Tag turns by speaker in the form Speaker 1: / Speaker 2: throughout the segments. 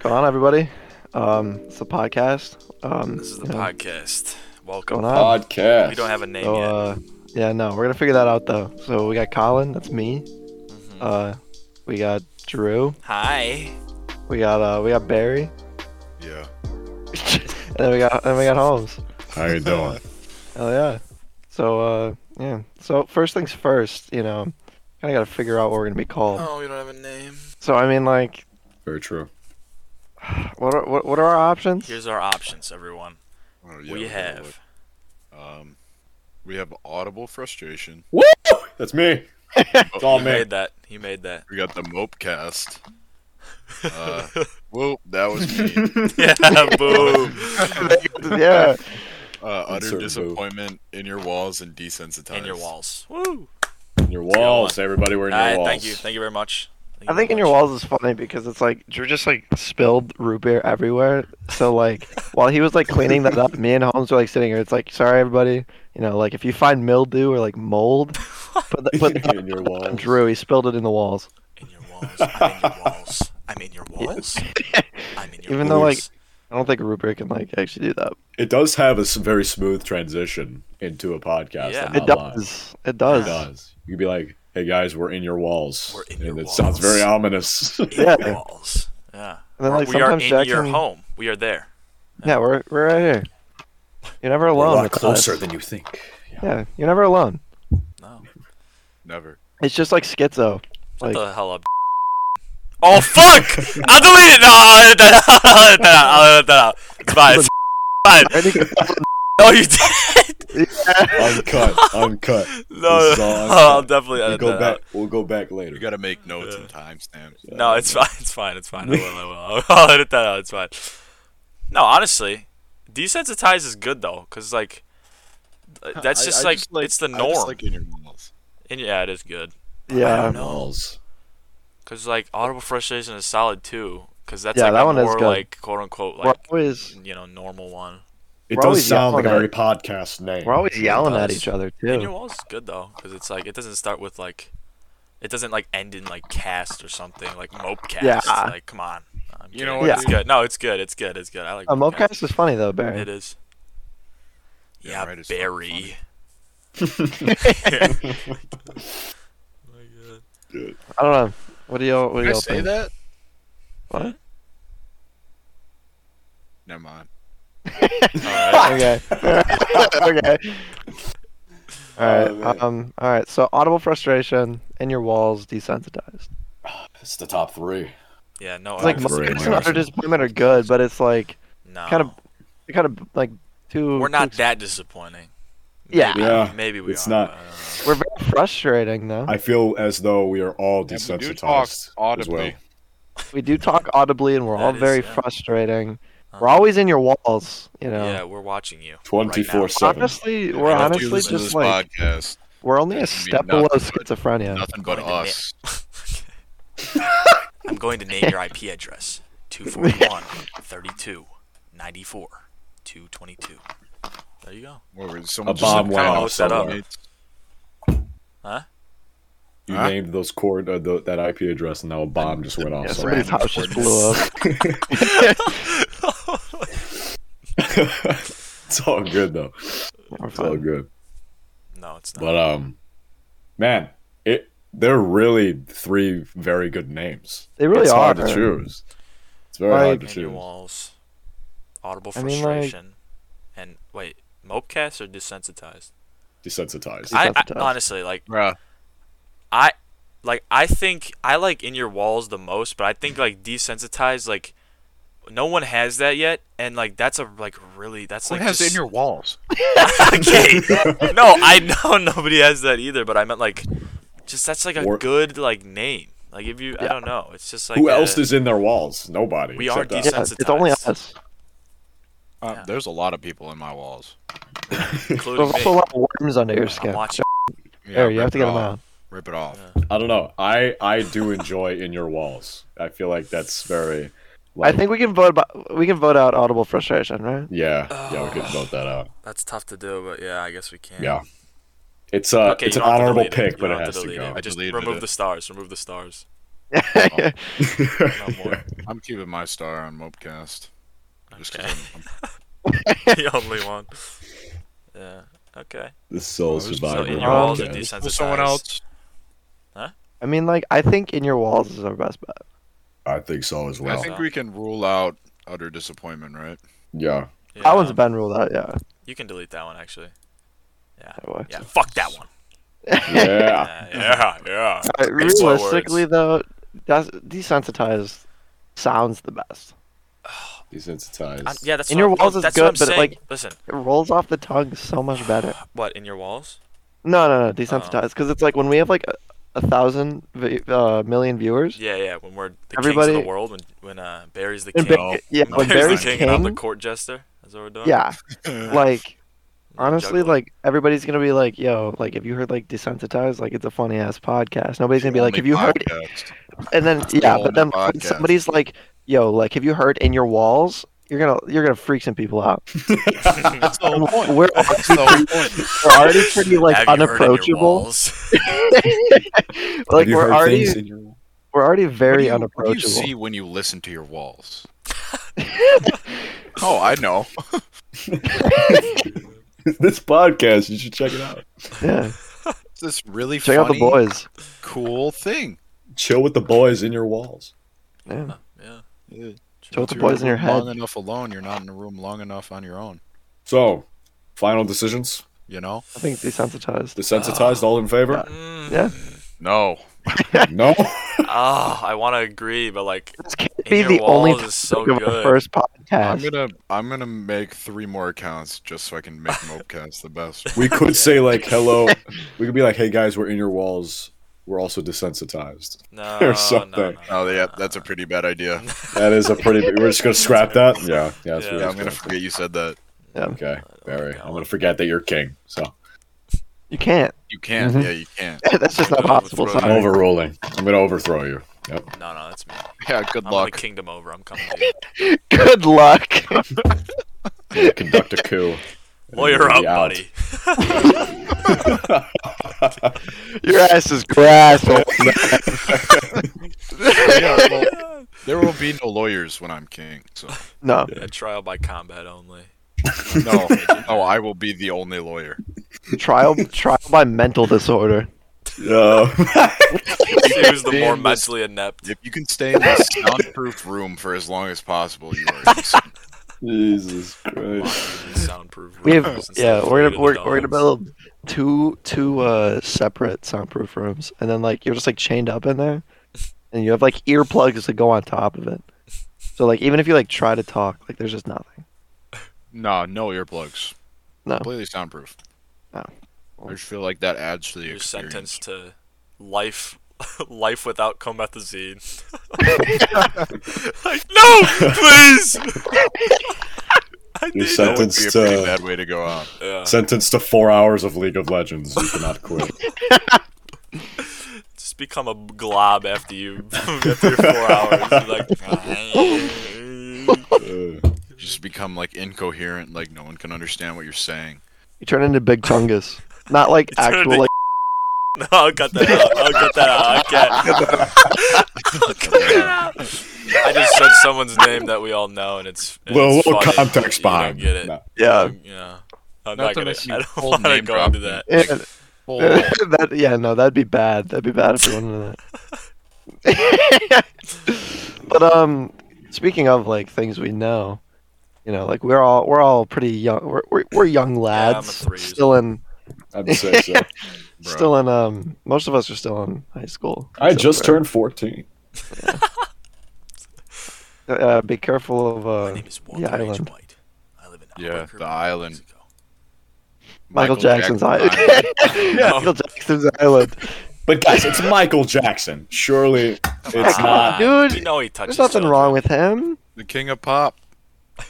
Speaker 1: going on, everybody? Um, it's the podcast. Um,
Speaker 2: This is the
Speaker 1: you know,
Speaker 2: podcast.
Speaker 1: Going
Speaker 2: Welcome.
Speaker 1: on?
Speaker 3: Podcast.
Speaker 2: We don't have a name
Speaker 1: So,
Speaker 2: yet.
Speaker 1: uh, yeah, no, we're gonna figure that out though. So we got Colin, that's me.
Speaker 2: Mhm.
Speaker 1: Uh, we got Drew.
Speaker 2: Hi.
Speaker 1: We got uh, we got Barry,
Speaker 4: Yeah.
Speaker 1: and then we got and we got Holmes.
Speaker 3: How you doing?
Speaker 1: Hell yeah. So uh, yeah. So first things first, you know, kind of gotta figure out what we're gonna be called.
Speaker 2: Oh, we don't have a name.
Speaker 1: So I mean, like,
Speaker 3: Very true.
Speaker 1: what are what, what are our options?
Speaker 2: Here's our options, everyone.
Speaker 4: Well, Oh, yeah,
Speaker 2: we
Speaker 4: gotta
Speaker 2: have.
Speaker 4: look. Um, we have audible frustration.
Speaker 3: Woo! That's me. It's
Speaker 1: Oh,
Speaker 3: all
Speaker 2: he
Speaker 3: me.
Speaker 2: made that. He made that.
Speaker 4: We got the mopecast. Uh, whoop, that was me.
Speaker 2: yeah, boom.
Speaker 1: yeah.
Speaker 4: Uh, utter
Speaker 3: Insert boo.
Speaker 4: disappointment in your walls and desensitized.
Speaker 2: In your walls. Woo.
Speaker 3: Your walls. Everybody wearing your
Speaker 2: Alright,
Speaker 3: walls.
Speaker 2: thank you. Thank you very much. Thank
Speaker 1: I
Speaker 2: you
Speaker 1: think
Speaker 2: very
Speaker 1: in your
Speaker 2: much.
Speaker 1: walls is funny because it's like Drew just like spilled root beer everywhere. So like while he was like cleaning that up, me and Holmes were like sitting here. It's like sorry everybody, you know, like if you find mildew or like mold, put the, put the,
Speaker 3: In your
Speaker 1: on
Speaker 3: walls.
Speaker 1: Drew. He spilled it in the walls.
Speaker 2: In your walls. I'm in your walls. I'm in your walls. I'm in your
Speaker 1: Even though, like-
Speaker 2: walls.
Speaker 1: I don't think root beer can like actually do that.
Speaker 3: It does have a s- very smooth transition into a podcast.
Speaker 2: Yeah.
Speaker 3: I'm
Speaker 1: It
Speaker 3: not lying.
Speaker 1: does. It
Speaker 3: It
Speaker 1: does.
Speaker 3: does. You'd be like, "Hey guys, we're in your walls,"
Speaker 2: We're in
Speaker 3: and
Speaker 2: your
Speaker 3: it sounds
Speaker 2: walls.
Speaker 3: very ominous.
Speaker 2: in
Speaker 1: yeah.
Speaker 2: your walls. Yeah.
Speaker 1: And then, like,
Speaker 2: we are in
Speaker 1: sometimes
Speaker 2: your
Speaker 1: Jackson-
Speaker 2: home. We are there.
Speaker 1: Yeah, we're we're right here. You're never alone. with us.
Speaker 3: than you think.
Speaker 1: Yeah, you're never alone.
Speaker 2: No.
Speaker 4: Never.
Speaker 1: It's just like schizo.
Speaker 2: What
Speaker 1: Like
Speaker 2: the hell up? Oh fuck! I'll delete it. No, I'll edit that out. I'll edit that out. I'll edit that out. It's fine. It's fine. No, you did.
Speaker 3: Uncut. Uncut.
Speaker 2: No,
Speaker 3: It's all-
Speaker 2: I'll definitely
Speaker 3: We'll
Speaker 2: edit
Speaker 3: go
Speaker 2: that uh,
Speaker 3: back.
Speaker 2: out.
Speaker 3: We'll go back
Speaker 4: You
Speaker 3: later.
Speaker 4: gotta make notes
Speaker 2: Yeah.
Speaker 4: and timestamps.
Speaker 2: No, it's fine. It's fine. It's fine. I will. I will. I'll edit that out. It's fine. No, honestly, desensitize is good though, cause like that's
Speaker 4: I-
Speaker 2: just,
Speaker 4: I
Speaker 2: like, it's the
Speaker 4: I just
Speaker 2: norm.
Speaker 4: like in your walls.
Speaker 2: and yeah, it is good.
Speaker 1: yeah,
Speaker 2: No.
Speaker 3: Walls.
Speaker 2: Cause like audible frustration is solid too, cause that's
Speaker 1: Yeah,
Speaker 2: like
Speaker 1: that
Speaker 2: a
Speaker 1: one is
Speaker 2: more
Speaker 1: good.
Speaker 2: like quote unquote
Speaker 1: we're
Speaker 2: like
Speaker 1: always
Speaker 2: you know normal one.
Speaker 3: It
Speaker 1: We're
Speaker 3: does
Speaker 1: always
Speaker 3: sound like a
Speaker 1: yelling
Speaker 3: very podcast name.
Speaker 1: We're always
Speaker 3: It
Speaker 1: yelling at
Speaker 3: does.
Speaker 1: each other
Speaker 2: In your
Speaker 1: too.
Speaker 2: walls is good though, because it's like it doesn't start with like, it doesn't like end in like cast or something like mopecast.
Speaker 1: Yeah.
Speaker 2: Like come on. I'm
Speaker 4: You know
Speaker 2: kidding.
Speaker 4: what,
Speaker 1: Yeah.
Speaker 2: It's good. No, it's good. It's good. It's good. I like.
Speaker 1: A mopcast Uh, is funny though, Barry.
Speaker 2: It is.
Speaker 4: Yeah,
Speaker 2: Yeah,
Speaker 4: right, it's not
Speaker 2: Barry. My God.
Speaker 1: I don't know. What do y'all? What do
Speaker 4: Did I
Speaker 1: y'all
Speaker 4: say
Speaker 1: think?
Speaker 4: that?
Speaker 1: What?
Speaker 4: Never mind.
Speaker 2: Alright.
Speaker 1: okay. okay. All right.
Speaker 3: Oh, man.
Speaker 1: um. All right. So audible frustration in your walls desensitized.
Speaker 3: It's the top three.
Speaker 2: Yeah, no,
Speaker 1: It's like
Speaker 3: That's very
Speaker 1: most other
Speaker 3: embarrassing.
Speaker 1: disappointment are good, but it's like
Speaker 2: no.
Speaker 1: kind of, kind of like too.
Speaker 2: We're not
Speaker 1: too-
Speaker 2: that disappointing.
Speaker 1: Yeah.
Speaker 2: Maybe,
Speaker 3: Yeah,
Speaker 2: Maybe we
Speaker 3: it's
Speaker 2: are.
Speaker 3: not.
Speaker 2: but uh, I don't know.
Speaker 1: We're very frustrating though.
Speaker 3: I feel as though we are all
Speaker 4: Yeah,
Speaker 3: desensitized
Speaker 4: we do talk
Speaker 3: as
Speaker 4: audibly.
Speaker 3: well.
Speaker 1: We do talk audibly, and we're all
Speaker 2: That is,
Speaker 1: very
Speaker 2: yeah.
Speaker 1: frustrating.
Speaker 2: Um,
Speaker 1: We're always in your walls. You know.
Speaker 2: Yeah, we're watching you.
Speaker 3: Twenty four seven.
Speaker 1: Honestly, we're
Speaker 2: I don't do
Speaker 1: honestly
Speaker 2: this
Speaker 4: listen to
Speaker 1: just
Speaker 4: this
Speaker 1: like
Speaker 4: podcast.
Speaker 1: we're only a
Speaker 4: Doesn't mean
Speaker 1: step
Speaker 4: nothing,
Speaker 1: below
Speaker 4: but-
Speaker 1: schizophrenia.
Speaker 4: Nothing but
Speaker 2: going to admit-
Speaker 4: us.
Speaker 2: I'm going to name your IP address 241 32 94 222. There you go.
Speaker 4: Where was someone
Speaker 3: A
Speaker 4: just
Speaker 3: bomb
Speaker 4: said,
Speaker 3: went
Speaker 4: "Follow
Speaker 2: off
Speaker 4: us somewhere."
Speaker 2: somewhere. Huh?
Speaker 3: You
Speaker 4: Huh?
Speaker 3: named those cord uh, the, that IP address, and now a bomb just went off.
Speaker 1: Yeah,
Speaker 3: somewhere.
Speaker 1: somebody's house just blew up.
Speaker 3: it's all good though.
Speaker 1: We're
Speaker 3: It's all
Speaker 1: fine.
Speaker 3: good.
Speaker 2: No, it's not.
Speaker 3: But um, man, it they're really three very good names.
Speaker 1: They really
Speaker 3: it's hard
Speaker 1: are.
Speaker 3: to choose. It's very
Speaker 1: Like-
Speaker 3: hard to
Speaker 2: In your
Speaker 3: choose.
Speaker 2: walls, audible
Speaker 1: I mean, like-
Speaker 2: frustration, and wait, mopecast or desensitized?
Speaker 3: Desensitized.
Speaker 2: I, I
Speaker 1: Desensitized.
Speaker 2: honestly like
Speaker 4: Bruh.
Speaker 2: I like I think I like in your walls the most, but I think like desensitized like no one has that yet, and like that's a like really that's
Speaker 4: What
Speaker 2: like
Speaker 4: has
Speaker 2: just-
Speaker 4: in your walls?
Speaker 2: okay. No, I know nobody has that either, but I meant like, just that's like a
Speaker 3: Or-
Speaker 2: good like name. Like if you, I
Speaker 1: Yeah.
Speaker 2: don't know. It's just like
Speaker 3: Who
Speaker 2: uh,
Speaker 3: else is in their walls? Nobody.
Speaker 2: We are
Speaker 3: except us.
Speaker 1: Yeah, it's only
Speaker 2: Desensitized.
Speaker 1: us.
Speaker 4: Uh, There's a lot of people in my walls.
Speaker 2: including
Speaker 1: There's
Speaker 2: me.
Speaker 1: also a lot of worms under your
Speaker 2: I'm
Speaker 1: skin.
Speaker 2: watching.
Speaker 4: Yeah,
Speaker 1: There, you
Speaker 4: rip
Speaker 1: have to
Speaker 4: it
Speaker 1: get them
Speaker 4: off.
Speaker 1: out.
Speaker 4: Rip it off.
Speaker 3: I don't know. I I do enjoy in your walls. I feel like that's very.
Speaker 1: I
Speaker 3: Like,
Speaker 1: think we can vote. About, we can vote out audible frustration, right?
Speaker 3: Yeah, yeah, we could vote that out.
Speaker 2: That's tough to do, but yeah, I guess we can.
Speaker 3: Yeah, it's uh,
Speaker 2: Okay,
Speaker 3: it's
Speaker 2: you
Speaker 3: an
Speaker 2: don't have to
Speaker 3: honorable
Speaker 2: delete it.
Speaker 3: pick,
Speaker 2: You
Speaker 3: but
Speaker 2: don't
Speaker 3: it
Speaker 2: have
Speaker 3: has to
Speaker 2: delete
Speaker 3: go.
Speaker 2: It. Just
Speaker 4: deleted
Speaker 2: remove
Speaker 4: it.
Speaker 2: the stars. Remove the stars.
Speaker 4: Not more. I'm keeping my star on Mopecast. Just 'cause
Speaker 2: Okay.
Speaker 4: I'm,
Speaker 2: the only one. Yeah. Okay.
Speaker 3: the soul
Speaker 4: So in
Speaker 3: survivor.
Speaker 2: so in your
Speaker 1: Rob,
Speaker 2: walls are
Speaker 1: yeah.
Speaker 3: podcast.
Speaker 4: I'm
Speaker 2: desensitized.
Speaker 4: someone else.
Speaker 1: I mean, like, I think in your walls is our best bet.
Speaker 3: I think so as
Speaker 4: I
Speaker 3: well.
Speaker 4: think we can rule out utter disappointment, right?
Speaker 3: Yeah.
Speaker 2: Yeah,
Speaker 1: that one's
Speaker 2: um,
Speaker 1: been ruled out, yeah.
Speaker 2: You can delete that one actually. Yeah.
Speaker 1: That one.
Speaker 2: Yeah. Fuck that one.
Speaker 3: Yeah.
Speaker 2: Yeah. Yeah. yeah.
Speaker 1: Alright,
Speaker 2: It's slow
Speaker 1: realistically, though, that's, desensitized sounds the best.
Speaker 3: Desensitized.
Speaker 2: I- yeah. That's
Speaker 1: In
Speaker 2: what
Speaker 1: your
Speaker 2: I'm-
Speaker 1: walls is
Speaker 2: that's
Speaker 1: good,
Speaker 2: what I'm
Speaker 1: but,
Speaker 2: saying.
Speaker 1: like-
Speaker 2: listen.
Speaker 1: It rolls off the tongue so much better.
Speaker 2: What in your walls?
Speaker 1: No,
Speaker 2: Oh.
Speaker 1: no, no, desensitized. Because it's like when we have like a, a thousand vi- uh, million viewers,
Speaker 2: Yeah. Yeah. When we're the kings of
Speaker 1: Everybody-
Speaker 2: the world. When when uh Barry's the
Speaker 1: and
Speaker 2: king.
Speaker 1: Bar-
Speaker 4: No,
Speaker 1: yeah,
Speaker 4: no,
Speaker 1: when
Speaker 4: he's
Speaker 1: Barry's
Speaker 2: the king, and I'm the
Speaker 1: king,
Speaker 2: court jester. That's what we're doing.
Speaker 1: yeah, like honestly,
Speaker 2: Juggling.
Speaker 1: like everybody's gonna be like, yo, like if you heard like desensitized, like it's a funny ass podcast. Nobody's gonna be like,
Speaker 4: Only
Speaker 1: have you heard?
Speaker 4: podcast.
Speaker 1: And then
Speaker 4: the
Speaker 1: yeah,
Speaker 4: whole
Speaker 1: but then when
Speaker 4: podcast.
Speaker 1: somebody's like, yo, like have you heard in your walls? You're gonna you're gonna freak some people out.
Speaker 4: That's the whole point.
Speaker 1: We're
Speaker 4: That's the whole point.
Speaker 1: we're already pretty like
Speaker 2: Have you heard in your
Speaker 1: unapproachable.
Speaker 2: walls?
Speaker 1: like
Speaker 3: Have you
Speaker 1: we're
Speaker 3: heard
Speaker 1: already
Speaker 3: things in your-
Speaker 1: we're already very
Speaker 4: what do you, What do you
Speaker 1: unapproachable.
Speaker 4: see when you listen to your walls? oh, I know.
Speaker 3: this podcast. You should check it out.
Speaker 1: yeah,
Speaker 4: It's this really
Speaker 1: check out the
Speaker 4: funny,
Speaker 1: boys.
Speaker 4: cool thing.
Speaker 3: Chill with the boys in your walls.
Speaker 1: Yeah.
Speaker 2: yeah.
Speaker 4: Yeah.
Speaker 1: Chill with
Speaker 4: If
Speaker 1: the
Speaker 4: you're
Speaker 1: boys in your
Speaker 4: room
Speaker 1: head.
Speaker 4: Long enough alone, you're not in a room long enough on your own.
Speaker 3: So, final decisions.
Speaker 4: You know?
Speaker 1: I think desensitized.
Speaker 3: Desensitized.
Speaker 2: Oh.
Speaker 3: all in favor?
Speaker 2: Mm,
Speaker 1: Yeah,
Speaker 4: No.
Speaker 3: No.
Speaker 2: Oh, I want to agree, but like
Speaker 1: this can't
Speaker 2: In
Speaker 1: be
Speaker 2: Your
Speaker 1: the only
Speaker 2: Walls is so
Speaker 1: topic of our
Speaker 2: good.
Speaker 1: first
Speaker 4: I'm
Speaker 1: podcast.
Speaker 4: gonna I'm gonna make three more accounts just so I can make Mopecast the best.
Speaker 3: We could say like hello. We could be like, hey guys, we're in your walls. We're also desensitized.
Speaker 2: no.
Speaker 3: Or
Speaker 2: No, no,
Speaker 3: something.
Speaker 2: no,
Speaker 4: Oh yeah,
Speaker 2: no,
Speaker 4: that's a
Speaker 2: no.
Speaker 4: pretty bad idea.
Speaker 3: That is a pretty. We're just gonna scrap that. Yeah. Yeah. That's
Speaker 2: Yeah,
Speaker 3: really
Speaker 4: Yeah, I'm gonna
Speaker 3: scrap.
Speaker 4: forget you said that.
Speaker 3: Okay,
Speaker 2: I don't
Speaker 3: Barry.
Speaker 2: like that
Speaker 3: I'm
Speaker 2: one.
Speaker 3: gonna forget that you're king. So
Speaker 1: You can't.
Speaker 4: You can't.
Speaker 1: Mhm.
Speaker 4: Yeah, you can't.
Speaker 1: That's just not
Speaker 2: I'm gonna
Speaker 1: possible.
Speaker 2: throw
Speaker 3: I'm
Speaker 1: Sorry.
Speaker 2: Alright.
Speaker 3: overruling. I'm gonna overthrow you.
Speaker 2: No, no, that's me.
Speaker 4: Yeah, good
Speaker 2: I'm the
Speaker 4: luck.
Speaker 2: kingdom over. I'm coming. To you.
Speaker 1: Good luck.
Speaker 3: I'm gonna conduct a coup.
Speaker 2: Lawyer up,
Speaker 3: You'll be out.
Speaker 2: buddy.
Speaker 1: Your ass is grass. old man.
Speaker 4: "Oh, Yeah, well, there will be no lawyers when I'm king. So
Speaker 1: no.
Speaker 2: Yeah, trial by combat only.
Speaker 4: no, no, I will be the only lawyer.
Speaker 1: Trial trial by mental disorder.
Speaker 3: Yeah.
Speaker 2: He was the more
Speaker 4: Damn, this-
Speaker 2: mentally inept.
Speaker 4: If you can stay in this soundproof room for as long as possible, you are. decent.
Speaker 3: Jesus Christ.
Speaker 2: Soundproof.
Speaker 1: We have
Speaker 2: rooms instead
Speaker 1: yeah.
Speaker 2: of
Speaker 1: We're
Speaker 2: feeding
Speaker 1: gonna we're,
Speaker 2: the
Speaker 1: we're gonna
Speaker 2: dogs.
Speaker 1: build two two uh separate soundproof rooms, and then like you're just like chained up in there, and you have like earplugs that go on top of it. So like even if you like try to talk, like there's just nothing.
Speaker 4: No, no earplugs.
Speaker 1: No.
Speaker 4: completely soundproof.
Speaker 1: No.
Speaker 4: I just feel like that adds to the
Speaker 2: You're
Speaker 4: experience.
Speaker 2: sentenced to life, life without comethazine. like no, please. I need
Speaker 3: You're
Speaker 4: That would be
Speaker 3: sentenced
Speaker 4: a pretty
Speaker 3: to
Speaker 4: bad way to go out.
Speaker 2: yeah.
Speaker 3: sentenced to four hours of League of Legends. You cannot quit. Uh,
Speaker 2: just become a glob after you after your four hours. You're like,
Speaker 3: Uh,
Speaker 4: You just become like incoherent, like no one can understand what you're saying.
Speaker 1: You turn into Big Tungus, not like
Speaker 2: You turn
Speaker 1: actual
Speaker 2: into-
Speaker 1: like
Speaker 2: no, I'll cut that out. I'll cut that out. I can't. I'll cut that out. I just said someone's name that we all know, and it's and
Speaker 3: little
Speaker 2: it's
Speaker 3: little
Speaker 2: funny, but
Speaker 3: context
Speaker 2: you don't
Speaker 3: behind.
Speaker 2: get it.
Speaker 3: No.
Speaker 1: yeah.
Speaker 2: Yeah. I'm
Speaker 4: Not
Speaker 2: not,
Speaker 4: to
Speaker 2: gonna.
Speaker 4: make you
Speaker 2: I don't
Speaker 4: full
Speaker 2: want to
Speaker 4: name
Speaker 2: go
Speaker 4: drop.
Speaker 2: into that.
Speaker 1: Yeah,
Speaker 4: Full
Speaker 1: that, yeah, no, that'd be bad. That'd be bad if we went into that. but um, speaking of like things we know, you know, like we're all we're all pretty young. We're we're, we're young
Speaker 2: I'm a
Speaker 1: lads,
Speaker 2: threes.
Speaker 1: still in
Speaker 3: I'd say so.
Speaker 4: bro.
Speaker 1: still in um. Most of us are still in high school.
Speaker 3: I
Speaker 1: so
Speaker 3: just
Speaker 1: we're-
Speaker 3: turned 14.
Speaker 1: Uh, be careful of
Speaker 2: My
Speaker 1: uh,
Speaker 2: name is
Speaker 1: yeah,
Speaker 2: Walter H.
Speaker 1: island.
Speaker 2: White. I live in
Speaker 4: Yeah,
Speaker 2: Albuquerque,
Speaker 4: the island.
Speaker 2: Mexico.
Speaker 1: Michael, Jackson's island. Michael Jackson's island.
Speaker 3: But guys, it's Michael Jackson. Surely it's
Speaker 1: on,
Speaker 3: not.
Speaker 4: Ah.
Speaker 1: dude.
Speaker 2: You know he touches.
Speaker 1: There's nothing
Speaker 2: children.
Speaker 1: wrong with him.
Speaker 4: the king of pop.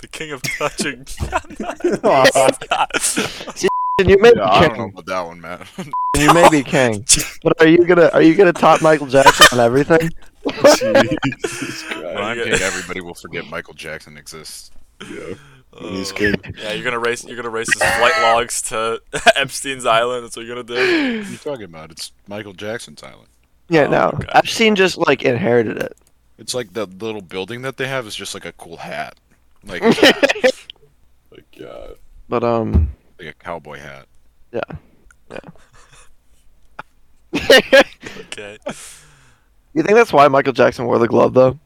Speaker 2: The king of touching.
Speaker 1: And you may
Speaker 4: Yeah,
Speaker 1: be
Speaker 4: I don't know
Speaker 1: king.
Speaker 4: about that one, man.
Speaker 1: You may be king. But are you gonna are you gonna top Michael Jackson on everything?
Speaker 3: Jesus
Speaker 4: when
Speaker 3: Christ.
Speaker 4: I'm king, everybody will forget Michael Jackson exists.
Speaker 3: Yeah.
Speaker 2: Oh.
Speaker 3: He's king.
Speaker 2: Yeah, you're gonna race. You're gonna race his flight logs to Epstein's island. That's what you're gonna do.
Speaker 4: What are you talking about? It's Michael Jackson's island.
Speaker 1: Yeah,
Speaker 2: Oh,
Speaker 1: no.
Speaker 2: okay.
Speaker 1: Epstein just like inherited it.
Speaker 4: It's like that little building that they have is just like a cool hat, like
Speaker 3: Like, uh,
Speaker 1: But um,
Speaker 4: like a cowboy hat.
Speaker 1: yeah, yeah.
Speaker 2: Okay.
Speaker 1: you think that's why Michael Jackson wore the glove though?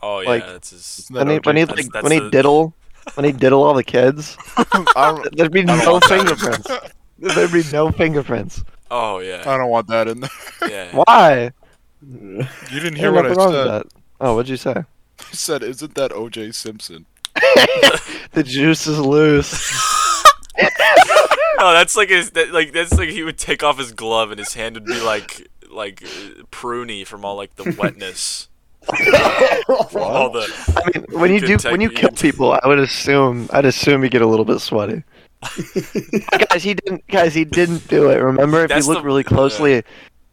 Speaker 2: Oh yeah,
Speaker 1: Like-
Speaker 2: that's his.
Speaker 4: Isn't that
Speaker 1: When he
Speaker 4: OJ?
Speaker 1: when he
Speaker 2: That's-
Speaker 1: like
Speaker 2: that's
Speaker 1: when he
Speaker 2: the-
Speaker 1: diddle when he diddle all the kids,
Speaker 4: I don't,
Speaker 1: there'd be
Speaker 4: I don't
Speaker 1: no
Speaker 4: want that.
Speaker 1: fingerprints. There'd be no fingerprints.
Speaker 2: Oh yeah.
Speaker 4: I don't want that in there.
Speaker 2: yeah.
Speaker 1: Why?
Speaker 4: You didn't
Speaker 1: Ain't
Speaker 4: hear what I
Speaker 1: nothing wrong with
Speaker 4: said.
Speaker 1: that. Oh, what'd you say?
Speaker 4: I said, isn't that OJ Simpson?
Speaker 1: The juice is loose.
Speaker 2: No, that's like his. That, like that's like he would take off his glove and his hand would be like like uh, pruny from all like the wetness. from all the
Speaker 1: I mean, when you
Speaker 2: Good
Speaker 1: do when you kill
Speaker 2: technique.
Speaker 1: people, I would assume I'd assume you get a little bit sweaty. guys, he didn't. Guys, he didn't do it. Remember, if
Speaker 2: That's
Speaker 1: you look
Speaker 2: the-
Speaker 1: really closely, if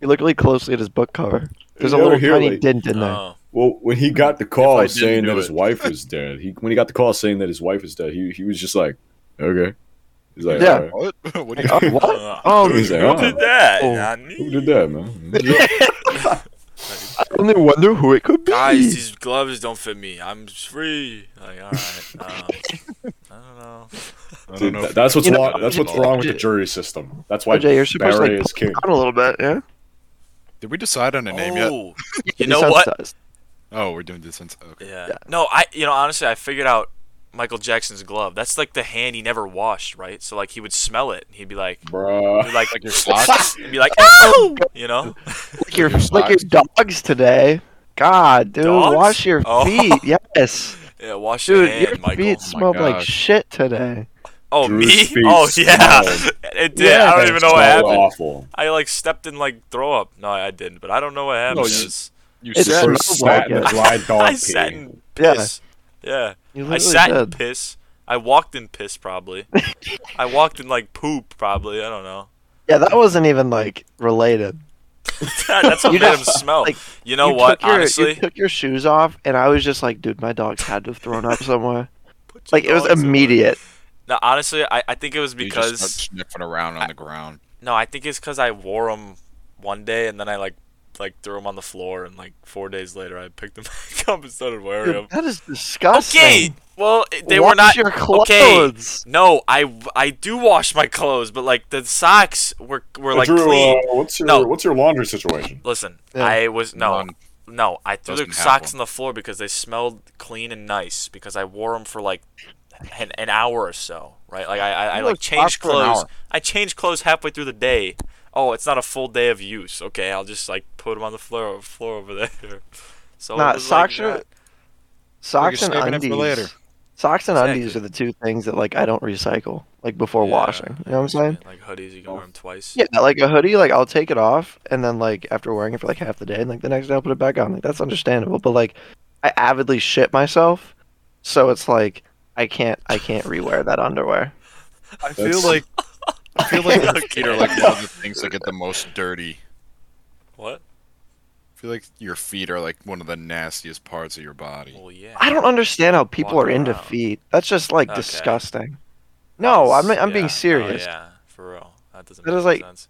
Speaker 1: you look really closely at his book cover. There's a
Speaker 3: You never
Speaker 1: little
Speaker 3: hear,
Speaker 1: tiny
Speaker 3: like-
Speaker 1: dent in there.
Speaker 2: Oh.
Speaker 3: well, when he got the
Speaker 4: If I
Speaker 3: call
Speaker 4: didn't
Speaker 3: saying
Speaker 4: do
Speaker 3: that his
Speaker 4: it.
Speaker 3: wife was dead, he when he got the call saying that his wife was dead, he he was just like, okay. He's like,
Speaker 1: Yeah.
Speaker 3: "Alright."
Speaker 4: What? what do
Speaker 1: Like, oh,
Speaker 4: you
Speaker 1: what?
Speaker 2: Uh,
Speaker 1: Oh,
Speaker 3: He's like,
Speaker 2: Who
Speaker 3: "Oh,
Speaker 2: did that?
Speaker 1: Oh.
Speaker 2: Not
Speaker 3: who
Speaker 2: me.
Speaker 3: did that, man?
Speaker 1: I only wonder who it could be.
Speaker 2: Guys, these gloves don't fit me. I'm free. Like, all right. Um, I don't know.
Speaker 4: I
Speaker 3: Dude,
Speaker 4: don't know.
Speaker 3: tha- that's what's
Speaker 1: You know-
Speaker 3: wrong. That's what's wrong with the
Speaker 1: OJ
Speaker 3: jury system. That's why
Speaker 1: OJ, you're supposed to,
Speaker 3: Barry
Speaker 1: like,
Speaker 3: is king.
Speaker 1: on a little bit, yeah.
Speaker 4: Did we decide on a name yet?
Speaker 2: oh, you know what?
Speaker 1: Desensitized.
Speaker 4: Oh, we're doing this. Since, okay.
Speaker 2: Yeah.
Speaker 1: Yeah.
Speaker 2: No, I. You know, honestly, I figured out Michael Jackson's glove. That's like the hand he never washed, right? So like he would smell it. And he'd be like, he'd be
Speaker 3: Bruh.
Speaker 2: like,
Speaker 4: Like your socks?
Speaker 2: he'd be like, ow, you know.
Speaker 1: Like your
Speaker 4: Your
Speaker 1: like your
Speaker 4: socks.
Speaker 1: dogs today. God, dude,
Speaker 2: Dogs?
Speaker 1: wash your
Speaker 2: Oh.
Speaker 1: feet. Yes,
Speaker 2: Yeah, wash
Speaker 1: dude,
Speaker 2: your
Speaker 1: your
Speaker 2: hand, Michael.
Speaker 1: feet smelled like
Speaker 4: God.
Speaker 1: shit today.
Speaker 2: oh
Speaker 3: Drew's
Speaker 2: me?
Speaker 3: feet
Speaker 2: Oh yeah,
Speaker 3: smelled.
Speaker 2: it did.
Speaker 1: Yeah,
Speaker 2: I don't
Speaker 1: they
Speaker 2: even know what
Speaker 3: Smelled
Speaker 2: happened.
Speaker 3: Awful.
Speaker 2: I like stepped in like throw up. No, I didn't, but I don't know what happened.
Speaker 4: you-
Speaker 2: It was-
Speaker 4: You
Speaker 1: It's
Speaker 4: said
Speaker 1: smelled
Speaker 3: First
Speaker 1: like
Speaker 3: sat in
Speaker 1: it.
Speaker 3: the dry dog
Speaker 2: I
Speaker 3: pee.
Speaker 2: sat in
Speaker 1: Yeah.
Speaker 2: piss. Yeah.
Speaker 1: You
Speaker 2: I
Speaker 1: literally
Speaker 2: sat in
Speaker 1: did.
Speaker 2: piss. I walked in piss probably. I walked in like poop probably. I don't know.
Speaker 1: Yeah, that wasn't even like related.
Speaker 2: That's what
Speaker 1: You
Speaker 2: made
Speaker 1: just,
Speaker 2: him smell.
Speaker 1: like,
Speaker 2: you know what?
Speaker 1: Took your,
Speaker 2: Honestly,
Speaker 1: you took your shoes off, and I was just like, dude, my dogs had to have thrown up somewhere.
Speaker 2: Put your
Speaker 1: Like it was
Speaker 2: dogs away.
Speaker 1: immediate.
Speaker 2: No, honestly, I, I think it was
Speaker 4: you just start
Speaker 2: because
Speaker 4: sniffing around on the ground.
Speaker 2: no, I think it's because I wore them one day and then I like like threw them on the floor and like four days later I picked them back up and started wearing them.
Speaker 1: Dude, that is disgusting.
Speaker 2: Okay, well it- they
Speaker 1: Wash
Speaker 2: were not
Speaker 1: your
Speaker 2: okay.
Speaker 1: clothes.
Speaker 2: No, I I do wash my clothes, but like the socks were were like
Speaker 3: Drew,
Speaker 2: clean.
Speaker 3: Uh, what's your
Speaker 2: No.
Speaker 3: what's your laundry situation?
Speaker 2: Listen,
Speaker 1: Yeah.
Speaker 2: I was no
Speaker 4: None.
Speaker 2: no. I threw the
Speaker 4: Doesn't have
Speaker 2: socks
Speaker 4: one.
Speaker 2: on the floor because they smelled clean and nice because I wore them for like an, an hour or so, right? Like I I, I
Speaker 4: You wore
Speaker 2: like changed
Speaker 4: socks for an
Speaker 2: clothes.
Speaker 4: hour.
Speaker 2: I changed clothes halfway through the day. Oh, it's not a full day of use. Okay, I'll just like put them on the floor floor over there. So it
Speaker 1: Nah,
Speaker 2: was
Speaker 1: socks
Speaker 2: like
Speaker 1: are
Speaker 2: that.
Speaker 1: socks
Speaker 4: You're
Speaker 1: and
Speaker 4: saving it for
Speaker 1: undies.
Speaker 4: later.
Speaker 1: Socks and undies
Speaker 2: Exactly.
Speaker 1: are the two things that like I don't recycle like before
Speaker 2: Yeah,
Speaker 1: washing. You know what I'm saying?
Speaker 2: Like hoodies, you can wear them twice.
Speaker 1: Yeah, like a hoodie, like I'll take it off and then like after wearing it for like half the day and like the next day I'll put it back on. Like that's understandable, but like I avidly shit myself, so it's like I can't I can't rewear that underwear.
Speaker 4: I
Speaker 3: That's-
Speaker 4: feel like I feel like your
Speaker 2: Okay.
Speaker 4: feet are like one of the things that get the most dirty.
Speaker 2: What?
Speaker 4: I feel like your feet are like one of the nastiest parts of your body.
Speaker 2: Well, yeah.
Speaker 1: I don't understand how people
Speaker 2: Walk
Speaker 1: are into
Speaker 2: around.
Speaker 1: feet. That's just like
Speaker 2: Okay.
Speaker 1: disgusting. No, I'm I'm being serious.
Speaker 2: Oh, yeah, for real. That doesn't
Speaker 1: That
Speaker 2: make
Speaker 1: is, like-
Speaker 2: sense.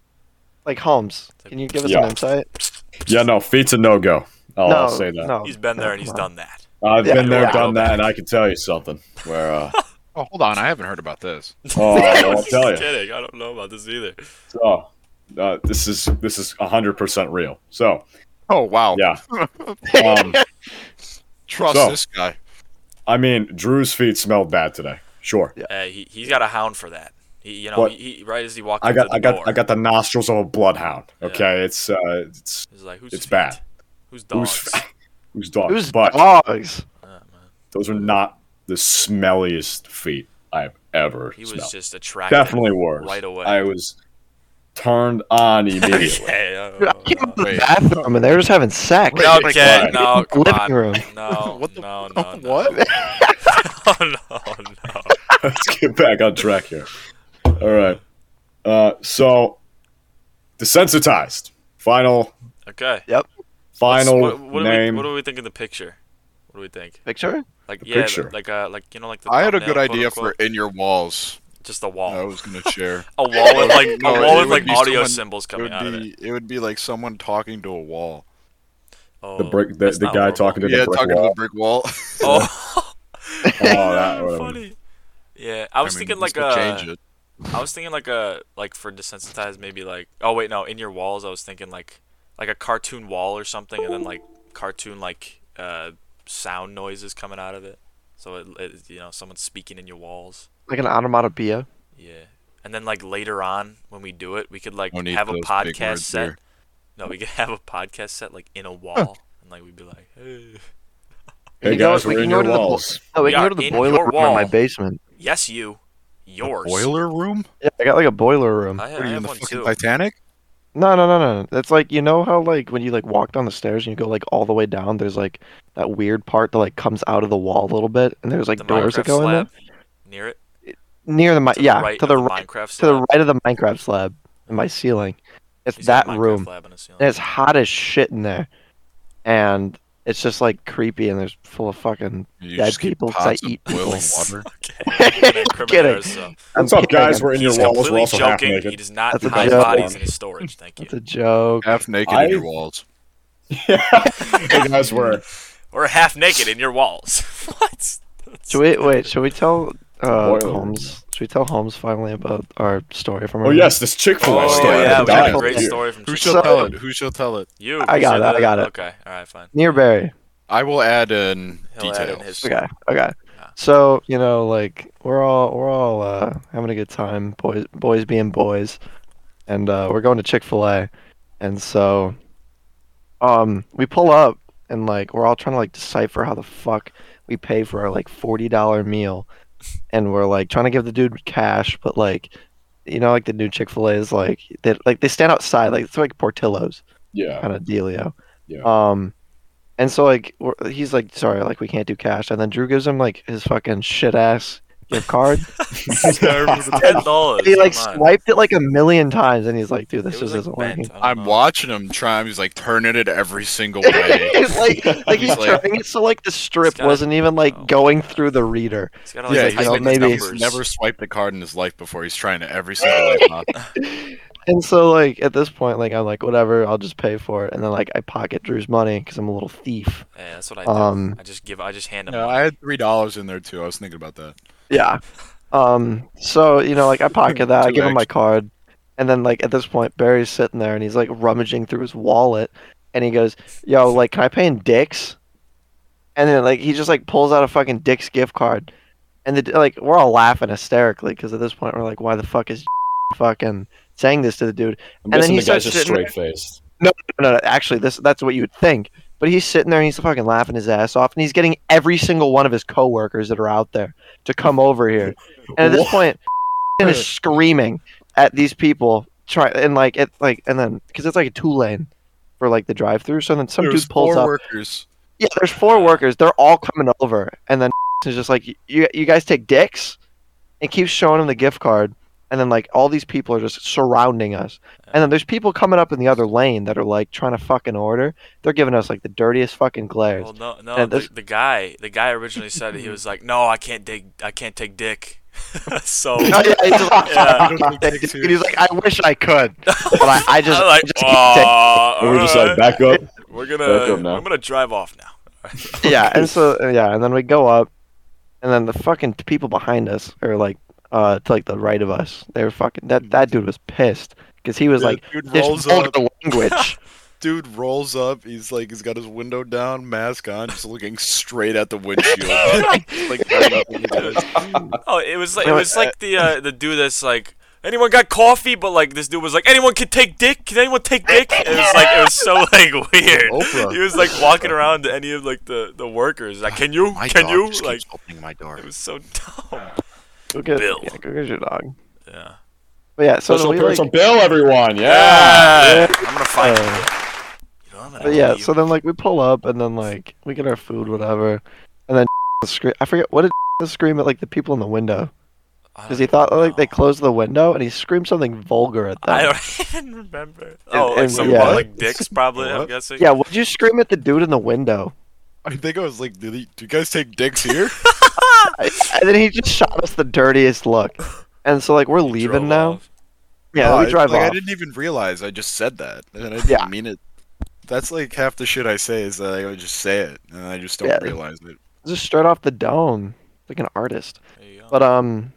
Speaker 1: Like Holmes, can you give us
Speaker 3: Yeah.
Speaker 1: an insight?
Speaker 3: Yeah, no, feet's a no go. I'll,
Speaker 1: no,
Speaker 3: I'll say that.
Speaker 1: No,
Speaker 2: He's been
Speaker 1: no,
Speaker 2: there and he's
Speaker 1: come on.
Speaker 2: done that.
Speaker 3: I've
Speaker 1: Yeah,
Speaker 3: been there,
Speaker 2: yeah.
Speaker 3: done that, and I can tell you something. Where uh,
Speaker 4: Oh, hold on, I haven't heard about this.
Speaker 3: oh, I'll
Speaker 2: Just
Speaker 3: tell you.
Speaker 2: kidding. I don't know about this either.
Speaker 3: So, uh, this is this is hundred percent real. So
Speaker 4: Oh wow,
Speaker 3: yeah, um,
Speaker 4: trust
Speaker 3: So-
Speaker 4: this guy.
Speaker 3: I mean, Drew's feet smelled bad today. Sure,
Speaker 2: Hey, he he's got a hound for that. He, you know,
Speaker 3: What?
Speaker 2: he, he right as he walked
Speaker 3: I
Speaker 2: into
Speaker 3: got
Speaker 2: the
Speaker 3: I got
Speaker 2: door,
Speaker 3: I got the nostrils of a bloodhound. Okay, it's uh, it's
Speaker 2: he's like, who's
Speaker 3: it's bad.
Speaker 2: Who's
Speaker 3: Who's
Speaker 2: dogs?
Speaker 3: fa- who's dog?
Speaker 1: Who's
Speaker 3: but
Speaker 1: dogs?
Speaker 2: Oh, man.
Speaker 3: those are not the smelliest feet I've ever
Speaker 2: He was
Speaker 3: smelled.
Speaker 2: just attracted.
Speaker 3: Definitely worse.
Speaker 2: right away.
Speaker 3: I was turned on immediately.
Speaker 2: okay.
Speaker 1: Dude, I
Speaker 2: oh,
Speaker 1: came out
Speaker 2: no.
Speaker 1: of the
Speaker 4: Wait.
Speaker 1: bathroom and they were just having sex.
Speaker 4: Wait,
Speaker 1: Like,
Speaker 2: Okay,
Speaker 3: Like,
Speaker 2: no, come
Speaker 1: living
Speaker 2: on.
Speaker 1: room.
Speaker 2: No,
Speaker 4: What the-
Speaker 2: no, no, no.
Speaker 4: What?
Speaker 2: oh no, no.
Speaker 3: Let's get back on track here. All right. Uh, so, desensitized. Final,
Speaker 2: Okay. What's-
Speaker 3: final
Speaker 2: what, what do
Speaker 3: name.
Speaker 2: we, what do we think of the picture? What do we think?
Speaker 1: Picture?
Speaker 2: Like
Speaker 3: The
Speaker 2: yeah,
Speaker 3: picture.
Speaker 2: like uh, like you know, like the.
Speaker 4: I had a
Speaker 2: thumbnail,
Speaker 4: good idea
Speaker 2: quote, unquote.
Speaker 4: for in your walls.
Speaker 2: just a wall.
Speaker 4: I was gonna share.
Speaker 2: A wall with like
Speaker 4: No,
Speaker 2: a
Speaker 4: it
Speaker 2: wall with
Speaker 4: would
Speaker 2: like
Speaker 4: be
Speaker 2: audio
Speaker 4: someone-
Speaker 2: symbols
Speaker 4: it
Speaker 2: coming
Speaker 4: would
Speaker 2: out of it.
Speaker 4: be it would be like someone talking to a wall.
Speaker 2: Oh,
Speaker 3: The brick, the,
Speaker 2: that's
Speaker 3: the
Speaker 2: not
Speaker 3: guy
Speaker 2: horrible.
Speaker 3: talking to
Speaker 4: yeah,
Speaker 3: the brick
Speaker 4: talking to
Speaker 3: wall.
Speaker 4: the brick wall.
Speaker 2: Oh,
Speaker 3: oh, that would have
Speaker 2: funny. Yeah, I was
Speaker 4: mean,
Speaker 2: thinking
Speaker 4: you
Speaker 2: like
Speaker 4: still
Speaker 2: a.
Speaker 4: change it.
Speaker 2: I was thinking like a like for desensitized maybe like oh wait no in your walls I was thinking like like a cartoon wall or something and then like cartoon like uh sound noises coming out of it so it, it you know someone's speaking in your walls
Speaker 1: Like an onomatopoeia.
Speaker 2: yeah and then like later on when we do it we could like
Speaker 4: No need
Speaker 2: have a
Speaker 4: for those big
Speaker 2: podcast
Speaker 4: words
Speaker 2: set
Speaker 4: there.
Speaker 2: no we could have a podcast set like in a wall and like we'd be like hey.
Speaker 3: Hey
Speaker 1: You go-
Speaker 3: guys,
Speaker 1: we
Speaker 3: we're
Speaker 1: can
Speaker 3: in
Speaker 1: go
Speaker 3: your
Speaker 1: to the bo-
Speaker 3: walls.
Speaker 1: No, Oh, we
Speaker 2: We
Speaker 1: can go
Speaker 2: are
Speaker 1: to the
Speaker 2: in
Speaker 1: boiler
Speaker 2: your
Speaker 1: room in my
Speaker 2: wall.
Speaker 1: basement.
Speaker 2: yes you yours
Speaker 4: Boiler room?
Speaker 1: Yeah, I got like a boiler room.
Speaker 2: I,
Speaker 4: What
Speaker 2: I
Speaker 4: are you in
Speaker 2: have
Speaker 4: the
Speaker 2: one
Speaker 4: fucking
Speaker 2: too
Speaker 4: Titanic?
Speaker 1: No, no, no, no. That's like you know how like when you like walk down the stairs and you go like all the way down. There's like that weird part that like comes out of the wall a little bit, and there's like
Speaker 2: the
Speaker 1: doors that
Speaker 2: Minecraft
Speaker 1: go in there
Speaker 2: slab near it
Speaker 1: near the mi-
Speaker 2: to
Speaker 1: yeah
Speaker 2: the right
Speaker 1: to the
Speaker 2: of the
Speaker 1: right
Speaker 2: Minecraft
Speaker 1: to the
Speaker 2: slab.
Speaker 1: right of the Minecraft slab in my ceiling. It's
Speaker 2: He's got
Speaker 1: that
Speaker 2: a Minecraft
Speaker 1: room.
Speaker 2: lab in his ceiling.
Speaker 1: And it's hot as shit in there, and it's just like creepy and there's full of fucking.
Speaker 4: You
Speaker 1: Dead
Speaker 4: just keep
Speaker 1: people 'cause
Speaker 4: pots
Speaker 1: I
Speaker 4: of
Speaker 1: eat
Speaker 4: boiling
Speaker 2: people.
Speaker 4: water.
Speaker 2: Okay.
Speaker 1: Kidding.
Speaker 2: So.
Speaker 3: What's
Speaker 1: I'm
Speaker 3: up, guys?
Speaker 1: kidding.
Speaker 3: We're in your
Speaker 2: He's
Speaker 3: walls. We're
Speaker 2: completely
Speaker 3: also half
Speaker 2: joking. He
Speaker 3: naked.
Speaker 2: does not
Speaker 1: That's a
Speaker 2: hide
Speaker 1: joke.
Speaker 2: bodies in his storage. Thank you.
Speaker 1: It's a joke.
Speaker 4: Half naked
Speaker 3: I-
Speaker 4: in your walls.
Speaker 3: hey guys, we're
Speaker 2: We're half naked in your walls. what? That's-
Speaker 1: Should we wait? Should we tell uh,
Speaker 3: Boiler room.
Speaker 1: Holmes? Should we tell Holmes finally about our story from?
Speaker 3: Oh
Speaker 1: earlier?
Speaker 3: yes, this Chick Fil A
Speaker 2: Oh,
Speaker 3: story.
Speaker 2: yeah,
Speaker 3: I'm
Speaker 2: we got
Speaker 3: dying
Speaker 2: a
Speaker 1: died.
Speaker 2: great
Speaker 3: for you.
Speaker 2: story from
Speaker 4: Who
Speaker 2: Chick-
Speaker 4: shall
Speaker 1: So-
Speaker 4: tell it? Who shall tell it?
Speaker 2: you.
Speaker 1: I
Speaker 2: you
Speaker 1: got
Speaker 2: said
Speaker 1: it, I
Speaker 2: that-
Speaker 1: got it.
Speaker 2: Okay. All right. Fine.
Speaker 1: Nearberry.
Speaker 4: I will add in
Speaker 2: He'll add in
Speaker 4: details.
Speaker 2: his.
Speaker 1: Okay. Okay.
Speaker 2: Yeah.
Speaker 1: So you know, like we're all we're all uh, having a good time, boys boys being boys, and uh, we're going to Chick Fil A, and so, um, we pull up and like we're all trying to like decipher how the fuck we pay for our like forty dollar meal, and we're like trying to give the dude cash, but like, you know, like the new Chick Fil A is like they like they stand outside like it's like Portillo's
Speaker 3: Yeah.
Speaker 1: kind of dealio.
Speaker 3: Yeah.
Speaker 1: Um, and so like we're, he's like, sorry, like we can't do cash, and then Drew gives him like his fucking shit ass gift card.
Speaker 2: Ten dollars.
Speaker 1: he like
Speaker 2: come on.
Speaker 1: swiped it like a million times, and he's like, dude, this
Speaker 2: It was
Speaker 1: just isn't
Speaker 2: like bent.
Speaker 1: working.
Speaker 2: I don't
Speaker 4: I'm
Speaker 2: know.
Speaker 4: watching him try. He's like turning it every single way.
Speaker 1: It's like, like he's
Speaker 4: He's like-
Speaker 1: trying it so like the strip
Speaker 2: It's gotta-
Speaker 1: wasn't even like
Speaker 2: oh.
Speaker 1: going through the reader.
Speaker 2: He's gotta, like,
Speaker 4: Yeah,
Speaker 2: type in
Speaker 4: he's
Speaker 1: like,
Speaker 2: his
Speaker 1: maybe
Speaker 2: numbers.
Speaker 4: He's never swiped a card in his life before. He's trying it every single way. possible.
Speaker 1: And so like at this point, like I'm like whatever, I'll just pay for it, and then like I pocket Drew's money because I'm a little thief.
Speaker 2: Yeah, that's what I do.
Speaker 1: Um,
Speaker 2: I just give. I just hand him.
Speaker 4: No, I had three dollars in there too. I was thinking about that.
Speaker 1: Yeah. Um. So you know, like I pocket that. I
Speaker 4: Two
Speaker 1: give him my
Speaker 4: extra.
Speaker 1: card, and then like at this point, Barry's sitting there and he's like rummaging through his wallet, and he goes, "Yo, like, can I pay in dicks?" And then like he just like pulls out a fucking dicks gift card, and the like we're all laughing hysterically because at this point we're like, "Why the fuck is fucking saying this to the dude?" And
Speaker 3: I'm
Speaker 1: then
Speaker 3: guessing
Speaker 1: he
Speaker 3: the guy's
Speaker 1: starts
Speaker 3: just
Speaker 1: sitting
Speaker 3: straight faced.
Speaker 1: No, no, actually, this that's what you would think. But he's sitting there and he's fucking laughing his ass off, and he's getting every single one of his coworkers that are out there to come over here. And at this
Speaker 3: What?
Speaker 1: point, is screaming at these people try and like it like and then because it's like a two lane for like the drive through. So then some
Speaker 4: There's
Speaker 1: dude pulls
Speaker 4: four
Speaker 1: up.
Speaker 4: workers.
Speaker 1: yeah, there's four workers. They're all coming over, and then is just like, "You you guys take dicks," and keeps showing him the gift card. And then like all these people are just surrounding us, and then there's people coming up in the other lane that are like trying to fucking order. They're giving us like the dirtiest fucking glares.
Speaker 2: Well, no, no.
Speaker 1: Yeah,
Speaker 2: the,
Speaker 1: this-
Speaker 2: the guy, the guy originally said he was like, "No, I can't dig. I can't take dick." so
Speaker 1: No, yeah, he's, just like,
Speaker 2: Yeah.
Speaker 1: And he's like, I wish I could, but I, I just,
Speaker 2: I'm like,
Speaker 1: just can't take
Speaker 2: "Aw,
Speaker 3: And we're just
Speaker 2: alright.
Speaker 3: like back up.
Speaker 2: We're
Speaker 3: Back
Speaker 2: gonna.
Speaker 3: up now.
Speaker 2: I'm gonna drive off now.
Speaker 1: yeah, and so yeah, and then we go up, and then the fucking people behind us are like, uh, to like the right of us. They were fucking that that dude was pissed because he was like,
Speaker 4: dude
Speaker 1: this
Speaker 4: rolls
Speaker 1: vulgar
Speaker 4: up.
Speaker 1: language.
Speaker 4: Dude rolls up. He's like, he's got his window down, mask on, just looking straight at the windshield. like, got nothing to do.
Speaker 2: Oh, it was like it
Speaker 1: Wait,
Speaker 2: was like the uh, the dude that's like. Anyone got coffee? But like this dude was like, anyone can take dick. Can anyone take dick? It was like it was so like weird.
Speaker 4: Oprah.
Speaker 2: He was like walking around to any of like the the workers. Like, can you?
Speaker 4: My
Speaker 2: Can
Speaker 4: dog
Speaker 2: you?
Speaker 4: just
Speaker 2: Like,
Speaker 4: keeps opening my door.
Speaker 2: it was so dumb.
Speaker 1: go get,
Speaker 2: Bill.
Speaker 1: yeah, go get your dog.
Speaker 2: Yeah.
Speaker 1: But yeah, so then
Speaker 3: Social
Speaker 1: we
Speaker 3: appearance
Speaker 1: like,
Speaker 3: on Bill, everyone. Yeah.
Speaker 2: Yeah. I'm gonna find you.
Speaker 1: uh,
Speaker 2: You know, I'm gonna
Speaker 1: but yeah,
Speaker 2: leave.
Speaker 1: so then like we pull up and then like we get our food, whatever, and then scream. I forget what did scream at like the people in the window
Speaker 2: I
Speaker 1: because
Speaker 2: don't
Speaker 1: he thought like
Speaker 2: know.
Speaker 1: they closed the window and he screamed something vulgar at them.
Speaker 2: I don't even remember. Oh, like
Speaker 1: and-
Speaker 2: some
Speaker 1: yeah.
Speaker 2: like dicks probably. I'm
Speaker 4: What?
Speaker 2: guessing.
Speaker 1: Yeah, would you scream at the dude in the window?
Speaker 4: I think I was like, Did he, do you guys take dicks here?
Speaker 1: I- and then he just shot us the dirtiest look. And so like we're leaving
Speaker 2: Drove
Speaker 1: now.
Speaker 2: off.
Speaker 1: Yeah,
Speaker 4: Oh,
Speaker 1: we
Speaker 4: I-
Speaker 1: drive
Speaker 4: like, I
Speaker 1: off.
Speaker 4: didn't even realize I just said that, and I didn't
Speaker 1: Yeah.
Speaker 4: mean it. That's like half the shit I say is that I would just say it and I just don't
Speaker 1: Yeah.
Speaker 4: realize it.
Speaker 1: Just straight off the dome, like an artist.
Speaker 2: There you go.
Speaker 1: But um,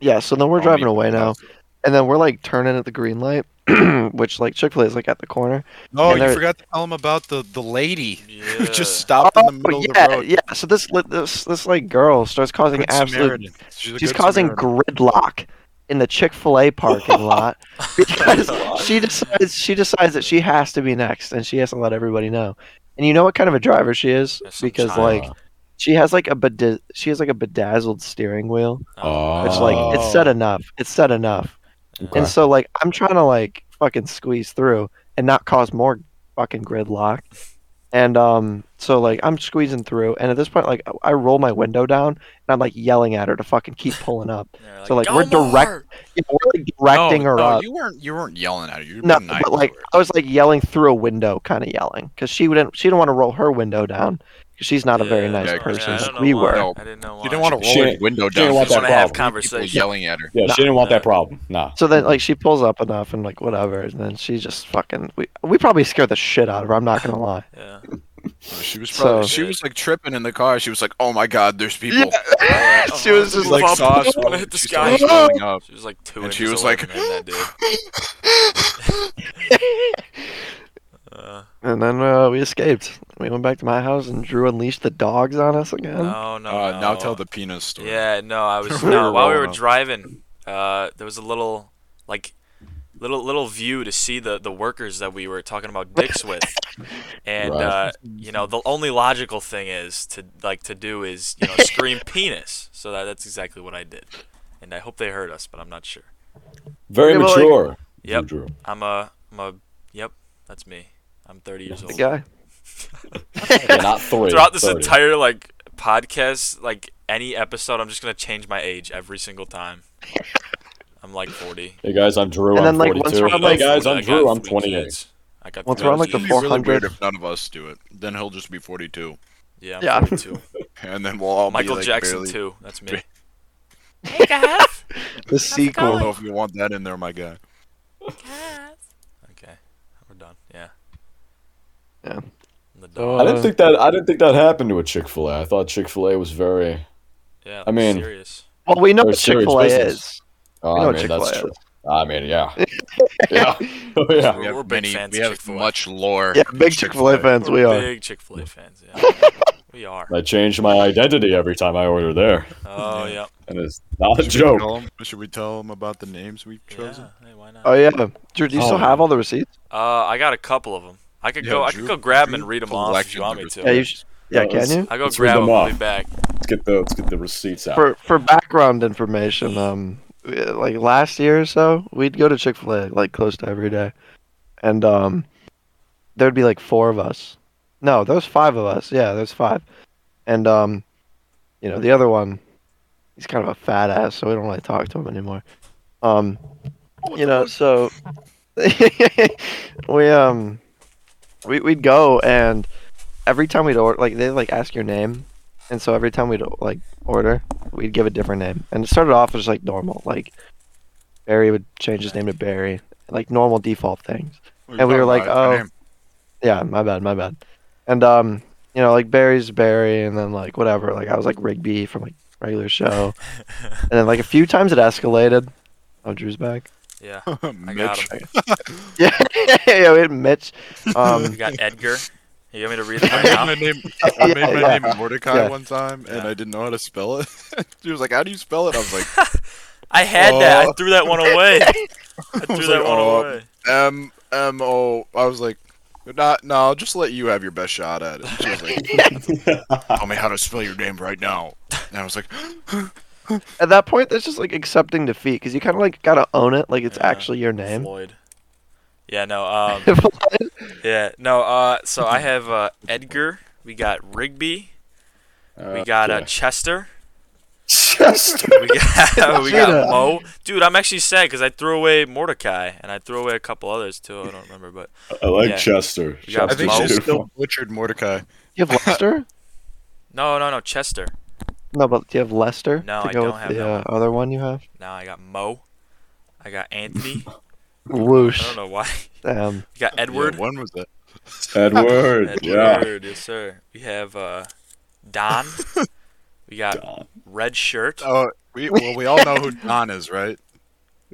Speaker 1: yeah. So then we're
Speaker 4: Don't
Speaker 1: driving
Speaker 4: even
Speaker 1: away now,
Speaker 4: realize it.
Speaker 1: and then we're like turning at the green light, which like Chick Fil A is like at the corner.
Speaker 4: No,
Speaker 1: And
Speaker 4: you
Speaker 1: there-
Speaker 4: forgot to tell him about the the lady
Speaker 2: yeah.
Speaker 4: who just stopped in the middle
Speaker 1: Oh, yeah,
Speaker 4: of the road.
Speaker 1: yeah. So this li- this this like girl starts causing
Speaker 4: Good
Speaker 1: absolute.
Speaker 4: Samaritan. She's, a
Speaker 1: She's
Speaker 4: good
Speaker 1: causing
Speaker 4: Samaritan.
Speaker 1: gridlock in the Chick Fil A parking lot because she decides she decides that she has to be next, and she has to let everybody know. And you know what kind of a driver she is
Speaker 2: That's some
Speaker 1: because
Speaker 2: child.
Speaker 1: like she has like a bedi- she has like a bedazzled steering wheel.
Speaker 2: Oh,
Speaker 1: It's like it's said enough. It's said enough.
Speaker 2: Okay.
Speaker 1: And so like I'm trying to like fucking squeeze through and not cause more fucking gridlock. And um so like I'm squeezing through and at this point like I roll my window down and I'm like yelling at her to fucking keep pulling up.
Speaker 2: They're
Speaker 1: so, like,
Speaker 2: "Go
Speaker 1: we're direct-
Speaker 2: more!"
Speaker 1: You know, we're like directing
Speaker 4: no,
Speaker 1: her
Speaker 4: no,
Speaker 1: up.
Speaker 4: You weren't you weren't yelling at her. You were
Speaker 1: No,
Speaker 4: being nice
Speaker 1: but like
Speaker 4: to her.
Speaker 1: I was like yelling through a window, kind of yelling, because she wouldn't. She didn't want to roll her window down, because she's not a very
Speaker 2: Yeah,
Speaker 1: nice
Speaker 2: yeah,
Speaker 1: person.
Speaker 2: I
Speaker 1: like
Speaker 2: don't know
Speaker 1: we
Speaker 2: why.
Speaker 1: were.
Speaker 4: No.
Speaker 2: I didn't know why.
Speaker 4: you didn't want to roll
Speaker 3: She-
Speaker 4: her window
Speaker 3: she didn't
Speaker 4: down.
Speaker 3: want that
Speaker 4: You just wanna
Speaker 2: problem.
Speaker 4: people
Speaker 2: Conversation.
Speaker 4: yelling at her.
Speaker 3: Yeah,
Speaker 1: Nah.
Speaker 3: she didn't want that problem. Nah.
Speaker 1: So then, like, she pulls up enough and like whatever, and then she just fucking. We we probably scared the shit out of her. I'm not gonna lie.
Speaker 2: Yeah.
Speaker 4: She was
Speaker 1: So-
Speaker 4: probably she was like tripping in the car. She was like, "Oh my god, there's people."
Speaker 1: she was just
Speaker 4: She uh-huh. like
Speaker 1: like,
Speaker 4: saw us
Speaker 2: Wanna hit the
Speaker 4: she
Speaker 2: sky.
Speaker 4: saw us rolling up.
Speaker 2: She was like two
Speaker 4: And
Speaker 2: inches
Speaker 4: she was
Speaker 2: away
Speaker 4: like-
Speaker 2: from hitting that dude. Uh,
Speaker 1: and then uh, we escaped. We went back to my house, and Drew unleashed the dogs on us again.
Speaker 2: Oh, no, no,
Speaker 4: Uh,
Speaker 2: no.
Speaker 4: Now tell the penis story.
Speaker 2: Yeah, no, I was
Speaker 4: We
Speaker 2: no,
Speaker 4: were
Speaker 2: while we were
Speaker 4: rolling up.
Speaker 2: driving, uh, there was a little like little little view to see the the workers that we were talking about dicks with. And
Speaker 3: Right.
Speaker 2: uh, you know, the only logical thing is to like to do is, you know, scream penis. So that, that's exactly what I did. And I hope they heard us, but I'm not sure.
Speaker 3: Very
Speaker 1: Okay, well, like-
Speaker 3: mature.
Speaker 2: Yep.
Speaker 3: Drew.
Speaker 2: I'm a I'm a yep, that's me. I'm 30 years
Speaker 1: The
Speaker 2: old.
Speaker 1: guy.
Speaker 3: Yeah, not three.
Speaker 2: Throughout this
Speaker 3: 30.
Speaker 2: entire like podcast, like any episode, I'm just gonna change my age every single time. I'm like 40.
Speaker 3: Hey guys, I'm Drew.
Speaker 1: And
Speaker 3: I'm
Speaker 1: then, like, once
Speaker 3: 42.
Speaker 1: we're on, like-
Speaker 3: hey guys, I'm
Speaker 2: I got
Speaker 3: Drew. I'm
Speaker 2: three
Speaker 3: 28.
Speaker 2: kids. I got
Speaker 1: Once
Speaker 2: three
Speaker 1: we're on, like, the
Speaker 2: kids.
Speaker 4: It'd be really
Speaker 1: 400.
Speaker 4: weird if none of us do it. Then he'll just be 42,
Speaker 2: yeah,
Speaker 1: Yeah.
Speaker 2: I'm 42.
Speaker 4: and then we'll all
Speaker 2: Michael
Speaker 4: be like
Speaker 2: Jackson
Speaker 4: barely-
Speaker 2: too. That's me.
Speaker 4: barely-
Speaker 5: Hey guys,
Speaker 1: The
Speaker 4: I don't
Speaker 1: sequel.
Speaker 4: know if you want that in there, my guy.
Speaker 5: guys.
Speaker 2: Okay, we're done. Yeah.
Speaker 1: Yeah.
Speaker 2: And The
Speaker 1: So,
Speaker 2: dog.
Speaker 3: I
Speaker 1: Uh,
Speaker 3: didn't think that. I didn't think that happened to a Chick Fil A. I thought Chick Fil A was very.
Speaker 2: yeah.
Speaker 3: I mean-
Speaker 2: serious.
Speaker 1: Well, we know
Speaker 3: Or
Speaker 1: what Chick
Speaker 3: serious
Speaker 1: Fil A
Speaker 3: business.
Speaker 1: is.
Speaker 3: Oh,
Speaker 1: We know
Speaker 3: I mean,
Speaker 1: what
Speaker 3: that's
Speaker 1: Chick-fil-A
Speaker 3: true. I mean, yeah, yeah, oh,
Speaker 2: We're-
Speaker 3: yeah.
Speaker 2: we're big fans
Speaker 4: we
Speaker 2: of
Speaker 4: have
Speaker 2: Chick-fil-A.
Speaker 4: much lore.
Speaker 1: Yeah,
Speaker 4: in
Speaker 1: big Chick Fil A fans we
Speaker 2: We're
Speaker 1: are.
Speaker 2: big Chick-fil-A fans. Yeah. we are.
Speaker 3: I change my identity every time I order there,
Speaker 2: Oh
Speaker 4: Yeah.
Speaker 2: yeah.
Speaker 3: and it's not a
Speaker 4: Should we,
Speaker 3: joke.
Speaker 4: tell him, should we tell him about the names we've chosen?
Speaker 2: Yeah. Hey, why not?
Speaker 1: Oh yeah, Drew. Do you
Speaker 3: Oh,
Speaker 1: still
Speaker 3: man.
Speaker 1: have all the receipts?
Speaker 2: Uh, I got a couple of them. I could
Speaker 4: Yeah,
Speaker 2: go. I
Speaker 4: Drew-
Speaker 2: could go grab them and
Speaker 4: Drew
Speaker 2: read them off if
Speaker 4: collected
Speaker 2: you want
Speaker 4: the
Speaker 2: me to.
Speaker 1: Yeah, you should, yeah.
Speaker 3: Yeah,
Speaker 1: Can
Speaker 3: it's-
Speaker 1: you?
Speaker 2: I go
Speaker 3: Let's read
Speaker 2: grab
Speaker 3: them
Speaker 2: them. I'll be
Speaker 3: off.
Speaker 2: back.
Speaker 3: Let's get the let's get the receipts out.
Speaker 1: for for background information, um, like last year or so, we'd go to Chick Fil A like close to every day, and um, there'd be like four of us. No, there's five of us. Yeah, there's five, and um, you know the other one, he's kind of a fat ass, so we don't really talk to him anymore. Um, you know, so we um, we we'd go and every time we'd order, like they like ask your name, and so every time we'd like order, we'd give a different name. And it started off as like normal, like Barry would change his name to Barry, like normal default things. And we were like,
Speaker 4: About
Speaker 1: oh.
Speaker 4: his name.
Speaker 1: Yeah, my bad, my bad. And um, you know, like Barry's Barry, and then like whatever. Like I was like Rigby from like regular show, and then like a few times it escalated. Oh, Drew's back.
Speaker 2: Yeah. I got
Speaker 4: Mitch.
Speaker 1: Yeah, yeah, we had Mitch.
Speaker 2: We
Speaker 1: Um,
Speaker 2: got Edgar. You want me to read them
Speaker 4: I
Speaker 2: right
Speaker 4: made
Speaker 2: now?
Speaker 4: my name, I
Speaker 1: Yeah,
Speaker 4: made my
Speaker 1: yeah.
Speaker 4: name Mordecai
Speaker 1: Yeah.
Speaker 4: one time, and
Speaker 2: Yeah.
Speaker 4: I didn't know how to spell it. she was like, "How do you spell it?" I was like,
Speaker 2: I had that. I
Speaker 4: Oh.
Speaker 2: threw that one away. I threw
Speaker 4: was
Speaker 2: that
Speaker 4: like,
Speaker 2: one
Speaker 4: oh.
Speaker 2: away.
Speaker 4: "M M O." I was like, "Not, no. I'll just let you have your best shot at it." She was like, "Tell me how to spell your name right now." And I was like,
Speaker 1: at that point, that's just like accepting defeat because you kind of like gotta own it, like it's
Speaker 2: Yeah.
Speaker 1: actually your name.
Speaker 2: Floyd. Yeah, no, um, yeah, no, uh, so I have, uh, Edgar, we got Rigby, we got, uh,
Speaker 3: Okay.
Speaker 2: Chester,
Speaker 3: Chester.
Speaker 2: we got, we got
Speaker 1: Cheetah.
Speaker 2: Mo. Dude, I'm actually sad because I threw away Mordecai, and I threw away a couple others, too, I don't remember, but
Speaker 3: I like
Speaker 2: Yeah.
Speaker 3: Chester.
Speaker 2: We got
Speaker 4: "I
Speaker 3: Chester's
Speaker 4: think
Speaker 2: Mo.
Speaker 4: she's
Speaker 3: beautiful.
Speaker 4: still butchered Mordecai."
Speaker 1: you have Lester?
Speaker 2: no, no, no, Chester.
Speaker 1: No, but do you have Lester?
Speaker 2: No,
Speaker 1: to
Speaker 2: I
Speaker 1: go
Speaker 2: don't
Speaker 1: with
Speaker 2: have
Speaker 1: the
Speaker 2: that
Speaker 1: uh, other one you have.
Speaker 2: Now I got Mo, I got Anthony, I
Speaker 1: Whoosh.
Speaker 2: don't know why,
Speaker 1: Damn.
Speaker 2: we got
Speaker 4: Yeah,
Speaker 2: Edward,
Speaker 4: when was that?
Speaker 3: Edward. Yeah.
Speaker 2: Edward, yes sir. We have uh, Don. We got
Speaker 3: Don.
Speaker 2: red shirt.
Speaker 4: Oh, we well, we all know who Don is, right?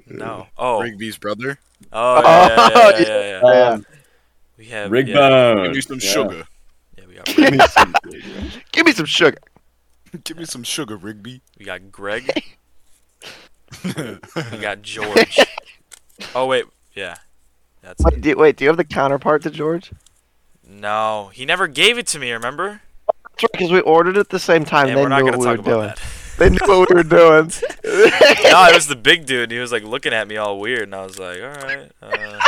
Speaker 2: No. Oh.
Speaker 4: Rigby's brother.
Speaker 2: Oh yeah, yeah, yeah,
Speaker 1: yeah.
Speaker 2: yeah, yeah.
Speaker 1: Yeah.
Speaker 2: We have
Speaker 3: Rig
Speaker 2: yeah,
Speaker 3: Uh,
Speaker 4: Give me some sugar.
Speaker 2: yeah, we got
Speaker 3: Give me some sugar.
Speaker 1: Give me some sugar.
Speaker 4: Give me some sugar, Rigby.
Speaker 2: we got Greg. we got George. Oh wait, yeah. That's
Speaker 1: Wait,
Speaker 2: it.
Speaker 1: do, wait, do you have the counterpart to George?
Speaker 2: No, he never gave it to me. Remember?
Speaker 1: Because we ordered it at the same time.
Speaker 2: And
Speaker 1: they
Speaker 2: we're not
Speaker 1: knew
Speaker 2: gonna
Speaker 1: what we were
Speaker 2: talk
Speaker 1: doing.
Speaker 2: about
Speaker 1: They knew what we were doing.
Speaker 2: that. no, it was the big dude. And he was like looking at me all weird, and I was like, all right. Uh,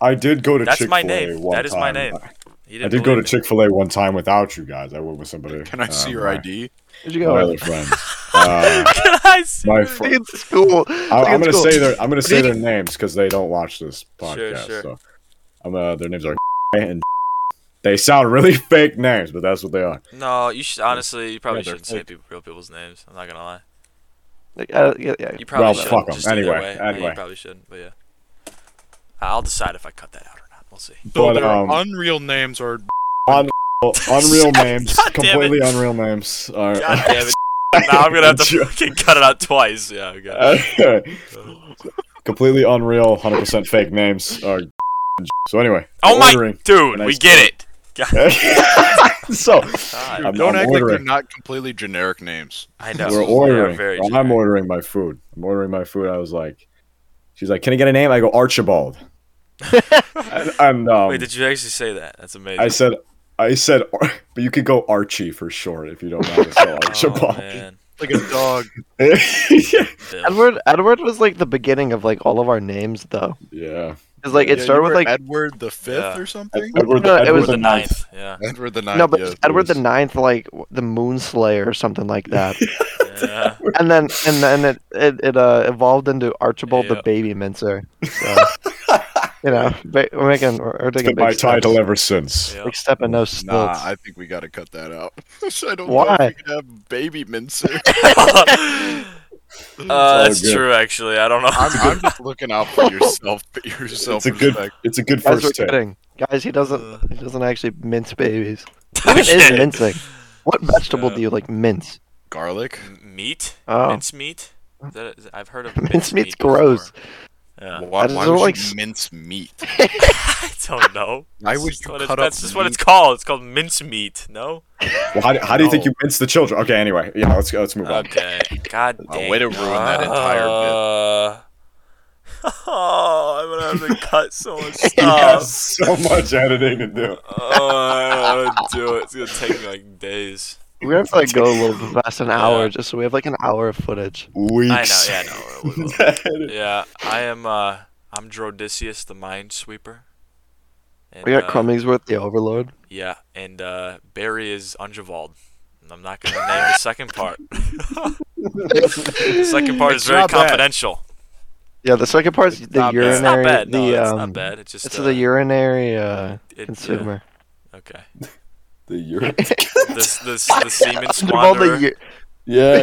Speaker 3: I did go to
Speaker 2: That's
Speaker 3: Chick
Speaker 2: my
Speaker 3: Fil A
Speaker 2: name.
Speaker 3: one
Speaker 2: That is my
Speaker 3: time.
Speaker 2: name. he
Speaker 3: I
Speaker 2: didn't
Speaker 3: did go to
Speaker 2: believe me.
Speaker 3: Chick Fil A one time without you guys. I went with somebody.
Speaker 4: Can I
Speaker 3: uh,
Speaker 4: see your
Speaker 3: my-
Speaker 4: ID?
Speaker 1: Where'd you
Speaker 3: My
Speaker 1: go?
Speaker 3: other friends. Uh,
Speaker 2: Can I see?
Speaker 3: my
Speaker 2: it?
Speaker 3: fr-
Speaker 1: I think it's cool.
Speaker 3: I, I'm gonna
Speaker 1: that.
Speaker 3: say their I'm gonna say their names because they don't watch this podcast.
Speaker 2: sure.
Speaker 3: So I'm uh, their names are and they sound really fake names, but that's what they are.
Speaker 2: No, you should honestly. You probably
Speaker 3: Yeah, they're
Speaker 2: shouldn't say
Speaker 3: fake.
Speaker 2: people, real people's names. I'm not gonna lie.
Speaker 1: Uh, yeah, yeah.
Speaker 2: You probably
Speaker 3: Well,
Speaker 2: should.
Speaker 3: fuck 'em.
Speaker 2: just either
Speaker 3: Anyway,
Speaker 2: way. Yeah,
Speaker 3: anyway.
Speaker 2: you probably should. But yeah, I'll decide if I cut that out or not. We'll see.
Speaker 4: So
Speaker 3: But,
Speaker 4: their
Speaker 3: um,
Speaker 4: unreal names are
Speaker 3: Well, unreal names,
Speaker 2: God damn it.
Speaker 3: completely unreal names. All right.
Speaker 2: God damn it! now I'm gonna have to fucking cut it out twice. Yeah, we got
Speaker 3: Uh,
Speaker 2: it.
Speaker 3: completely unreal, hundred percent fake names are. So anyway,
Speaker 2: Oh my
Speaker 3: ordering.
Speaker 2: dude,
Speaker 3: Nice
Speaker 2: we get it. God,
Speaker 3: so
Speaker 2: God.
Speaker 3: I'm-
Speaker 4: Don't
Speaker 3: I'm
Speaker 4: act like they're
Speaker 3: ordering.
Speaker 4: not completely generic names.
Speaker 2: I know.
Speaker 3: We're
Speaker 2: They are
Speaker 3: ordering.
Speaker 2: very
Speaker 3: Well, I'm
Speaker 2: generic.
Speaker 3: ordering my food. I'm ordering my food. I was like, she's like, can I get a name? I go Archibald. and and, um,
Speaker 2: Wait, did you actually say that? That's amazing.
Speaker 3: I said, I said, Ar- but you could go Archie for short if you don't mind. So
Speaker 2: oh,
Speaker 3: Archibald.
Speaker 2: man.
Speaker 4: Like a dog.
Speaker 3: yeah.
Speaker 2: Bill.
Speaker 1: Edward, Edward was like the beginning of like all of our names though.
Speaker 3: yeah.
Speaker 1: Because like it
Speaker 4: Yeah,
Speaker 1: started
Speaker 4: you
Speaker 1: with
Speaker 4: were
Speaker 1: like
Speaker 4: Edward the Fifth
Speaker 2: Yeah.
Speaker 4: or something.
Speaker 3: Edward,
Speaker 1: No, it
Speaker 3: Edward
Speaker 1: was
Speaker 2: the ninth. Yeah.
Speaker 4: Edward the Ninth.
Speaker 1: no, but
Speaker 4: yeah.
Speaker 1: Edward the
Speaker 3: was-
Speaker 1: Ninth, like w- the Moon Slayer or something like that.
Speaker 2: yeah.
Speaker 1: and then and then it it, it uh, evolved into Archibald
Speaker 2: Yeah.
Speaker 1: the Baby Mincer. So, you know, ba- we're making we're, we're
Speaker 3: It's
Speaker 1: taking
Speaker 3: been
Speaker 1: big
Speaker 3: my
Speaker 1: steps.
Speaker 3: title ever since.
Speaker 2: Yeah.
Speaker 1: Big step and no stilts.
Speaker 4: Nah, I think we gotta cut that out. I don't know
Speaker 1: Why?
Speaker 4: if we can have baby mincer.
Speaker 2: uh, that's
Speaker 3: good.
Speaker 2: true. Actually, I don't know.
Speaker 4: I'm, I'm just looking out for yourself,
Speaker 3: It's
Speaker 4: yourself
Speaker 3: a good.
Speaker 4: respect.
Speaker 3: It's a good
Speaker 1: Guys, we're
Speaker 3: first take.
Speaker 1: kidding. Guys, he
Speaker 2: Uh.
Speaker 1: doesn't he doesn't actually mince babies. What is
Speaker 2: Shit.
Speaker 1: mincing? What vegetable do you like mince?
Speaker 4: Garlic.
Speaker 2: M- meat?
Speaker 1: Oh.
Speaker 2: Mince meat? Is that, is, I've heard of
Speaker 1: Mincemeat's
Speaker 2: mince meat
Speaker 1: gross.
Speaker 2: before. Yeah.
Speaker 4: Why,
Speaker 1: I just
Speaker 4: why
Speaker 1: don't
Speaker 4: would
Speaker 1: like
Speaker 4: you
Speaker 1: s-
Speaker 4: mince meat?
Speaker 2: I don't know.
Speaker 4: Why
Speaker 2: That's
Speaker 4: would
Speaker 2: just
Speaker 4: you
Speaker 2: what it-
Speaker 4: cut
Speaker 2: That's
Speaker 4: up
Speaker 2: just what it's
Speaker 4: meat?
Speaker 2: called. It's called mince meat. No.
Speaker 3: Well, how, do- how do you think
Speaker 2: No.
Speaker 3: you mince the children? Okay. Anyway, yeah. Let's go. Let's move on.
Speaker 2: Okay. God
Speaker 4: Wow,
Speaker 2: damn.
Speaker 4: way to ruin that entire bit.
Speaker 2: Oh, I'm gonna have to cut so much
Speaker 3: You have
Speaker 2: stuff.
Speaker 3: so much editing to do.
Speaker 2: Oh, Uh, I don't want to do it. It's gonna take me like days.
Speaker 1: We have to like go a little bit past an
Speaker 2: Yeah.
Speaker 1: hour just so we have like an hour of footage.
Speaker 2: I know.
Speaker 3: Weeks.
Speaker 2: Yeah, I know. We will. Yeah, I am. uh I'm Drodisius the Minesweeper. And,
Speaker 1: We got
Speaker 2: uh,
Speaker 1: Crummingsworth the Overlord.
Speaker 2: Yeah, and uh, Barry is Unjavald. And I'm not gonna name the second part. the second part is
Speaker 4: It's
Speaker 2: very
Speaker 4: not bad.
Speaker 2: confidential.
Speaker 1: Yeah, the second part's the
Speaker 4: not bad.
Speaker 1: urinary.
Speaker 2: It's not bad. No,
Speaker 1: the,
Speaker 2: it's
Speaker 1: um,
Speaker 2: not bad. It's just
Speaker 1: It's
Speaker 2: uh,
Speaker 1: the urinary uh,
Speaker 2: it- yeah,
Speaker 1: consumer.
Speaker 2: okay.
Speaker 3: The Euro-
Speaker 2: This this the semen
Speaker 1: Unjavald the
Speaker 2: squanderer.
Speaker 1: u-
Speaker 3: yeah,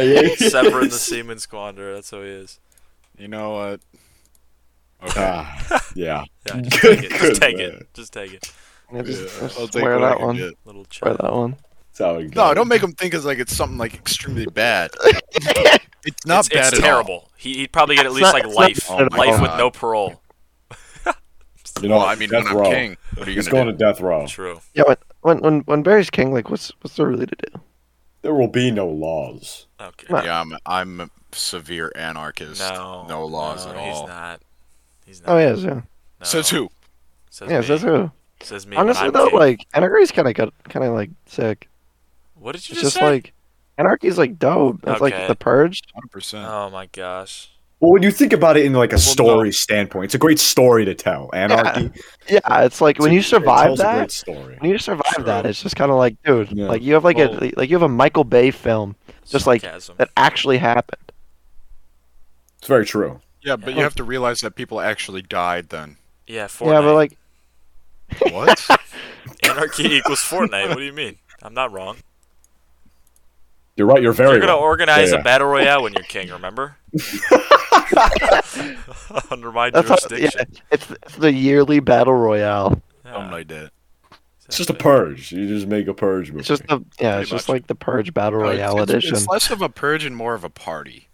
Speaker 3: yeah.
Speaker 2: Severin the semen squanderer. That's who he is.
Speaker 4: You know what? Okay.
Speaker 3: Ah, yeah.
Speaker 2: Yeah, just take it.
Speaker 3: Good
Speaker 2: Just take
Speaker 3: man.
Speaker 2: it. Just take it.
Speaker 1: yeah, just,
Speaker 4: Yeah,
Speaker 1: just
Speaker 4: I'll take
Speaker 1: wear
Speaker 4: what I
Speaker 1: that
Speaker 4: can
Speaker 1: one.
Speaker 4: get.
Speaker 2: Little child.
Speaker 1: Wear that one.
Speaker 3: That's how it
Speaker 4: No,
Speaker 3: goes.
Speaker 4: don't make him think it's like it's something like extremely bad. it's not
Speaker 2: it's,
Speaker 4: bad
Speaker 2: it's
Speaker 4: at
Speaker 2: terrible. He, he'd probably get at
Speaker 1: It's
Speaker 2: least
Speaker 1: not-
Speaker 2: like
Speaker 1: it's not
Speaker 2: life,
Speaker 1: bad
Speaker 4: at all.
Speaker 2: life with
Speaker 4: God.
Speaker 2: no parole.
Speaker 3: You know,
Speaker 4: all. Well, I mean,
Speaker 3: death
Speaker 4: when I'm
Speaker 3: row.
Speaker 4: king, what are you
Speaker 3: He's
Speaker 4: gonna
Speaker 3: going to death row.
Speaker 2: True.
Speaker 1: Yeah, when, when when when Barry's king, like, what's what's there really to do?
Speaker 3: There will be no laws.
Speaker 2: Okay.
Speaker 1: Nah.
Speaker 4: do? Yeah, I'm I'm a severe anarchist.
Speaker 2: No.
Speaker 4: no laws
Speaker 2: no,
Speaker 4: at
Speaker 2: He's
Speaker 4: all.
Speaker 2: not. He's not.
Speaker 1: Oh yeah, so
Speaker 2: No.
Speaker 4: Says who?
Speaker 2: Says
Speaker 1: yeah,
Speaker 2: me.
Speaker 1: so that's who.
Speaker 2: Says me. when
Speaker 1: Honestly
Speaker 2: I'm
Speaker 1: though,
Speaker 2: king.
Speaker 1: like anarchy's kind of good, kind of like sick.
Speaker 2: what did you
Speaker 1: It's
Speaker 2: just,
Speaker 1: just
Speaker 2: say?
Speaker 1: like anarchy's like dope. It's
Speaker 2: Okay.
Speaker 1: like the purge.
Speaker 4: 100%.
Speaker 2: Oh my gosh.
Speaker 3: Well, when you think about it in like a
Speaker 4: Well, no.
Speaker 3: story standpoint, it's a great story to tell. Anarchy.
Speaker 1: Yeah, it's like when you
Speaker 3: it's a- it
Speaker 1: survive
Speaker 3: tells a
Speaker 1: that,
Speaker 3: great story.
Speaker 1: when you survive that,
Speaker 4: True.
Speaker 1: it's just kind of like, dude,
Speaker 3: Yeah.
Speaker 1: like you have like
Speaker 2: Well-
Speaker 1: a like you have a Michael Bay film Just like
Speaker 2: Sarcasm.
Speaker 1: that actually happened.
Speaker 3: It's very true.
Speaker 4: yeah, but you have to realize that people actually died then.
Speaker 2: Yeah, Fortnite.
Speaker 1: Yeah, but like
Speaker 4: What?
Speaker 2: Anarchy equals Fortnite. What do you mean? I'm not wrong.
Speaker 3: You're right. You're very.
Speaker 2: you're gonna
Speaker 3: right.
Speaker 2: organize
Speaker 3: Yeah, yeah.
Speaker 2: a battle royale when you're king. Remember? Under my
Speaker 1: that's how, yeah,
Speaker 2: jurisdiction.
Speaker 1: it's, it's the yearly battle royale.
Speaker 2: Yeah.
Speaker 4: Something like that.
Speaker 3: It's just a purge. You just make a purge movie.
Speaker 1: It's just the yeah, it's
Speaker 2: Pretty
Speaker 1: just
Speaker 2: much.
Speaker 1: like the Purge Battle
Speaker 4: No,
Speaker 1: Royale
Speaker 4: it's, it's,
Speaker 1: edition.
Speaker 4: it's less of a purge and more of a party.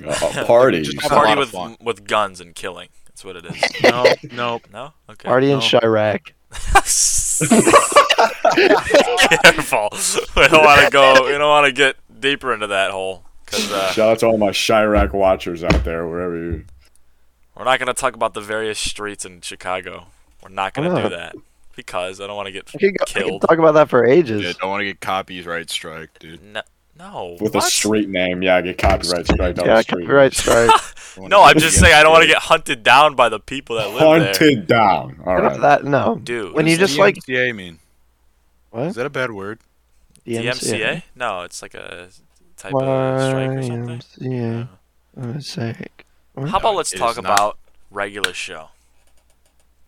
Speaker 3: a a party.
Speaker 4: Just
Speaker 2: a
Speaker 4: It's a
Speaker 2: party
Speaker 4: lot of
Speaker 2: with
Speaker 4: fun.
Speaker 2: with guns and killing. That's what it is.
Speaker 4: No, no.
Speaker 2: No. Okay.
Speaker 1: Party in
Speaker 2: no.
Speaker 1: Chirac.
Speaker 2: Careful. We don't want to go. We don't want to get deeper into that hole because uh,
Speaker 3: Shout out to all my Chirac watchers out there, wherever you.
Speaker 2: we're not going to talk about the various streets in Chicago. We're not going to
Speaker 1: Why
Speaker 2: do
Speaker 1: not?
Speaker 2: that because I don't want to get
Speaker 1: Oh. I could, go, I could
Speaker 2: killed.
Speaker 1: talk about that for ages.
Speaker 4: Yeah, don't want to get copyright strike, dude.
Speaker 2: No. No.
Speaker 3: With a
Speaker 2: what?
Speaker 3: street name, yeah, I get copyright striked on
Speaker 1: yeah,
Speaker 3: the street.
Speaker 1: copyright strike.
Speaker 4: Don't
Speaker 2: No,
Speaker 4: wanna
Speaker 2: I'm just
Speaker 4: get-
Speaker 2: saying I don't want to get hunted down by the people that live there.
Speaker 3: Hunted down. All
Speaker 1: None of
Speaker 3: right.
Speaker 1: that no.
Speaker 2: Dude,
Speaker 1: when
Speaker 4: What
Speaker 1: you
Speaker 4: does
Speaker 1: just like
Speaker 4: DMCA mean?
Speaker 1: What?
Speaker 4: Is that a bad word?
Speaker 2: DMCA? No, it's like a type of uh, strike or something.
Speaker 1: Yeah. sake.
Speaker 2: How about
Speaker 4: No,
Speaker 2: let's
Speaker 4: it
Speaker 2: talk
Speaker 4: is not.
Speaker 2: about regular show?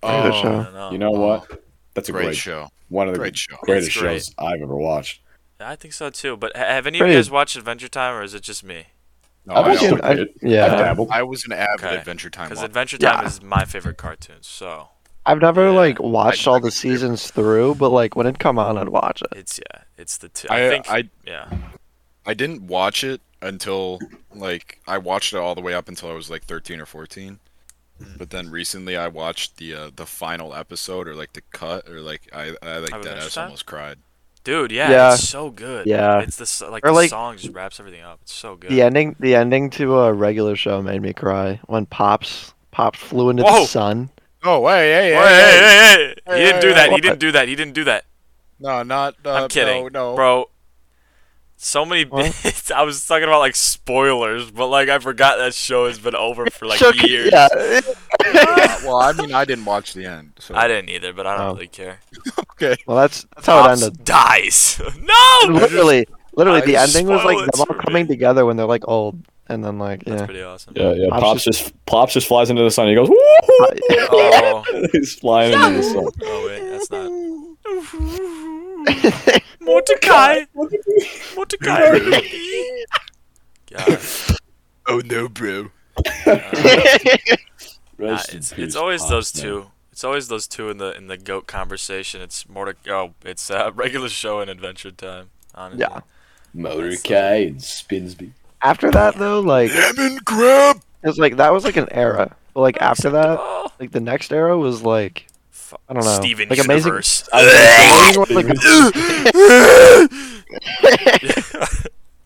Speaker 1: Regular
Speaker 4: Oh,
Speaker 1: show.
Speaker 2: I don't know.
Speaker 3: You know what? That's a
Speaker 4: Great,
Speaker 3: great,
Speaker 4: show.
Speaker 3: one of the
Speaker 4: Great show.
Speaker 3: greatest
Speaker 2: It's great.
Speaker 3: shows I've ever watched.
Speaker 2: I think so too. But ha- have any of
Speaker 1: Pretty-
Speaker 2: you guys watched Adventure Time, or is it just me?
Speaker 4: No,
Speaker 3: I've
Speaker 4: I,
Speaker 3: watched
Speaker 4: know.
Speaker 1: it. I-
Speaker 3: it.
Speaker 1: yeah.
Speaker 3: I've dabbled.
Speaker 4: I was an avid
Speaker 2: Okay.
Speaker 4: Adventure Time.
Speaker 2: Because
Speaker 4: watcher.
Speaker 2: Adventure Time
Speaker 1: Yeah.
Speaker 2: is my favorite cartoon, so
Speaker 1: I've never
Speaker 2: Yeah.
Speaker 1: like watched all the seasons through, but like when it come on, I'd watch it.
Speaker 2: it's yeah, it's the two. I,
Speaker 4: I-
Speaker 2: think
Speaker 4: I-
Speaker 2: yeah,
Speaker 4: I didn't watch it until like I watched it all the way up until I was like 13 or 14.
Speaker 2: Hmm.
Speaker 4: But then recently I watched the uh, the final episode or like the cut or like I I like
Speaker 2: Of
Speaker 4: that
Speaker 2: Adventure
Speaker 4: ass
Speaker 2: Time?
Speaker 4: almost cried.
Speaker 2: dude, yeah,
Speaker 1: Yeah.
Speaker 2: it's so good.
Speaker 1: Yeah.
Speaker 2: it's the s- like
Speaker 1: Or,
Speaker 2: the
Speaker 1: like-
Speaker 2: song just wraps everything up. It's so good.
Speaker 1: The ending, the ending to a regular show made me cry when pops, pops flew into
Speaker 2: Whoa.
Speaker 1: the sun.
Speaker 4: Oh, hey, hey,
Speaker 2: Wait, hey, hey, hey,
Speaker 4: Hey,
Speaker 2: He didn't
Speaker 4: hey,
Speaker 2: do
Speaker 4: hey,
Speaker 2: that. He
Speaker 1: what?
Speaker 2: didn't do that. He didn't do that.
Speaker 4: No, not uh,
Speaker 2: I'm kidding,
Speaker 4: No, no.
Speaker 2: bro. So many.
Speaker 1: What?
Speaker 2: I was talking about like spoilers, but like I forgot that show has been over for like
Speaker 1: Shook-
Speaker 2: years.
Speaker 1: yeah.
Speaker 4: Uh, well, I mean, I didn't watch the end. So.
Speaker 2: I didn't either, but I don't
Speaker 1: Oh.
Speaker 2: really care.
Speaker 4: Okay.
Speaker 1: well, that's that's how it
Speaker 2: Pops
Speaker 1: ended.
Speaker 2: dies. no.
Speaker 1: Literally, literally, the
Speaker 2: I
Speaker 1: ending was like
Speaker 2: spoiled
Speaker 1: them all
Speaker 2: for me.
Speaker 1: coming together when they're like old, and then like
Speaker 2: That's
Speaker 1: yeah,
Speaker 2: pretty awesome.
Speaker 3: Yeah, yeah.
Speaker 1: Pops
Speaker 3: Pops just pops just flies into the sun. He goes, woo!
Speaker 2: Oh,
Speaker 3: He's flying into the sun.
Speaker 2: oh wait, that's not. Mordecai. Mordecai. God,
Speaker 4: Oh no, bro.
Speaker 2: nah,
Speaker 3: Rest in
Speaker 2: Uh, it's,
Speaker 3: peace,
Speaker 2: it's always
Speaker 3: Pops,
Speaker 2: those
Speaker 3: man.
Speaker 2: two. It's always those two in the in the goat conversation. It's Mordecai. Oh, it's uh, regular show and Adventure Time. Honestly.
Speaker 1: Yeah.
Speaker 3: Mordecai and Spinsby.
Speaker 1: after that though, like
Speaker 4: Lemon crab.
Speaker 1: it's like that was like an era. But like after that, like the next era was like I don't know,
Speaker 2: Steven
Speaker 1: like amazing-
Speaker 2: Universe.
Speaker 1: Amazing was, like,
Speaker 2: Yeah,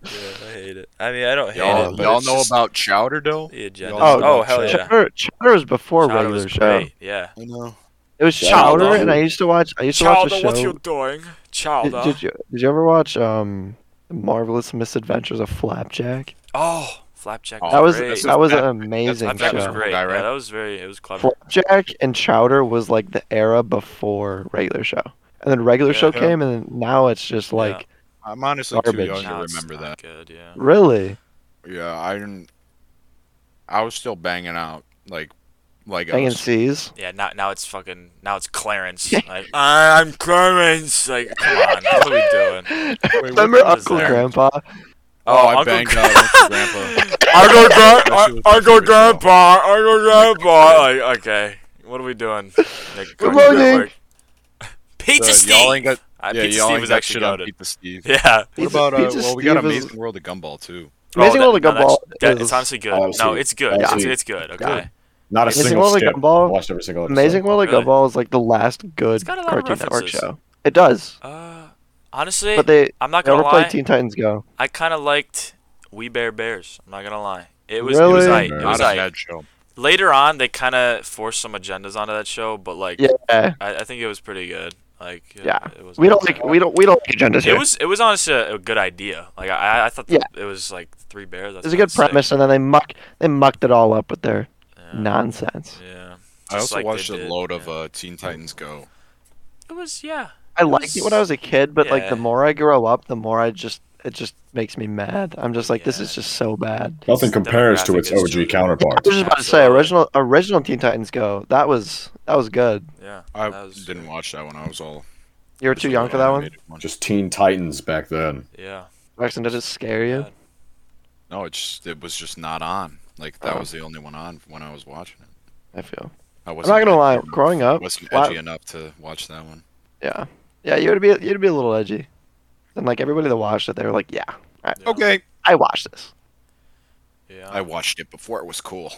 Speaker 2: I hate it. I mean, I don't hate
Speaker 4: Y'all,
Speaker 2: it. But
Speaker 4: y'all
Speaker 2: it's
Speaker 4: know
Speaker 2: just
Speaker 4: about Chowder Dough?
Speaker 2: the agenda.
Speaker 1: Oh,
Speaker 2: Oh, hell yeah.
Speaker 1: Chowder, Chowder was before
Speaker 2: Chowder
Speaker 1: regular
Speaker 2: was
Speaker 1: show.
Speaker 2: great, Yeah.
Speaker 4: I know.
Speaker 1: It was
Speaker 3: Chowder.
Speaker 1: Chowder, and I used to watch. I used to watch a show.
Speaker 2: doing?
Speaker 1: Did,
Speaker 2: Chowder.
Speaker 1: did you did you ever watch um The Marvelous Misadventures of Flapjack?
Speaker 2: Oh, Flapjack.
Speaker 4: Oh,
Speaker 1: that was
Speaker 2: great.
Speaker 1: that was an
Speaker 4: That's-
Speaker 1: amazing
Speaker 2: Flapjack was
Speaker 1: show.
Speaker 2: great.
Speaker 4: Guy, right?
Speaker 2: Yeah, that was very. It was clever.
Speaker 1: Flapjack and Chowder was like the era before regular show, and then regular
Speaker 2: Yeah.
Speaker 1: show
Speaker 2: Yeah.
Speaker 1: came, and then now it's just like
Speaker 4: I'm honestly too
Speaker 1: Garbage.
Speaker 4: young
Speaker 2: Now
Speaker 4: to
Speaker 2: it's
Speaker 4: remember that.
Speaker 2: not Good. Yeah.
Speaker 1: really.
Speaker 4: Yeah, I didn't. I was still banging out like like
Speaker 1: Bang and C's.
Speaker 2: Yeah. Now, now it's fucking. Now it's Clarence. like I'm Clarence. Like come on. What are we doing?
Speaker 1: Remember
Speaker 2: what was
Speaker 1: Uncle
Speaker 2: that?
Speaker 1: Grandpa?
Speaker 4: Oh, I
Speaker 2: Uncle
Speaker 4: banged
Speaker 2: Cla-
Speaker 4: out Uncle Grandpa.
Speaker 2: I go grand,
Speaker 4: Especially with
Speaker 2: I, I go
Speaker 4: Christmas as
Speaker 2: grandpa, I go grandpa. Like, okay, what are we doing? Nick,
Speaker 1: Good
Speaker 2: come on,
Speaker 1: morning.
Speaker 2: work. Pizza
Speaker 4: Uh,
Speaker 2: Steve.
Speaker 4: y'all ain't got.
Speaker 2: Uh,
Speaker 4: Yeah,
Speaker 2: Pizza
Speaker 4: y'all
Speaker 2: Steve
Speaker 4: ain't
Speaker 2: was
Speaker 4: got
Speaker 2: actually
Speaker 4: to go
Speaker 2: goaded.
Speaker 4: Pizza Steve.
Speaker 2: Yeah.
Speaker 4: What
Speaker 1: Pizza-
Speaker 4: about uh?
Speaker 1: Pizza
Speaker 4: well, we got
Speaker 1: Steve is-
Speaker 4: Amazing World of Gumball too.
Speaker 1: Amazing
Speaker 2: Oh,
Speaker 1: World of
Speaker 2: that- no, that's-
Speaker 1: Gumball
Speaker 2: that-
Speaker 1: is-
Speaker 2: it's honestly good.
Speaker 3: I haven't
Speaker 2: no,
Speaker 3: seen it.
Speaker 2: it's
Speaker 3: I
Speaker 2: good.
Speaker 3: haven't
Speaker 2: It's,
Speaker 3: seen it.
Speaker 2: it's good. Okay.
Speaker 1: Yeah.
Speaker 3: Not a
Speaker 1: Amazing
Speaker 3: single
Speaker 1: World of
Speaker 3: skip.
Speaker 1: Gumball.
Speaker 3: I watched every single episode.
Speaker 1: Amazing World of
Speaker 2: Really?
Speaker 1: Gumball is like the last good
Speaker 2: It's got a lot of
Speaker 1: Cartoon Network
Speaker 2: references.
Speaker 1: show. It does,
Speaker 2: Uh, honestly,
Speaker 1: but they
Speaker 2: I'm not
Speaker 1: they
Speaker 2: gonna
Speaker 1: overplay
Speaker 2: lie.
Speaker 1: Teen Titans Go.
Speaker 2: I kind of liked We Bear Bears. I'm not gonna lie. It was it was
Speaker 1: Really?
Speaker 2: like it
Speaker 3: Not
Speaker 2: was
Speaker 4: Not a
Speaker 2: like
Speaker 4: bad show.
Speaker 2: later on they kind of forced some agendas onto that show, but like
Speaker 1: Yeah,
Speaker 2: I, I think it was pretty good. Like it-
Speaker 1: Yeah.
Speaker 2: it was
Speaker 1: we don't like we don't we don't like agendas
Speaker 2: It
Speaker 1: here.
Speaker 2: was it was honestly a, a good idea. Like I I thought that it was like three bears. That's
Speaker 1: It's a good
Speaker 2: kinda sick.
Speaker 1: premise, and then they muck they mucked it all up with their
Speaker 2: Yeah.
Speaker 1: nonsense.
Speaker 2: Yeah.
Speaker 4: I
Speaker 2: Just
Speaker 4: also
Speaker 2: like they
Speaker 4: watched a
Speaker 2: did,
Speaker 4: load of
Speaker 2: yeah.
Speaker 4: uh, Teen Titans Go.
Speaker 2: It was yeah.
Speaker 1: I liked it when I was a kid, but like
Speaker 2: yeah.
Speaker 1: the more I grow up, the more I just it just makes me mad. I'm just like, this
Speaker 2: Yeah.
Speaker 1: is just so bad.
Speaker 3: Nothing compares to its
Speaker 2: Demographic is
Speaker 3: OG
Speaker 2: true.
Speaker 1: I
Speaker 3: counterpart.
Speaker 1: was just about to say
Speaker 2: Absolutely.
Speaker 1: original original Teen Titans Go. That was that was good.
Speaker 2: Yeah.
Speaker 4: I
Speaker 2: that was,
Speaker 4: didn't watch that one. I was all
Speaker 1: You were
Speaker 4: was
Speaker 1: too
Speaker 4: a
Speaker 1: young for
Speaker 4: little
Speaker 1: that one.
Speaker 4: animated
Speaker 3: Just Teen Titans back then.
Speaker 2: Yeah.
Speaker 1: Jackson, does it scare you?
Speaker 2: God.
Speaker 4: No, it's just, it was just not on. Like that
Speaker 1: Oh.
Speaker 2: Uh-huh.
Speaker 4: was the only one on when I was watching it.
Speaker 1: I feel.
Speaker 4: I
Speaker 1: I'm not
Speaker 4: wasn't
Speaker 1: gonna lie.
Speaker 4: edgy enough-
Speaker 1: Growing up,
Speaker 4: wasn't
Speaker 1: wa-
Speaker 4: edgy enough to watch that one.
Speaker 1: yeah, Yeah, you would be you'd be a little edgy. And like everybody that watched it, they were like, "Yeah, I,
Speaker 2: Yeah. Uh,
Speaker 4: Okay.
Speaker 1: I watched this."
Speaker 2: Yeah.
Speaker 4: I watched it before it was cool.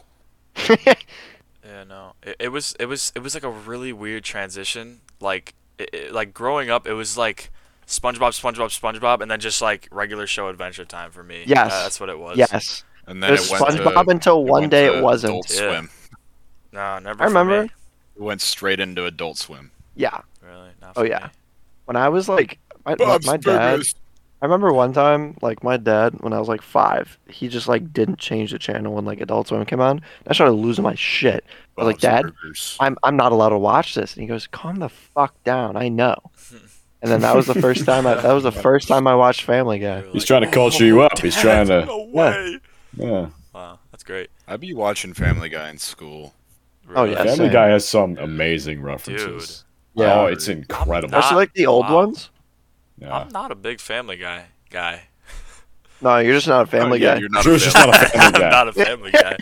Speaker 2: Yeah, no. It, it was it was it was like a really weird transition. Like it, it- like growing up, it was like SpongeBob, SpongeBob, SpongeBob, and then just like regular show Adventure Time for me. Uh,
Speaker 1: Yes.
Speaker 2: that's what it was.
Speaker 1: yes,
Speaker 4: And
Speaker 1: it
Speaker 4: then
Speaker 1: was
Speaker 4: it went
Speaker 1: SpongeBob
Speaker 4: to,
Speaker 1: until
Speaker 4: it
Speaker 1: one
Speaker 4: went
Speaker 1: day
Speaker 4: to
Speaker 1: it wasn't.
Speaker 4: Adult
Speaker 2: Yeah.
Speaker 4: Swim.
Speaker 2: No, never.
Speaker 1: I
Speaker 2: for me.
Speaker 1: remember.
Speaker 4: It went straight into Adult Swim.
Speaker 1: Yeah,
Speaker 2: Really? Not
Speaker 1: Oh,
Speaker 2: for
Speaker 1: yeah.
Speaker 2: me.
Speaker 1: when I was like, my, my, my dad. I remember one time, like my dad, when I was like five, he just like didn't change the channel when like Adult Swim came on. I started losing my shit. I was like, Dad, I'm I'm not allowed to watch this. And he goes, Calm the fuck down. I know. And then that was the first time. I, that was the first time I watched Family Guy.
Speaker 2: You were like,
Speaker 3: He's
Speaker 2: "Oh,
Speaker 3: trying to culture you up. He's trying to.
Speaker 2: No way.
Speaker 3: Yeah.
Speaker 2: Wow, that's great.
Speaker 4: I'd be watching Family Guy in school.
Speaker 1: Oh, yeah.
Speaker 3: Family
Speaker 1: same.
Speaker 3: Guy has some amazing references.
Speaker 1: Yeah.
Speaker 3: Oh, it's incredible.
Speaker 2: Not-
Speaker 1: Especially like the old
Speaker 2: wow.
Speaker 1: ones.
Speaker 3: Yeah.
Speaker 1: Uh,
Speaker 2: I'm not a big Family Guy guy.
Speaker 1: No, you're just not a Family
Speaker 4: Oh, yeah,
Speaker 1: Guy.
Speaker 4: You're not a
Speaker 3: Drew's just
Speaker 4: fan.
Speaker 3: not a Family
Speaker 2: I'm
Speaker 3: Guy.
Speaker 2: not a Family Guy.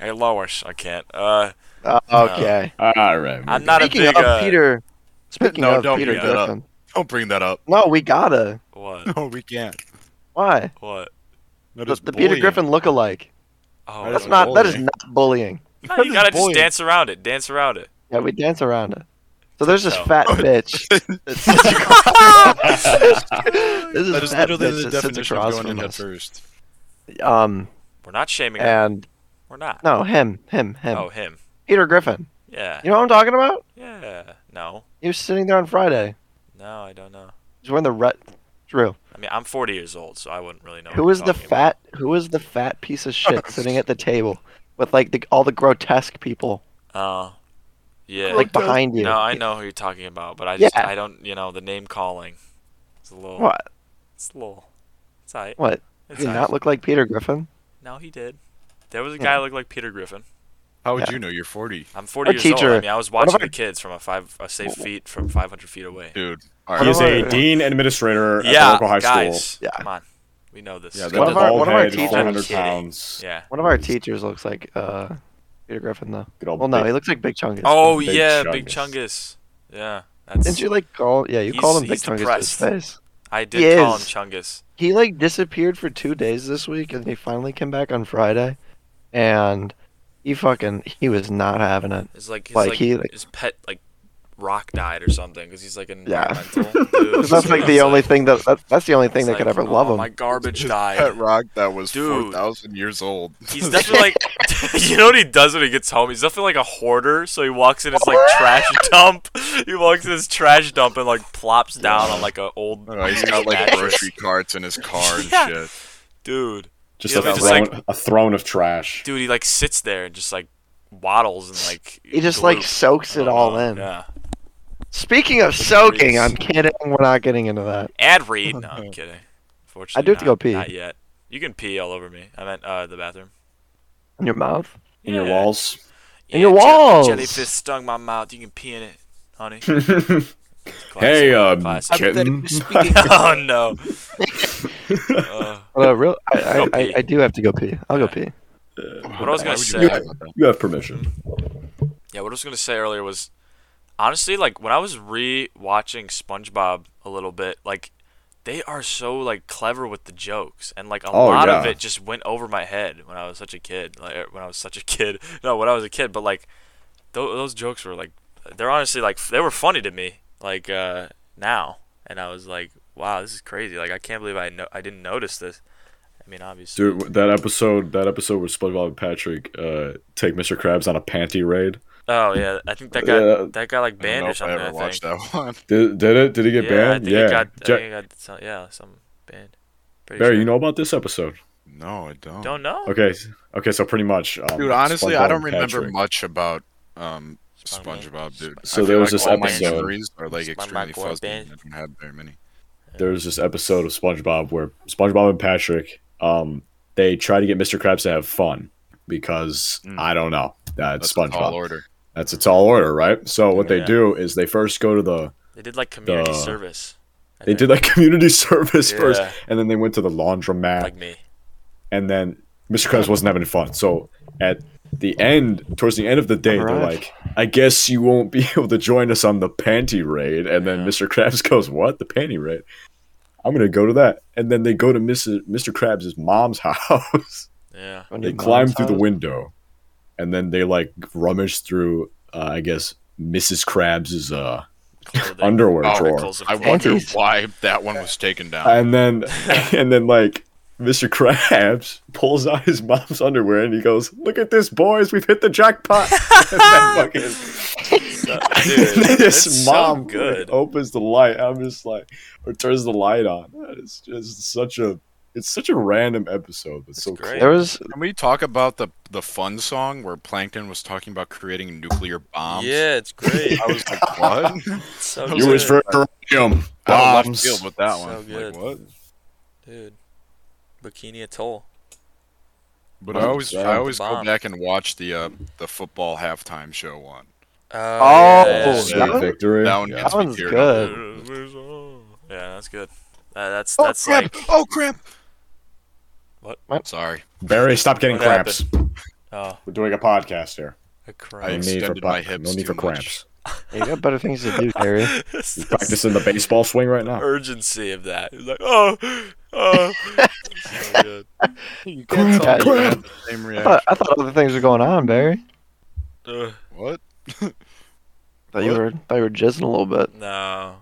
Speaker 2: Hey, Lowish, I can't. Uh,
Speaker 1: Uh, okay.
Speaker 3: All right.
Speaker 2: I'm not a
Speaker 1: Speaking
Speaker 2: big.
Speaker 1: of
Speaker 2: uh,
Speaker 1: Peter. Speaking
Speaker 4: No,
Speaker 1: of
Speaker 4: don't
Speaker 1: Peter
Speaker 4: bring that up.
Speaker 1: Griffin.
Speaker 4: Don't bring that up.
Speaker 1: No, we gotta.
Speaker 2: What?
Speaker 4: No, we can't.
Speaker 1: Why?
Speaker 2: What?
Speaker 4: That
Speaker 1: The,
Speaker 4: is
Speaker 1: the Peter
Speaker 4: bullying.
Speaker 1: Griffin look-alike.
Speaker 2: Oh,
Speaker 4: That
Speaker 1: That's
Speaker 4: is
Speaker 1: not. That is
Speaker 4: bullying.
Speaker 1: not bullying.
Speaker 2: No,
Speaker 4: That
Speaker 2: you
Speaker 4: is
Speaker 2: gotta just
Speaker 4: bullying.
Speaker 2: dance around it. Dance around it.
Speaker 1: Yeah, we dance around it. So there's this
Speaker 2: So-
Speaker 1: fat bitch. this
Speaker 4: That
Speaker 1: is
Speaker 4: is
Speaker 1: fat
Speaker 4: literally
Speaker 1: bitch
Speaker 4: the
Speaker 1: that sits
Speaker 4: definition of
Speaker 1: across
Speaker 4: going in
Speaker 1: from
Speaker 4: head
Speaker 1: us.
Speaker 4: first.
Speaker 1: Um,
Speaker 2: We're not shaming him.
Speaker 1: and
Speaker 2: We're not.
Speaker 1: no, him, him, him.
Speaker 2: Oh, him.
Speaker 1: Peter Griffin.
Speaker 2: Yeah.
Speaker 1: You know what I'm talking about?
Speaker 2: Yeah. No.
Speaker 1: He was sitting there on Friday.
Speaker 2: No, I don't know.
Speaker 1: He's wearing the red. Drew.
Speaker 2: I mean, I'm 40 years old, so I wouldn't really know.
Speaker 1: Who
Speaker 2: what
Speaker 1: is
Speaker 2: you're
Speaker 1: the
Speaker 2: talking about.
Speaker 1: fat? Who is the fat piece of shit sitting at the table with like the, all the grotesque people
Speaker 2: Oh. yeah.
Speaker 1: like behind you?
Speaker 2: No, I know who you're talking about, but I just
Speaker 1: Yeah.
Speaker 2: I don't. You know the name calling. It's a little.
Speaker 1: What?
Speaker 2: It's a little. It's alright.
Speaker 1: What?
Speaker 2: It's
Speaker 1: Did he
Speaker 2: alright.
Speaker 1: not look like Peter Griffin?
Speaker 2: No, he did. There was a guy that looked like Peter Griffin.
Speaker 4: How would
Speaker 1: Yeah.
Speaker 4: you know? You're 40,
Speaker 2: I'm 40
Speaker 1: Our
Speaker 2: years old. I
Speaker 1: teacher-
Speaker 2: mean, I was
Speaker 1: one of
Speaker 2: watching
Speaker 1: our-
Speaker 2: the kids from a five a safe feet from 500 feet away.
Speaker 4: dude. All
Speaker 1: What
Speaker 4: right.
Speaker 3: He's
Speaker 1: about-
Speaker 3: a dean administrator at the
Speaker 2: yeah,
Speaker 3: local high
Speaker 2: guys.
Speaker 3: school.
Speaker 1: Yeah.
Speaker 2: Come on. We know this.
Speaker 4: Yeah,
Speaker 3: He's
Speaker 4: that
Speaker 3: got
Speaker 1: One
Speaker 3: a
Speaker 1: of our-
Speaker 3: bald
Speaker 1: one of our
Speaker 3: head,
Speaker 1: teachers-
Speaker 3: 400
Speaker 2: Kidding.
Speaker 3: pounds.
Speaker 2: yeah.
Speaker 1: One of our teachers looks like uh, Peter Griffin though.
Speaker 3: Good old
Speaker 1: Well, no,
Speaker 3: big-
Speaker 1: he looks like Big Chungus.
Speaker 2: Oh
Speaker 3: Big
Speaker 2: yeah, Big Chungus.
Speaker 3: Chungus.
Speaker 2: Yeah, that's.
Speaker 1: Didn't you like call? Yeah, you called him Big
Speaker 2: He's-
Speaker 1: Chungus
Speaker 2: he's
Speaker 1: to his face.
Speaker 2: I did
Speaker 1: He
Speaker 2: call
Speaker 1: is.
Speaker 2: him Chungus.
Speaker 1: He like disappeared for two days this week, and he finally came back on Friday, and he fucking he was not having it.
Speaker 2: It's like his,
Speaker 1: Like,
Speaker 2: like,
Speaker 1: he, like-
Speaker 2: his pet like rock died or something because he's like an
Speaker 1: Yeah.
Speaker 2: environmental dude.
Speaker 1: 'Cause that's like the
Speaker 2: It's
Speaker 1: only thing that, that that's the only
Speaker 2: it's
Speaker 1: thing that could
Speaker 2: like,
Speaker 1: ever love
Speaker 2: "Oh,
Speaker 1: him.
Speaker 2: My garbage
Speaker 4: Pet
Speaker 2: died.
Speaker 4: rock that was
Speaker 2: Dude.
Speaker 4: 4,000 years old.
Speaker 2: He's definitely like, you know what he does when he gets home? He's definitely like a hoarder. So he walks in his like trash dump. He walks in his trash dump and like plops down on like an old
Speaker 4: I don't know, Oh, he's got like
Speaker 2: mattress.
Speaker 4: grocery carts in his car and
Speaker 2: Yeah.
Speaker 4: shit.
Speaker 2: dude.
Speaker 3: Just,
Speaker 2: Yeah,
Speaker 3: a,
Speaker 2: but just
Speaker 3: throne,
Speaker 2: like-
Speaker 3: a throne of trash.
Speaker 2: Dude, he like sits there and just like waddles and like
Speaker 1: He just like
Speaker 2: gloop.
Speaker 1: soaks it
Speaker 2: I don't
Speaker 1: all
Speaker 2: know.
Speaker 1: in.
Speaker 2: Yeah,
Speaker 1: Speaking of soaking,
Speaker 2: breeze.
Speaker 1: I'm kidding. We're not getting into that.
Speaker 2: and read. No, I'm kidding. Fortunately,
Speaker 1: I do have to
Speaker 2: not-
Speaker 1: go pee.
Speaker 2: Not yet. You can pee all over me. I meant uh, the bathroom.
Speaker 1: In your mouth.
Speaker 3: In your
Speaker 2: Yeah.
Speaker 3: walls.
Speaker 1: In your
Speaker 2: je-
Speaker 1: walls.
Speaker 2: jellyfish stung my mouth. You can pee in it, honey.
Speaker 3: Hey, um,
Speaker 2: Classic.
Speaker 3: kitten.
Speaker 2: oh no. Uh,
Speaker 1: But, uh, real, I, I,
Speaker 2: Go
Speaker 1: I,
Speaker 2: pee.
Speaker 1: I do have to go pee. I'll go pee.
Speaker 2: what I was gonna say,
Speaker 4: Why would you do that?
Speaker 3: You have permission.
Speaker 2: yeah, what I was gonna say earlier was, honestly, like when I was re-watching SpongeBob a little bit, like they are so like clever with the jokes, and like a
Speaker 3: Oh,
Speaker 2: lot of
Speaker 3: yeah.
Speaker 2: it just went over my head when I was such a kid. Like er, when I was such a kid, no, when I was a kid, but like tho- those jokes were like, they're honestly like f- they were funny to me. Like uh, now, and I was like, wow, this is crazy. Like I can't believe I no- I didn't notice this. I mean, obviously.
Speaker 3: Dude, that episode, that episode where SpongeBob and Patrick uh, take Mr. Krabs on a panty raid.
Speaker 2: Oh yeah, I think that got
Speaker 3: Yeah.
Speaker 2: that got like
Speaker 4: I don't
Speaker 2: banned
Speaker 4: know
Speaker 2: or
Speaker 4: if I
Speaker 2: something. I,
Speaker 4: ever watched
Speaker 2: think.
Speaker 4: that one.
Speaker 3: Did, did it? Did he get
Speaker 2: yeah, I
Speaker 3: banned?
Speaker 2: think
Speaker 3: yeah.
Speaker 2: it got. I
Speaker 3: Ja-
Speaker 2: think it got some, yeah, some banned. Pretty
Speaker 3: Barry,
Speaker 2: sure.
Speaker 3: you know about this episode?
Speaker 4: No, I don't.
Speaker 2: Don't know.
Speaker 3: Okay. Okay, so pretty much. Um,
Speaker 4: Dude, honestly,
Speaker 3: SpongeBob
Speaker 4: I
Speaker 3: and
Speaker 4: don't remember
Speaker 3: Patrick-
Speaker 4: much about um,
Speaker 2: SpongeBob.
Speaker 4: SpongeBob, dude. I
Speaker 3: So
Speaker 4: feel
Speaker 3: there was
Speaker 4: like
Speaker 3: this
Speaker 4: all my
Speaker 3: episode-
Speaker 4: memories are like
Speaker 2: SpongeBob
Speaker 4: extremely
Speaker 2: Boy
Speaker 4: fuzzy.
Speaker 2: Band.
Speaker 4: and I don't have very many.
Speaker 3: there's this episode of SpongeBob where SpongeBob and Patrick, um, they try to get Mr. Krabs to have fun because
Speaker 4: Mm.
Speaker 3: I don't know. That's,
Speaker 4: That's a
Speaker 3: SpongeBob.
Speaker 4: tall order.
Speaker 3: That's a tall order, right? So what they
Speaker 2: Yeah.
Speaker 3: do is they first go to the
Speaker 2: They did like community
Speaker 3: Duh.
Speaker 2: service. I
Speaker 3: they
Speaker 2: think.
Speaker 3: did like community service
Speaker 2: Yeah.
Speaker 3: first, and then they went to the laundromat,
Speaker 2: like me.
Speaker 3: and then Mr. Krabs wasn't having fun. So at the end, towards the end of the day, they're
Speaker 1: Alright.
Speaker 3: like, "I guess you won't be able to join us on the panty raid." And then Mr. Krabs goes, "What? The panty raid? I'm gonna go to that." And then they go to Mrs. Mr. Krabs' mom's house.
Speaker 2: Yeah.
Speaker 1: When
Speaker 3: They
Speaker 1: your
Speaker 3: climb
Speaker 1: mom's
Speaker 3: through the
Speaker 1: house-
Speaker 3: window, and then they like rummage through, uh, I guess, Mrs. Krabs' uh,
Speaker 2: Clothing.
Speaker 3: underwear
Speaker 4: Oh,
Speaker 3: drawer.
Speaker 2: Articles of
Speaker 4: I
Speaker 2: clothing.
Speaker 4: wonder
Speaker 1: Panties.
Speaker 4: why that one was taken down.
Speaker 3: and then and then like Mr. Krabs pulls out his mom's underwear and he goes, "Look at this, boys! We've hit the jackpot!" and then fucking,
Speaker 2: Dude,
Speaker 3: this
Speaker 2: it's
Speaker 3: mom
Speaker 2: so good.
Speaker 3: opens the light. I'm just like, or turns the light on. It's just such a, it's such a random episode, but so
Speaker 2: great.
Speaker 3: cool.
Speaker 1: There was
Speaker 4: Can we talk about the the fun song where Plankton was talking about creating nuclear bombs?
Speaker 2: Yeah, it's great.
Speaker 4: I was like, what?
Speaker 2: It's so
Speaker 4: You
Speaker 2: good.
Speaker 4: was Um,
Speaker 3: for uranium
Speaker 4: Out of left field with that
Speaker 2: So
Speaker 4: one.
Speaker 2: good.
Speaker 4: Like what?
Speaker 2: Dude. Bikini Atoll.
Speaker 4: But
Speaker 3: Bombs,
Speaker 4: I always
Speaker 3: yeah.
Speaker 4: I always go
Speaker 2: Bombs.
Speaker 4: back and watch the uh, the football halftime show one.
Speaker 1: Oh,
Speaker 2: yeah.
Speaker 1: that one-
Speaker 3: victory.
Speaker 4: That one
Speaker 3: Yeah.
Speaker 4: gets
Speaker 1: That
Speaker 4: me
Speaker 1: one's
Speaker 4: teared
Speaker 1: good.
Speaker 4: up.
Speaker 2: Yeah, that's good. Uh, that's
Speaker 4: Oh
Speaker 2: that's
Speaker 4: crap!
Speaker 2: like
Speaker 4: Oh crap!
Speaker 2: What?
Speaker 4: Sorry,
Speaker 3: Barry, stop getting
Speaker 2: What
Speaker 3: cramps.
Speaker 2: oh
Speaker 3: We're doing a podcast here.
Speaker 2: a
Speaker 4: I
Speaker 3: No
Speaker 2: crime.
Speaker 4: ex-
Speaker 3: need for,
Speaker 4: extended my
Speaker 3: bu-
Speaker 4: hips
Speaker 3: no need
Speaker 4: too
Speaker 3: for
Speaker 4: much.
Speaker 3: cramps.
Speaker 1: you got better things to do, Harry.
Speaker 2: This-
Speaker 3: You
Speaker 2: this
Speaker 3: practicing the baseball swing right now.
Speaker 2: urgency of that. He's like, oh, oh. so good.
Speaker 4: you
Speaker 1: can't tell me you had
Speaker 4: the same
Speaker 1: I
Speaker 4: reaction.
Speaker 1: thought, I thought other things were going on, Barry.
Speaker 2: Ugh,
Speaker 4: What?
Speaker 1: Thought you
Speaker 4: What?
Speaker 1: were thought you were jizzing a little bit.
Speaker 2: no,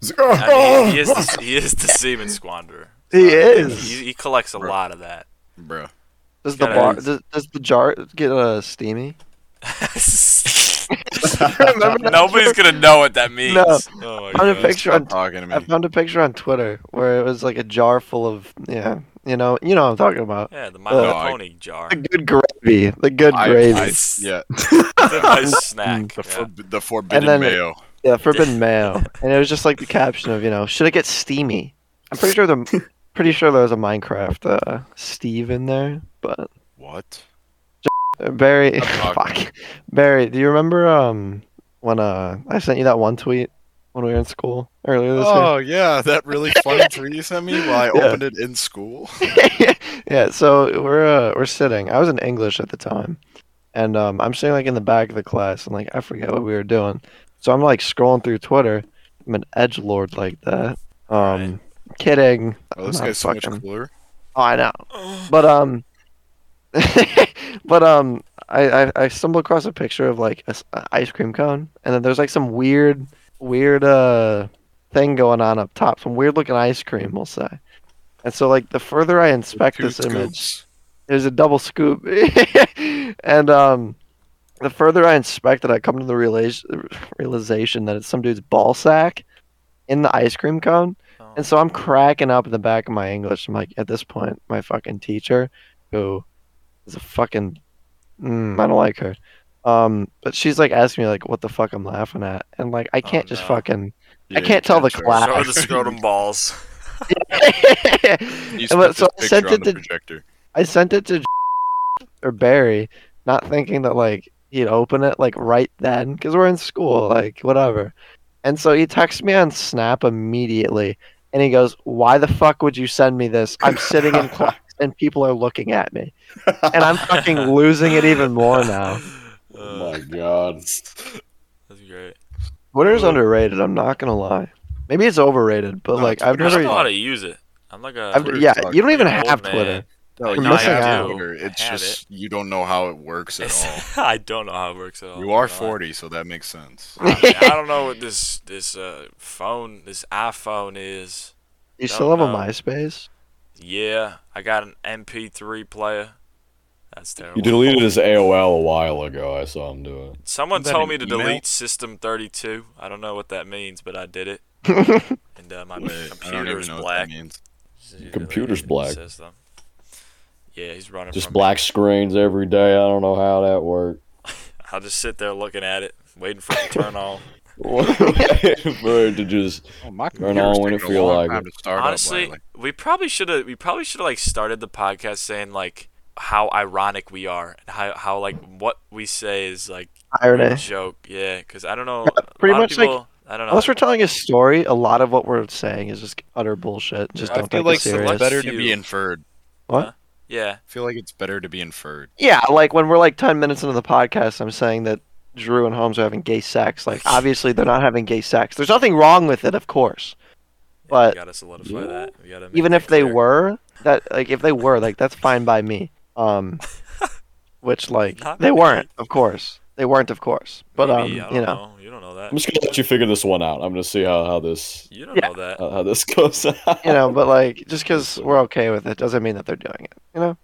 Speaker 3: It's like,
Speaker 2: I mean, he, he is
Speaker 3: "Oh!"
Speaker 2: the, he is the semen squanderer.
Speaker 1: He
Speaker 2: He,
Speaker 1: is.
Speaker 2: he collects a
Speaker 4: Bro.
Speaker 2: lot of that.
Speaker 4: Bruh.
Speaker 1: Does the
Speaker 2: gotta-
Speaker 1: bar does, does the jar get uh, steamy? Remember that
Speaker 2: Nobody's gonna know what that means.
Speaker 1: No.
Speaker 2: Oh my
Speaker 1: I found a
Speaker 2: gosh.
Speaker 1: picture
Speaker 4: Stop
Speaker 1: on
Speaker 4: talking to
Speaker 1: I
Speaker 4: me.
Speaker 1: found a picture on Twitter where it was like a jar full of yeah, you know, you know what I'm talking about.
Speaker 2: Yeah, the My Little
Speaker 4: No, I-
Speaker 2: Pony jar.
Speaker 1: Uh, The good gravy, the good
Speaker 4: I-
Speaker 1: gravy.
Speaker 4: I- yeah,
Speaker 2: It's a nice snack.
Speaker 4: the,
Speaker 2: yeah.
Speaker 4: forb- the forbidden
Speaker 1: then-
Speaker 4: mayo.
Speaker 1: Yeah, forbidden mayo. And it was just like the caption of, you know, should it get steamy? I'm pretty sure the pretty sure there was a Minecraft uh, Steve in there, but
Speaker 4: What?
Speaker 1: uh, Barry
Speaker 4: Stop talking.
Speaker 1: fuck. Barry, do you remember um when uh I sent you that one tweet when we were in school earlier this
Speaker 4: Oh yeah, that really funny tweet you sent me while I
Speaker 1: Yeah.
Speaker 4: opened it in school.
Speaker 1: year? yeah, so we're uh, we're sitting. I was in English at the time. And um, I'm sitting like in the back of the class and like I forget what we were doing. So I'm like scrolling through Twitter. I'm an edge lord like that. Um kidding.
Speaker 4: Oh, this
Speaker 1: I'm not
Speaker 4: guy's so much
Speaker 1: fucking-
Speaker 4: cooler.
Speaker 1: Oh, I know. But um, but um, I, I I stumbled across a picture of like an ice cream cone, and then there's like some weird weird uh thing going on up top, some weird looking ice cream, we'll say. And so like the further I inspect
Speaker 4: Two
Speaker 1: this image,
Speaker 4: scoops.
Speaker 1: there's a double scoop, and um, the further I inspect it, I come to the realization realization that it's some dude's ball sack in the ice cream cone.
Speaker 2: Oh.
Speaker 1: And so I'm cracking up in the back of my English. I'm like, at this point, my fucking teacher, who is a fucking, mm, I don't like her. Um, but she's like asking me like, what the fuck I'm laughing at, and like I
Speaker 2: Oh,
Speaker 1: can't just
Speaker 2: no.
Speaker 1: fucking.
Speaker 4: Yeah,
Speaker 1: I can't
Speaker 4: you
Speaker 1: tell the
Speaker 4: show it.
Speaker 1: class.
Speaker 2: Show her the scrotum balls.
Speaker 4: You
Speaker 1: And
Speaker 4: spit
Speaker 1: so I
Speaker 4: this
Speaker 1: sent
Speaker 4: picture on
Speaker 1: it to Oh,
Speaker 4: the projector.
Speaker 1: I sent it to or Barry, not thinking that like he'd open it like right then because we're in school, like whatever. And so he texts me on Snap immediately, and he goes, "Why the fuck would you send me this? I'm sitting in class and people are looking at me, and I'm fucking losing it even more now."
Speaker 3: Oh
Speaker 2: Uh,
Speaker 3: my god.
Speaker 2: that's great.
Speaker 1: Twitter's underrated. I'm not gonna lie. Maybe it's overrated, but
Speaker 4: No,
Speaker 1: like
Speaker 4: Twitter's
Speaker 1: I've
Speaker 2: I don't know how
Speaker 1: never.
Speaker 2: to use it. I'm like a.
Speaker 1: I've,
Speaker 4: Twitter's
Speaker 1: yeah,
Speaker 4: like
Speaker 1: you don't even
Speaker 2: old
Speaker 1: have
Speaker 2: man.
Speaker 1: Twitter.
Speaker 4: No,
Speaker 1: You're
Speaker 4: you
Speaker 1: missing
Speaker 4: have
Speaker 1: out.
Speaker 4: Twitter. It's
Speaker 2: I have
Speaker 4: just you don't know how it works at all.
Speaker 2: It's- I don't know how it works at all.
Speaker 4: You are
Speaker 2: I'm not-
Speaker 4: 40, so that makes sense.
Speaker 2: I, mean, I don't know what this this uh, phone, this iPhone is.
Speaker 1: You still have a
Speaker 2: know.
Speaker 1: MySpace?
Speaker 2: Yeah, I got an MP3 player. That's terrible.
Speaker 3: You deleted his AOL a while ago. I saw him do it.
Speaker 2: Someone
Speaker 4: Isn't that
Speaker 2: told
Speaker 4: an
Speaker 2: me to
Speaker 4: email?
Speaker 2: delete System 32. I don't know what that means, but I did it. and uh, my
Speaker 4: Wait, I don't even
Speaker 2: computer is
Speaker 4: know what
Speaker 2: black.
Speaker 4: that means.
Speaker 3: Computer's black.
Speaker 2: System. Yeah, he's running.
Speaker 3: Just
Speaker 2: from
Speaker 3: black screens every day. I don't know how that worked.
Speaker 2: Me. I'll just sit there looking at it, waiting for it to turn on.
Speaker 3: Bro, to just
Speaker 4: Oh, my
Speaker 3: Turn
Speaker 4: computer's
Speaker 3: on when
Speaker 4: taking
Speaker 3: it
Speaker 4: a
Speaker 3: feel
Speaker 4: long
Speaker 3: like
Speaker 4: time
Speaker 3: it.
Speaker 4: to start up
Speaker 2: Honestly,
Speaker 4: lately.
Speaker 2: we probably should have. We probably should have like started the podcast saying like how ironic we are and how how like what we say is like a
Speaker 1: Irony.
Speaker 2: joke. Yeah, because I don't know.
Speaker 1: Yeah, pretty
Speaker 2: a lot of
Speaker 1: much, like,
Speaker 2: people- I don't know.
Speaker 1: Unless we're telling a story, a lot of what we're saying is just utter bullshit. Just
Speaker 4: I
Speaker 1: don't
Speaker 4: feel
Speaker 1: take
Speaker 4: like
Speaker 1: it
Speaker 4: it's
Speaker 1: serious.
Speaker 4: better
Speaker 2: Few.
Speaker 4: to be inferred.
Speaker 1: What?
Speaker 2: Huh? Yeah.
Speaker 4: I feel like it's better to be inferred.
Speaker 1: Yeah, like when we're like 10 minutes into the podcast, I'm saying that Drew and Holmes are having gay sex. Like, obviously, they're not having gay sex. There's nothing wrong with it, of course.
Speaker 2: we
Speaker 1: But
Speaker 2: gotta solidify
Speaker 3: Yeah.
Speaker 2: that. We gotta make
Speaker 1: even
Speaker 2: that
Speaker 1: if they
Speaker 2: clear.
Speaker 1: were, that, like, if they were, like, that's fine by me. Um, which, like,
Speaker 2: Not
Speaker 1: they
Speaker 2: me.
Speaker 1: weren't, of course. They weren't, of course. But, um,
Speaker 2: Maybe, I
Speaker 1: you
Speaker 2: don't
Speaker 1: know,
Speaker 2: you don't know that.
Speaker 3: I'm just gonna let you figure this one out. I'm gonna see how, how this
Speaker 2: You don't
Speaker 1: Yeah.
Speaker 2: know that.
Speaker 3: how, how this goes.
Speaker 1: you know, but, like, just because we're okay with it doesn't mean that they're doing it, you know?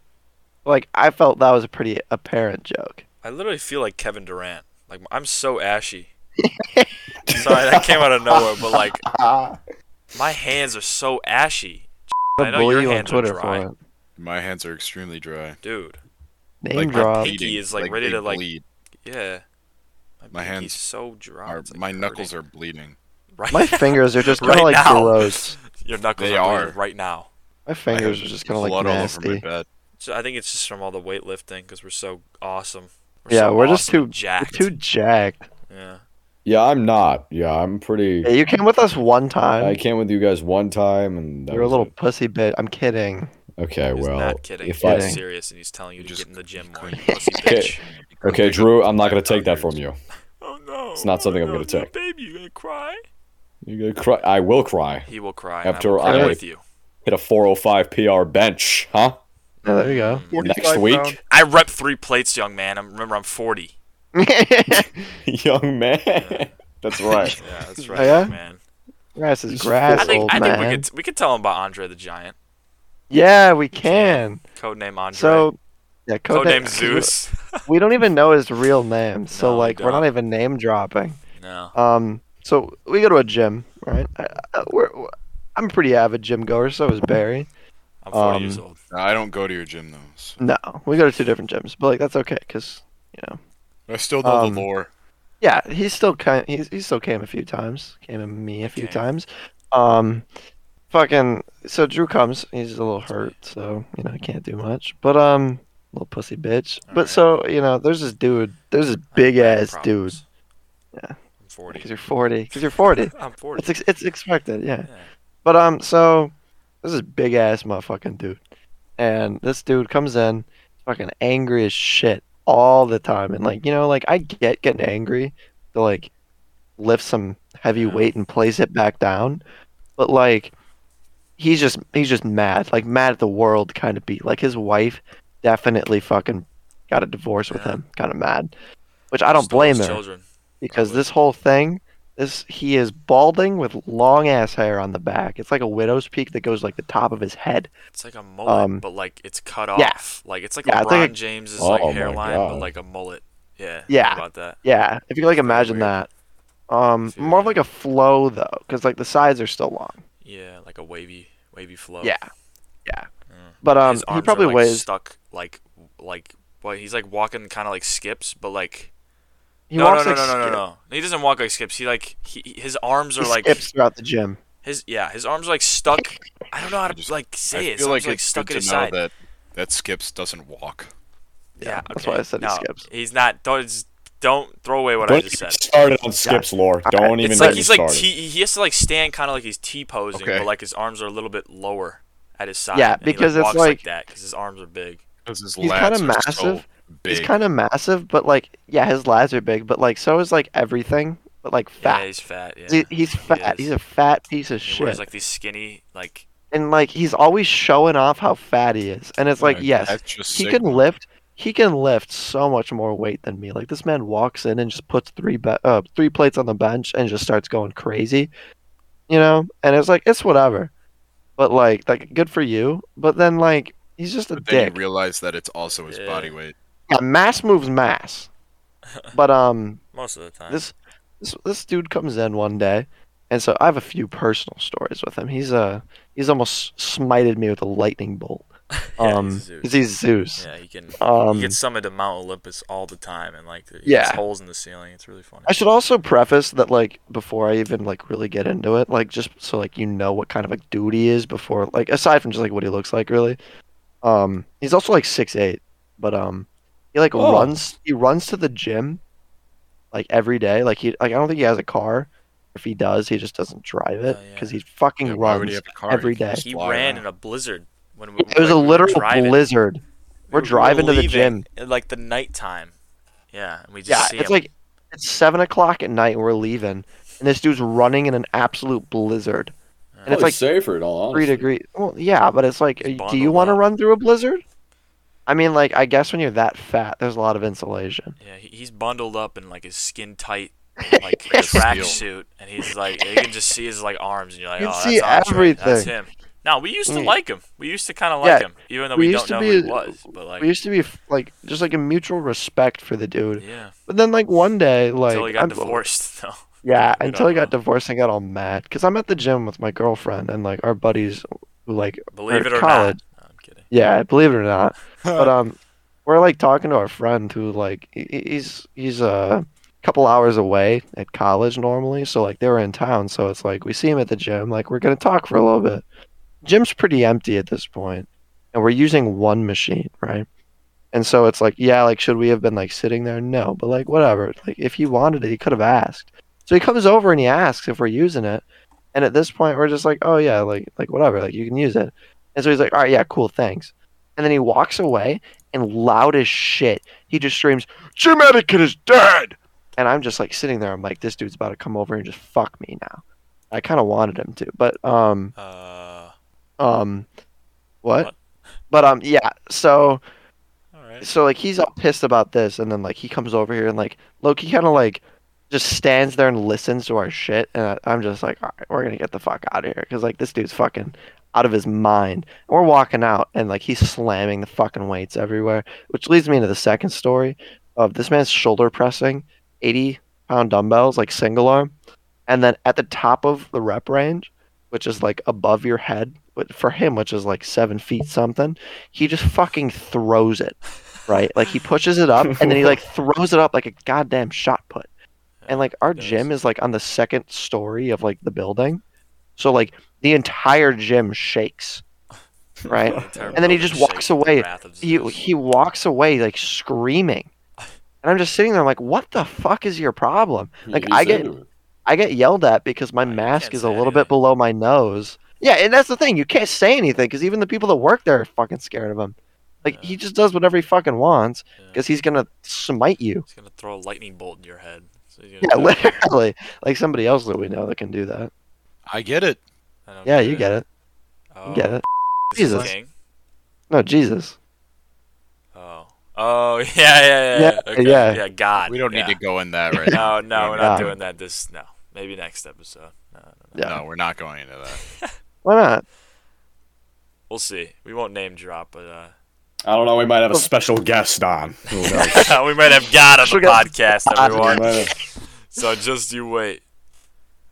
Speaker 1: Like, I felt that was a pretty apparent joke.
Speaker 2: I literally feel like Kevin Durant. Like I'm so ashy. Sorry, that came out of nowhere, but like my hands are so ashy, I
Speaker 1: I
Speaker 2: know
Speaker 1: bully
Speaker 2: your
Speaker 1: you on
Speaker 2: hands are
Speaker 1: Twitter for
Speaker 2: dry.
Speaker 1: it.
Speaker 4: My hands are extremely dry.
Speaker 2: dude.
Speaker 1: Name
Speaker 4: like my
Speaker 1: drop.
Speaker 2: pinky
Speaker 4: bleeding,
Speaker 2: is, like, ready
Speaker 4: they
Speaker 2: to, like,
Speaker 4: bleed.
Speaker 2: Yeah.
Speaker 4: My
Speaker 2: pinky's
Speaker 4: hands
Speaker 2: so dry.
Speaker 4: Are,
Speaker 2: Oh, it's, like,
Speaker 4: my
Speaker 2: hurting.
Speaker 4: knuckles are bleeding.
Speaker 2: right.
Speaker 1: My fingers are just kind
Speaker 2: Right
Speaker 1: of like
Speaker 2: now.
Speaker 1: gross.
Speaker 2: Your knuckles
Speaker 4: They
Speaker 2: are,
Speaker 4: are.
Speaker 2: bleeding right now.
Speaker 1: My
Speaker 4: I
Speaker 1: fingers are
Speaker 4: have
Speaker 1: just kind of like
Speaker 4: blood all over my
Speaker 1: nasty.
Speaker 4: bed.
Speaker 2: So I think it's just from all the weightlifting because we're so awesome.
Speaker 1: Yeah,
Speaker 2: so
Speaker 1: we're just
Speaker 2: awesome
Speaker 1: too-
Speaker 2: and
Speaker 1: You're
Speaker 2: jacked.
Speaker 1: too jacked.
Speaker 2: Yeah.
Speaker 3: yeah, I'm not. Yeah, I'm pretty.
Speaker 1: Yeah, you came with us one time.
Speaker 3: I came with you guys one time, and that
Speaker 1: um, You're a
Speaker 3: was
Speaker 1: little
Speaker 3: it.
Speaker 1: pussy bitch. I'm kidding.
Speaker 3: Okay,
Speaker 2: He's
Speaker 3: well,
Speaker 2: not kidding.
Speaker 3: if
Speaker 2: He's
Speaker 3: I
Speaker 1: Kidding.
Speaker 2: serious, and he's telling you to
Speaker 4: Just
Speaker 2: get in the gym more.
Speaker 4: couldn't-
Speaker 2: You pussy bitch.
Speaker 3: okay, Drew, I'm not gonna take that from you.
Speaker 2: Oh no!
Speaker 3: It's not something I'm gonna take.
Speaker 2: Baby, you gonna cry?
Speaker 3: You're gonna cry. I will cry.
Speaker 2: He will cry.
Speaker 3: After
Speaker 2: After I will cry
Speaker 1: I-
Speaker 2: with you.
Speaker 3: Hit a 405 PR bench, huh?
Speaker 1: Yeah, there you go.
Speaker 3: Next week,
Speaker 2: I rep three plates, young man. I'm, remember, I'm 40.
Speaker 3: young man. That's right.
Speaker 2: Yeah, that's
Speaker 1: Oh,
Speaker 2: right,
Speaker 1: yeah?
Speaker 2: young man.
Speaker 1: grass is
Speaker 3: He's
Speaker 1: grass,
Speaker 2: I think
Speaker 1: old
Speaker 2: I think we
Speaker 1: man.
Speaker 2: could we could tell him about Andre the Giant.
Speaker 1: Yeah, we can.
Speaker 2: Codename Andre.
Speaker 1: So, yeah, code
Speaker 2: codename Zeus.
Speaker 1: We don't even know his real name, so
Speaker 2: No, we
Speaker 1: like we're
Speaker 2: don't.
Speaker 1: not even name dropping.
Speaker 2: no.
Speaker 1: Um, so we go to a gym, right? I, I, we're, I'm a pretty avid gym goer. So is Barry.
Speaker 2: I'm 40
Speaker 1: um,
Speaker 2: years old.
Speaker 4: No, I don't go to your gym though. so-
Speaker 1: No, we go to two different gyms, but like that's okay, cause you know.
Speaker 4: I still know
Speaker 1: Um,
Speaker 4: the lore.
Speaker 1: Yeah, he still came. He, he still came a few times. Came to me a few
Speaker 2: Okay.
Speaker 1: times. Um, fucking. So Drew comes. He's a little hurt, so you know he can't do much. But um, little pussy bitch. but
Speaker 2: Alright.
Speaker 1: so you know, there's this dude. There's this
Speaker 2: I have
Speaker 1: big
Speaker 2: back
Speaker 1: ass dude.
Speaker 2: problems.
Speaker 1: Yeah.
Speaker 2: I'm
Speaker 1: Because
Speaker 2: 40.
Speaker 1: you're 40. Because you're 40.
Speaker 2: I'm 40.
Speaker 1: it's ex- it's expected. Yeah.
Speaker 2: Yeah.
Speaker 1: But um, so this is big ass motherfucking dude, and this dude comes in, fucking angry as shit all the time, and like you know, like I get getting angry to like lift some heavy
Speaker 2: Yeah.
Speaker 1: weight and place it back down, but like he's just he's just mad, like mad at the world kind of beat. Like his wife definitely fucking got a divorce with
Speaker 2: Yeah.
Speaker 1: him, kind of mad, which I don't
Speaker 2: Stole
Speaker 1: blame
Speaker 2: his
Speaker 1: her
Speaker 2: Children.
Speaker 1: because
Speaker 2: Probably.
Speaker 1: this whole thing this he is balding with long ass hair on the back it's like a widow's peak that goes like the top of his head
Speaker 2: It's like a mullet,
Speaker 1: Um, but,
Speaker 2: but like it's cut
Speaker 1: yeah.
Speaker 2: off. Like it's like
Speaker 1: Yeah,
Speaker 2: LeBron
Speaker 1: it's like LeBron a-
Speaker 2: James's
Speaker 3: like,
Speaker 2: like
Speaker 3: Oh my hairline,
Speaker 2: hairline,
Speaker 3: but,
Speaker 2: but
Speaker 3: God.
Speaker 2: like a mullet. Yeah.
Speaker 1: Yeah.
Speaker 2: About that.
Speaker 1: yeah if you can like imagine
Speaker 2: weird.
Speaker 1: that um
Speaker 2: Feel
Speaker 1: more of
Speaker 2: you.
Speaker 1: like a flow though because like the sides are still long
Speaker 2: Yeah, like a wavy, wavy flow.
Speaker 1: yeah yeah but um
Speaker 2: Oh. Mm. His
Speaker 1: he
Speaker 2: arms
Speaker 1: probably
Speaker 2: are, like,
Speaker 1: weighs
Speaker 2: stuck like like what he's like walking kind of like skips, but like
Speaker 1: he
Speaker 2: no,
Speaker 1: walks
Speaker 2: no, no,
Speaker 1: like
Speaker 2: no, no, no,
Speaker 1: skip-
Speaker 2: no. He doesn't walk like skips. He like he he- his arms are
Speaker 1: he
Speaker 2: like
Speaker 1: skips throughout the gym
Speaker 2: his yeah his arms are like stuck. I don't know how to
Speaker 4: just-
Speaker 2: like say it.
Speaker 4: I
Speaker 2: His
Speaker 4: feel
Speaker 2: arms
Speaker 4: like
Speaker 2: are, like
Speaker 4: it's
Speaker 2: stuck
Speaker 4: good
Speaker 2: at
Speaker 4: to
Speaker 2: his
Speaker 4: know
Speaker 2: side.
Speaker 4: that that Skips doesn't walk.
Speaker 2: yeah, okay.
Speaker 1: that's why I said he
Speaker 2: no,
Speaker 1: skips.
Speaker 2: He's not. Don't just- don't throw away what I
Speaker 3: Don't
Speaker 2: just
Speaker 3: even
Speaker 2: said.
Speaker 3: get started on Skip's lore. Don't even
Speaker 2: It's
Speaker 3: get
Speaker 2: like
Speaker 3: me
Speaker 2: he's like
Speaker 3: started.
Speaker 2: t- he has to like stand kind of like he's T posing,
Speaker 4: Okay.
Speaker 2: but like his arms are a little bit lower at his side.
Speaker 1: Yeah,
Speaker 2: and he,
Speaker 1: because it's
Speaker 2: walks like,
Speaker 1: like-
Speaker 2: that because his arms are big.
Speaker 4: Because his
Speaker 1: He's
Speaker 4: lats
Speaker 1: kinda
Speaker 4: are so
Speaker 1: massive.
Speaker 4: big.
Speaker 1: he's kind of massive but like yeah his lats are big but like so is like everything but like
Speaker 2: Yeah,
Speaker 1: fat
Speaker 2: he's fat. Yeah,
Speaker 1: He- he's fat
Speaker 2: is.
Speaker 1: he's a fat piece of
Speaker 2: he
Speaker 1: shit
Speaker 2: wears like these skinny like
Speaker 1: and like he's always showing off how fat he is and it's like
Speaker 4: Like,
Speaker 1: yes
Speaker 4: that's just
Speaker 1: he
Speaker 4: sick.
Speaker 1: can lift he can lift so much more weight than me like this man walks in and just puts three be- uh, three plates on the bench and just starts going crazy you know and it's like it's whatever but like like good for you but then like he's just a
Speaker 4: But then
Speaker 1: dick
Speaker 4: you realize that it's also his
Speaker 2: Yeah.
Speaker 4: body weight.
Speaker 1: yeah, mass moves mass but um
Speaker 2: most of the time.
Speaker 1: this this this dude comes in one day, and so I have a few personal stories with him. He's uh he's almost smited me with a lightning bolt.
Speaker 2: Yeah,
Speaker 1: Um,
Speaker 2: he's Zeus.
Speaker 1: 'cause he's Zeus.
Speaker 2: yeah, he can
Speaker 1: Um,
Speaker 2: he gets summoned to Mount Olympus all the time, and like he
Speaker 1: Yeah.
Speaker 2: has holes in the ceiling. It's really funny.
Speaker 1: I should also preface that like before I even like really get into it, like just so like you know what kind of a dude he is before like aside from just like what he looks like really. Um, he's also like six eight, but um, he like
Speaker 3: Oh.
Speaker 1: runs he runs to the gym, like every day. Like he like I don't think he has a car. If he does, he just doesn't drive it
Speaker 2: Oh, yeah.
Speaker 1: because he fucking
Speaker 4: Yeah, why would
Speaker 1: runs
Speaker 4: he have a car?
Speaker 1: every
Speaker 4: He can
Speaker 1: day.
Speaker 4: just
Speaker 2: he
Speaker 4: fly
Speaker 2: ran
Speaker 4: around.
Speaker 2: in a blizzard when we,
Speaker 1: It was a
Speaker 2: like, we were
Speaker 1: literal
Speaker 2: driving.
Speaker 1: blizzard. We're
Speaker 2: We were
Speaker 1: driving to the
Speaker 2: leaving
Speaker 1: gym.
Speaker 2: at, like the nighttime. Yeah, and we just
Speaker 1: Yeah,
Speaker 2: see
Speaker 1: it's
Speaker 2: him.
Speaker 1: like it's seven o'clock at night. and We're leaving, and this dude's running in an absolute blizzard,
Speaker 2: Oh,
Speaker 1: and it's
Speaker 3: Probably
Speaker 1: like
Speaker 3: safer in all
Speaker 1: three
Speaker 3: honesty.
Speaker 1: degrees. Well, yeah, but it's like,
Speaker 2: Just
Speaker 1: do you
Speaker 2: bundled
Speaker 1: want to
Speaker 2: up.
Speaker 1: run through a blizzard? I mean, like, I guess when you're that fat, there's a lot of insulation.
Speaker 2: yeah, he, he's bundled up in like his skin tight like
Speaker 4: Like a
Speaker 2: track
Speaker 4: seal.
Speaker 2: suit, and he's like you can just see his like arms, and you're like,
Speaker 1: You
Speaker 2: oh,
Speaker 1: can
Speaker 2: that's
Speaker 1: see
Speaker 2: Andre, That's
Speaker 1: everything.
Speaker 2: him. No, we used to
Speaker 1: Mm.
Speaker 2: like him. We used to kind of like
Speaker 1: Yeah,
Speaker 2: him, even though
Speaker 1: we
Speaker 2: we,
Speaker 1: used
Speaker 2: don't
Speaker 1: to
Speaker 2: know
Speaker 1: be-
Speaker 2: who he was. But like,
Speaker 1: We used to be like just like a mutual respect for the dude,
Speaker 2: yeah,
Speaker 1: but then like one day, like
Speaker 2: until he got
Speaker 1: I'm-
Speaker 2: divorced. though.
Speaker 1: Yeah,
Speaker 2: We
Speaker 1: until
Speaker 2: don't
Speaker 1: I got
Speaker 2: know.
Speaker 1: divorced and got all mad because I'm at the gym with my girlfriend and like our buddies, who like
Speaker 2: believe it or
Speaker 1: college.
Speaker 2: not. No, I'm kidding.
Speaker 1: Yeah, believe it or not. but um, we're like talking to our friend who like he- he's he's uh, a couple hours away at college normally, so like they were in town, so it's like we see him at the gym, like we're gonna talk for a little bit. Gym's pretty empty at this point, and we're using one machine, right? And so it's like, yeah, like should we have been like sitting there? No, but like whatever. Like if he wanted it, he could have asked. So he comes over and he asks if we're using it. And at this point, we're just like, oh yeah, like like whatever, like you can use it. And so he's like, all right, yeah, cool, thanks. And then he walks away, and loud as shit, he just screams, Jim Etiquette is dead! And I'm just like sitting there, I'm like, this dude's about to come over and just fuck me now. I kind of wanted him to, but, um,
Speaker 2: Uh,
Speaker 1: um, what?
Speaker 2: What?
Speaker 1: But, um, yeah, so,
Speaker 2: all right.
Speaker 1: so like he's all pissed about this, and then like he comes over here and like, Loki kind of like just stands there and listens to our shit, and I, I'm just like, all right, we're gonna get the fuck out of here, because like this dude's fucking out of his mind. And we're walking out, and like he's slamming the fucking weights everywhere, which leads me into the second story of this man's shoulder pressing 80 pound dumbbells, like single arm, and then at the top of the rep range, which is like above your head, but for him, which is like seven feet something, he just fucking throws it, right? Like he pushes it up, and then he like throws it up like a goddamn shot put and like our
Speaker 2: does.
Speaker 1: gym is like on the second story of like the building so like the entire gym shakes right
Speaker 2: Terrible
Speaker 1: and then he
Speaker 2: building
Speaker 1: just
Speaker 2: shape,
Speaker 1: walks
Speaker 2: the
Speaker 1: away.
Speaker 2: wrath of
Speaker 1: he,
Speaker 2: Zeus.
Speaker 1: he walks away like screaming and i'm just sitting there like what the fuck is your problem like
Speaker 3: He's
Speaker 1: i get
Speaker 3: into it.
Speaker 1: i get yelled at because my
Speaker 2: you
Speaker 1: mask
Speaker 2: can't
Speaker 1: is
Speaker 2: say
Speaker 1: a little
Speaker 2: anything.
Speaker 1: bit below my nose yeah and that's the thing you can't say anything because even the people that work there are fucking scared of him like
Speaker 2: Yeah.
Speaker 1: he just does whatever he fucking wants
Speaker 2: Yeah.
Speaker 1: because he's gonna smite you
Speaker 2: He's gonna throw a lightning bolt in your head. So he's gonna
Speaker 1: yeah
Speaker 2: do it.
Speaker 1: literally like somebody else that we know that can do that
Speaker 4: I get it.
Speaker 2: I don't
Speaker 1: yeah you get it
Speaker 2: Oh,
Speaker 1: you get it
Speaker 2: this is
Speaker 1: Jesus.
Speaker 2: King?
Speaker 1: No, Jesus.
Speaker 2: Oh. Oh yeah yeah
Speaker 1: Yeah,
Speaker 2: yeah. Yeah. Okay.
Speaker 1: yeah.
Speaker 2: yeah. God.
Speaker 4: We don't need to go in that right now.
Speaker 2: No no, we're not
Speaker 1: Yeah.
Speaker 2: doing that. This no. Maybe next episode. No, no, no.
Speaker 1: Yeah.
Speaker 4: No, we're not going into that.
Speaker 1: Why not?
Speaker 2: We'll see. We won't name drop, but uh,
Speaker 3: I don't know. We might have a special guest on. Who knows?
Speaker 2: we might have God on
Speaker 1: Sure
Speaker 2: the
Speaker 1: got-
Speaker 2: podcast,
Speaker 1: God.
Speaker 3: We
Speaker 2: everyone.
Speaker 3: might have-
Speaker 2: So just you wait.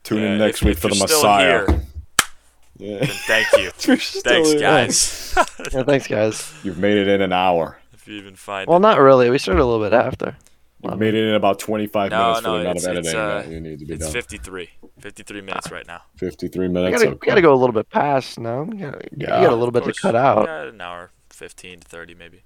Speaker 3: Tune
Speaker 2: Yeah,
Speaker 3: in next
Speaker 2: if-
Speaker 3: week
Speaker 2: if
Speaker 3: for the
Speaker 2: you're still
Speaker 3: Messiah.
Speaker 2: here,
Speaker 3: Yeah.
Speaker 2: then thank you. Thanks,
Speaker 3: Thanks,
Speaker 2: guys.
Speaker 1: Yeah, thanks, guys.
Speaker 3: You've made it in an hour.
Speaker 2: if you even find
Speaker 1: Well,
Speaker 2: it.
Speaker 1: not really. We started a little bit after.
Speaker 3: You've made it in about 25
Speaker 2: No,
Speaker 3: minutes for
Speaker 2: no,
Speaker 3: the amount of
Speaker 2: it's-
Speaker 3: editing
Speaker 2: it's, uh,
Speaker 3: that you need to be
Speaker 2: It's
Speaker 3: done.
Speaker 2: 53. 53 minutes right now.
Speaker 3: 53
Speaker 1: We
Speaker 3: minutes.
Speaker 1: gotta, we
Speaker 3: okay.
Speaker 1: gotta go a little bit past now. We gotta, we
Speaker 3: Yeah,
Speaker 1: got a little bit
Speaker 2: Of
Speaker 1: to
Speaker 2: course,
Speaker 1: cut out.
Speaker 2: Oh, yeah, an hour 15 to 30 maybe.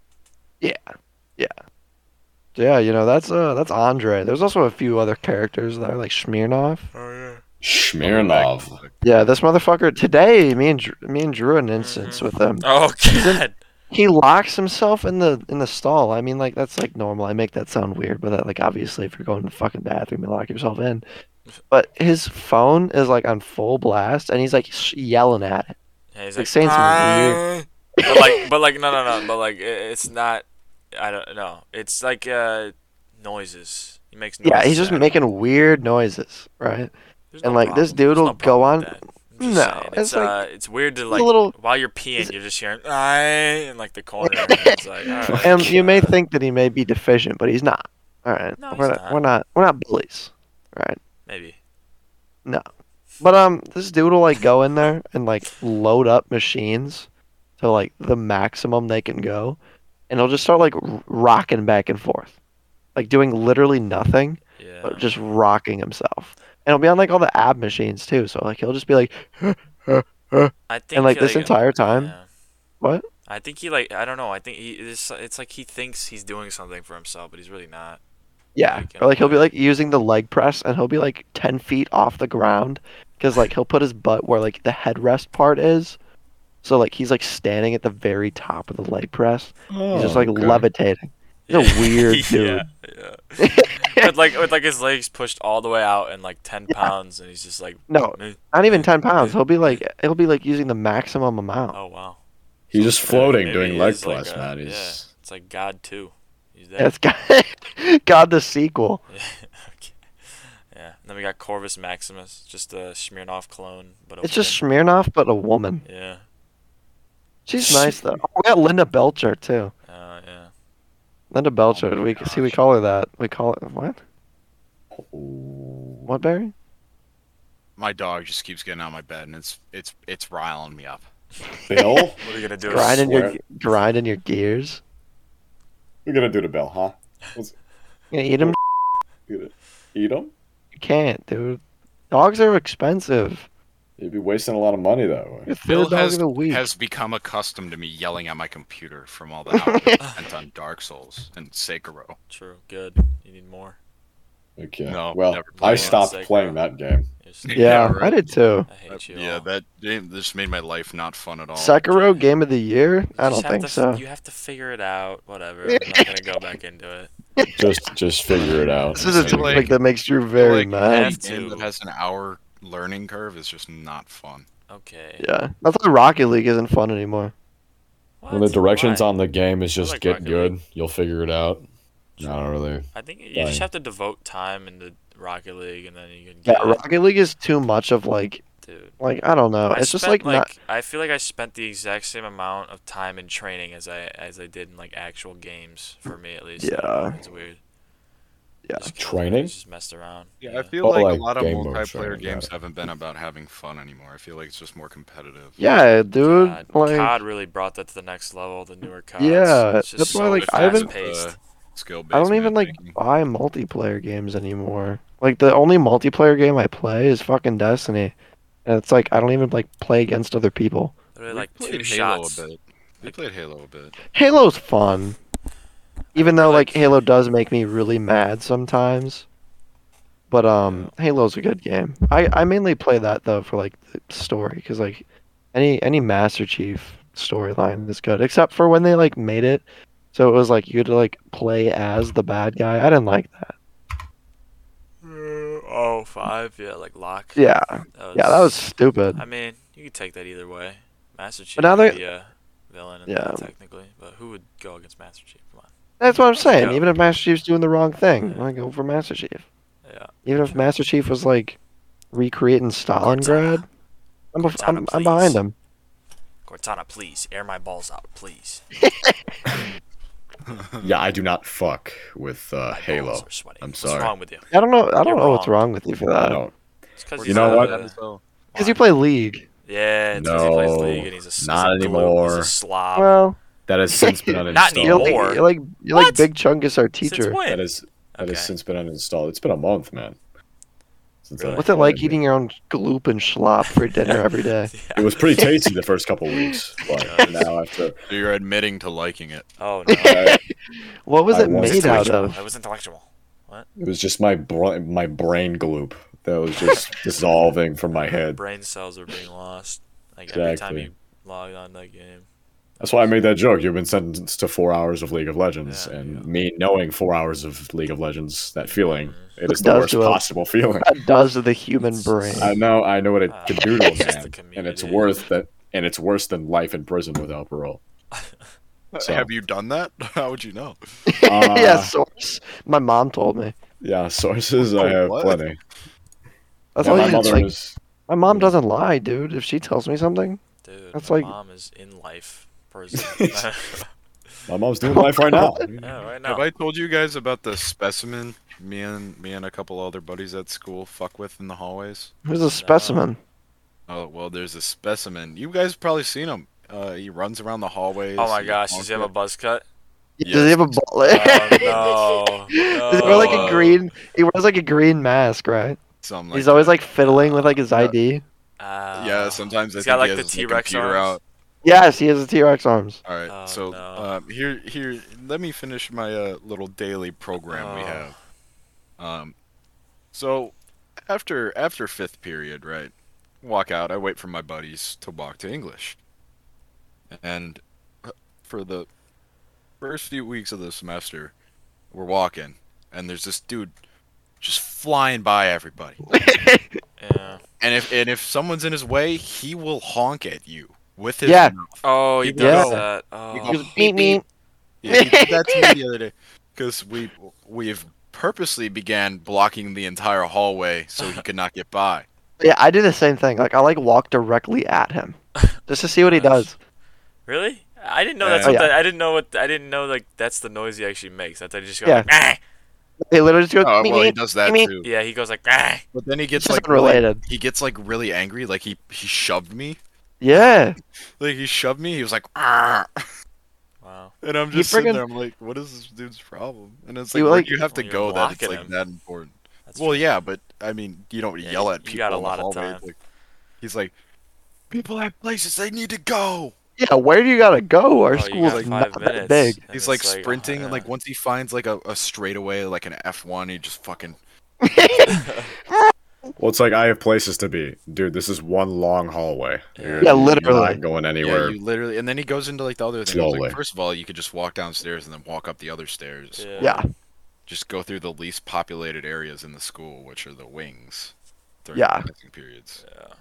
Speaker 1: Yeah, you know that's uh that's Andre. There's also a few other characters that are like Smirnov.
Speaker 2: Oh yeah.
Speaker 3: Smirnov.
Speaker 1: Yeah, this motherfucker. Today, me and Dr- me and Drew had an instance with him.
Speaker 2: Oh god.
Speaker 1: He locks himself in the in the stall. I mean, like that's like normal. I make that sound weird, but that, like obviously, if you're going to the fucking bathroom, you lock yourself in. But his phone is like on full blast, and he's like sh- yelling at it.
Speaker 2: Yeah, he's
Speaker 1: Like saying some weird
Speaker 2: but like, but like, no, no, no. But like, i- it's not. I don't know. It's like uh, noises. He makes. Noises
Speaker 1: Yeah, he's just
Speaker 2: at it.
Speaker 1: making weird noises, right?
Speaker 2: There's
Speaker 1: and, like, this dude
Speaker 2: problem. There's
Speaker 1: will
Speaker 2: no
Speaker 1: go
Speaker 2: problem with
Speaker 1: on-
Speaker 2: that. I'm just
Speaker 1: No,
Speaker 2: saying.
Speaker 1: it's
Speaker 2: it's,
Speaker 1: like-
Speaker 2: uh, it's weird to like
Speaker 1: little-
Speaker 2: while you're
Speaker 1: it's-
Speaker 2: peeing, you're just hearing "Aye," in like the corner. and it's like, all right, uh,
Speaker 1: And you may
Speaker 2: God.
Speaker 1: think that he may be deficient, but he's not. All right,
Speaker 2: No,
Speaker 1: we're
Speaker 2: he's
Speaker 1: we're not we're not bullies, all right?
Speaker 2: maybe.
Speaker 1: But um, this dude will like go in there and like load up machines to like the maximum they can go, and he'll just start like r- rocking back and forth, like doing literally nothing.
Speaker 2: Yeah.
Speaker 1: but just rocking himself. And he'll be on like all the ab machines too. So like he'll just be like,
Speaker 2: I think
Speaker 1: and like this entire time,
Speaker 2: yeah.
Speaker 1: What?
Speaker 2: I think he like I don't know. I think he it's, it's like he thinks he's doing something for himself, but he's really not.
Speaker 1: yeah.
Speaker 2: Like,
Speaker 1: Or like he'll be like using the leg press, and he'll be like ten feet off the ground because like he'll put his butt where like the headrest part is, So like he's like standing at the very top of the leg press.
Speaker 3: Oh,
Speaker 1: He's just like
Speaker 3: okay.
Speaker 1: levitating. He's a weird dude.
Speaker 2: Yeah, yeah. with like with like his legs pushed all the way out and like ten pounds, and he's just like,
Speaker 1: No,
Speaker 2: "Mm,
Speaker 1: not even ten pounds. He'll be like he'll be like using the maximum amount.
Speaker 2: oh wow,
Speaker 3: He's just floating,
Speaker 2: Maybe
Speaker 3: doing
Speaker 2: he
Speaker 3: leg
Speaker 2: is like uh,
Speaker 3: press,
Speaker 2: a-
Speaker 3: man.
Speaker 2: yeah.
Speaker 3: He's
Speaker 2: it's like God too. He's there.
Speaker 1: That's God, God the sequel.
Speaker 2: Okay. Yeah. And then we got Corvus Maximus, just a Smirnoff clone, but a
Speaker 1: It's just
Speaker 2: woman.
Speaker 1: Smirnoff, but a woman.
Speaker 2: yeah,
Speaker 1: She's nice though. Oh, we got Linda Belcher too.
Speaker 2: uh, yeah.
Speaker 1: Linda Belcher.
Speaker 3: my
Speaker 1: we see we
Speaker 3: gosh.
Speaker 1: call her that. We call it what?
Speaker 3: Ooh.
Speaker 1: What Barry?
Speaker 4: My dog just keeps getting out of my bed, and it's it's it's riling me up.
Speaker 3: Bill?
Speaker 2: What are you gonna do?
Speaker 1: Grinding your
Speaker 3: swear.
Speaker 1: grinding your gears.
Speaker 3: We're gonna do the Bill, huh?
Speaker 1: You gonna eat them?
Speaker 3: We're gonna eat him?
Speaker 1: You can't, dude. Dogs are expensive.
Speaker 3: You'd be wasting a lot of money that way.
Speaker 1: Your third dog
Speaker 4: has,
Speaker 1: of the week.
Speaker 4: has become accustomed to me yelling at my computer from all the hours I spent on Dark Souls and Sekiro.
Speaker 2: True. Good. You need more.
Speaker 3: Okay.
Speaker 4: No,
Speaker 3: well,
Speaker 4: never played
Speaker 3: I
Speaker 4: one.
Speaker 3: stopped
Speaker 2: Sekiro.
Speaker 3: playing that game.
Speaker 2: You're just-
Speaker 1: yeah,
Speaker 4: Yeah, right.
Speaker 1: I did too.
Speaker 2: I
Speaker 4: Uh,
Speaker 2: hate you.
Speaker 4: Yeah,
Speaker 2: all.
Speaker 4: that game this made my life not fun at all.
Speaker 1: Sekiro game of the year?
Speaker 2: You
Speaker 1: I don't
Speaker 2: just have
Speaker 1: think
Speaker 2: to,
Speaker 1: so.
Speaker 2: You have to figure it out. Whatever. I'm not gonna go back into it.
Speaker 3: Just just figure it out.
Speaker 1: This is a
Speaker 4: Like-
Speaker 1: topic that makes Drew very
Speaker 4: like,
Speaker 1: mad.
Speaker 4: Any game that has an hour learning curve is just not fun.
Speaker 2: Okay.
Speaker 1: Yeah, that's why Rocket League isn't fun anymore.
Speaker 2: What?
Speaker 3: when the directions
Speaker 2: Why?
Speaker 3: on the game is
Speaker 2: I
Speaker 3: just
Speaker 2: like
Speaker 3: get
Speaker 2: Rocket
Speaker 3: good, you'll figure it out. I don't really.
Speaker 2: I think you
Speaker 3: Dying.
Speaker 2: just have to devote time into Rocket League, and then you can
Speaker 1: Yeah,
Speaker 2: get it,
Speaker 1: Rocket League is too much of like,
Speaker 2: dude.
Speaker 1: like I don't know.
Speaker 2: I
Speaker 1: It's just
Speaker 2: spent,
Speaker 1: like, not.
Speaker 2: I feel like I spent the exact same amount of time in training as I as I did in like actual games for me at least. I don't know,
Speaker 1: Yeah.
Speaker 2: it's weird.
Speaker 1: Yeah.
Speaker 2: Just kinda-
Speaker 3: Training?
Speaker 2: Just messed around.
Speaker 4: Yeah, I feel
Speaker 3: Well,
Speaker 4: like,
Speaker 3: like,
Speaker 4: a lot of
Speaker 3: game mode sharing,
Speaker 4: multiplayer
Speaker 3: yeah.
Speaker 4: games haven't been about having fun anymore. I feel like it's just more competitive.
Speaker 1: Yeah, dude.
Speaker 2: COD,
Speaker 1: like,
Speaker 2: COD really brought that to the next level. The newer COD.
Speaker 1: Yeah,
Speaker 2: it's just
Speaker 1: that's why,
Speaker 2: so
Speaker 1: like, I
Speaker 2: fast
Speaker 1: haven't-
Speaker 4: Uh,
Speaker 2: paced.
Speaker 4: Skill based.
Speaker 1: I don't even like buy multiplayer games anymore. Like the only multiplayer game I play is fucking Destiny, and it's like I don't even like play against other people.
Speaker 2: Literally like
Speaker 4: played
Speaker 2: two
Speaker 4: Halo
Speaker 2: shots.
Speaker 4: a bit. We played Halo a bit.
Speaker 1: Halo's fun, even though like
Speaker 2: like-
Speaker 1: Halo does make me really mad sometimes. But um, Halo's a good game. I I mainly play that though for like the story, because like any any Master Chief storyline is good, except for when they like made it. So it was like you had to like play as the bad guy. I didn't like that.
Speaker 2: Oh five, yeah, like lock.
Speaker 1: Yeah, yeah, that was stupid.
Speaker 2: I mean, you could take that either way. Master Chief
Speaker 1: now they're-
Speaker 2: would be a villain, in
Speaker 1: Yeah.
Speaker 2: that, technically, but who would go against Master Chief? Come on.
Speaker 1: That's what I'm saying.
Speaker 2: Yeah.
Speaker 1: Even if Master Chief's doing the wrong thing, I go for Master Chief.
Speaker 2: Yeah.
Speaker 1: Even if Master Chief was like recreating Stalingrad, I'm, bef- I'm, I'm behind
Speaker 2: please.
Speaker 1: him.
Speaker 2: Cortana, please air my balls out, please.
Speaker 3: Yeah, I do not fuck with uh,
Speaker 2: My
Speaker 3: Halo.
Speaker 2: Balls are sweating.
Speaker 3: I'm
Speaker 2: What's
Speaker 3: sorry.
Speaker 2: wrong with you?
Speaker 1: I don't know. I don't
Speaker 2: You're
Speaker 1: know what's wrong with you for
Speaker 3: I
Speaker 1: that.
Speaker 3: don't.
Speaker 2: It's 'cause
Speaker 3: You
Speaker 2: he's,
Speaker 3: know what?
Speaker 2: uh,
Speaker 1: Because you play League.
Speaker 2: yeah, it's 'cause he plays
Speaker 3: No,
Speaker 2: League and he's a s- he's
Speaker 3: not
Speaker 2: a glue, He's
Speaker 3: anymore.
Speaker 2: a slob.
Speaker 1: Well,
Speaker 3: That has since been
Speaker 2: Not
Speaker 3: uninstalled.
Speaker 1: you're like,
Speaker 2: anymore. Um, Lord.
Speaker 1: you're like you're like
Speaker 2: What?
Speaker 1: Big Chunk is our
Speaker 2: Since
Speaker 1: teacher.
Speaker 2: when?
Speaker 3: That is that has
Speaker 2: Okay.
Speaker 3: since been uninstalled. It's been a month, man. Since I
Speaker 2: Really?
Speaker 1: What's it like
Speaker 3: played
Speaker 1: eating your own gloop and schlop for dinner every day?
Speaker 3: It was pretty tasty the first couple weeks, but now after
Speaker 4: So you're admitting to liking it.
Speaker 2: Oh no,
Speaker 3: I, it
Speaker 1: What was
Speaker 3: I
Speaker 1: it
Speaker 3: was
Speaker 1: made out
Speaker 3: intellectual.
Speaker 1: of?
Speaker 2: that was intellectual.
Speaker 3: was just my bra- my brain gloop that was just dissolving from my head.
Speaker 2: Brain cells are being lost. Like every time
Speaker 3: Exactly.
Speaker 2: you log on that game.
Speaker 3: That's why I made that joke. You've been sentenced to four hours of League of Legends,
Speaker 2: Yeah,
Speaker 3: and me knowing four hours of League of Legends, that feeling,
Speaker 2: Mm-hmm.
Speaker 3: it is
Speaker 1: It
Speaker 3: the
Speaker 1: does
Speaker 3: worst
Speaker 1: do it.
Speaker 3: possible feeling.
Speaker 1: That does to the human brain.
Speaker 3: I know, I know what it
Speaker 2: Ah,
Speaker 3: can do to
Speaker 2: it's just
Speaker 3: a
Speaker 2: the
Speaker 3: man, and it's
Speaker 2: community.
Speaker 3: worth that, and it's worse than life in prison without parole. So-
Speaker 4: Uh, Have you done that? How would you know?
Speaker 3: Uh,
Speaker 1: yeah, source. My mom told me.
Speaker 3: yeah, sources I
Speaker 4: Oh,
Speaker 3: have
Speaker 4: what?
Speaker 3: plenty.
Speaker 1: That's
Speaker 3: Yeah,
Speaker 1: all
Speaker 3: my
Speaker 1: you
Speaker 3: mother
Speaker 1: like.
Speaker 3: is.
Speaker 1: My mom doesn't lie, dude. If she tells me something,
Speaker 2: Dude,
Speaker 1: That's
Speaker 2: my
Speaker 1: like-
Speaker 2: mom is in life prison.
Speaker 3: My mom's doing life right now.
Speaker 2: yeah, right
Speaker 4: Have
Speaker 2: now.
Speaker 4: I told you guys about the specimen me and me and a couple other buddies at school fuck with in the hallways?
Speaker 1: who's a specimen?
Speaker 4: Oh well, there's a specimen. You guys probably seen him. Uh, he runs around the hallways.
Speaker 2: Oh my
Speaker 4: he's
Speaker 2: gosh, does he have a
Speaker 4: honking.
Speaker 2: buzz cut?
Speaker 1: Does he have a ball?
Speaker 2: Oh no.
Speaker 1: Does he wear like a
Speaker 4: Oh.
Speaker 1: green? He wears like a green mask, right?
Speaker 4: Something
Speaker 1: He's
Speaker 4: that.
Speaker 1: always like fiddling with like his ID.
Speaker 2: Oh.
Speaker 4: Yeah, sometimes I
Speaker 2: He's
Speaker 4: think
Speaker 2: got,
Speaker 4: he
Speaker 2: like, the
Speaker 4: has
Speaker 2: T-Rex
Speaker 4: computer
Speaker 2: arms.
Speaker 4: out.
Speaker 1: Yes, he has a T Rex arms.
Speaker 4: All right,
Speaker 2: Oh,
Speaker 4: so
Speaker 2: no.
Speaker 4: um, here, here, let me finish my uh, little daily program we
Speaker 2: Oh.
Speaker 4: have. Um, so after after fifth period, right? Walk out. I wait for my buddies to walk to English. and uh, for the first few weeks of the semester, we're walking, and there's this dude just flying by everybody.
Speaker 2: Yeah.
Speaker 4: And if and if someone's in his way, he will honk at you with his
Speaker 1: Yeah.
Speaker 4: mouth.
Speaker 2: Oh, he
Speaker 1: Yeah.
Speaker 2: does that. Oh.
Speaker 4: Because-
Speaker 1: Just beep beep.
Speaker 4: Yeah, he did that to me the other day because we we've purposely began blocking the entire hallway so he could not get by.
Speaker 1: Yeah, I do the same thing. Like I like walk directly at him, just to see what he
Speaker 2: Nice.
Speaker 1: does.
Speaker 2: Really? I didn't know that's
Speaker 4: Oh,
Speaker 2: what
Speaker 1: yeah.
Speaker 2: that, I didn't know what I didn't know like that's the noise he actually makes. That's I just go
Speaker 1: Yeah.
Speaker 2: like ah!
Speaker 1: They literally just go.
Speaker 4: Oh
Speaker 1: meep,
Speaker 4: well, he
Speaker 1: meep.
Speaker 4: does that
Speaker 1: meep.
Speaker 4: too.
Speaker 2: Yeah, he goes like ah!
Speaker 4: But then he
Speaker 1: It's
Speaker 4: gets
Speaker 1: just
Speaker 4: like really,
Speaker 1: unrelated.
Speaker 4: he gets like really angry. Like he he shoved me.
Speaker 1: Yeah,
Speaker 4: Like he shoved me. He was like, "Arr!"
Speaker 2: Wow.
Speaker 4: and I'm
Speaker 1: He
Speaker 4: just sitting
Speaker 1: friggin-
Speaker 4: there. I'm like, what is this dude's problem? And it's
Speaker 1: He,
Speaker 4: like, where
Speaker 1: like-
Speaker 4: do you have to
Speaker 2: Well, you're
Speaker 4: go that it's
Speaker 2: blocking
Speaker 4: like
Speaker 2: him.
Speaker 4: that important.
Speaker 2: That's
Speaker 4: Well,
Speaker 2: true.
Speaker 4: yeah, but I mean, you don't
Speaker 2: Yeah,
Speaker 4: yell at people.
Speaker 2: you got a
Speaker 4: in the
Speaker 2: lot of
Speaker 4: hallway.
Speaker 2: time.
Speaker 4: It's like- he's like, people have places they need to go.
Speaker 1: yeah. Where do you gotta go? Our
Speaker 2: Oh, you
Speaker 1: school's
Speaker 2: got
Speaker 1: like not
Speaker 2: five
Speaker 1: that
Speaker 2: minutes,
Speaker 1: big.
Speaker 2: and it's
Speaker 4: He's like sprinting,
Speaker 2: oh,
Speaker 4: and
Speaker 2: yeah.
Speaker 4: like once he finds like a, a straightaway, like an F1, he just fucking.
Speaker 3: Well, it's like I have places to be, dude. This is one long hallway.
Speaker 2: Yeah.
Speaker 3: You're-
Speaker 2: Yeah,
Speaker 3: you're
Speaker 1: literally.
Speaker 3: not going
Speaker 4: Yeah,
Speaker 3: anywhere.
Speaker 4: you literally, and then he goes into like the other thing. I was
Speaker 3: Slowly.
Speaker 4: Like, first of all, you could just walk downstairs and then walk up the other stairs.
Speaker 1: Yeah,
Speaker 4: just go through the least populated areas in the school, which are the wings during
Speaker 1: Yeah.
Speaker 4: the testing periods.
Speaker 2: Yeah.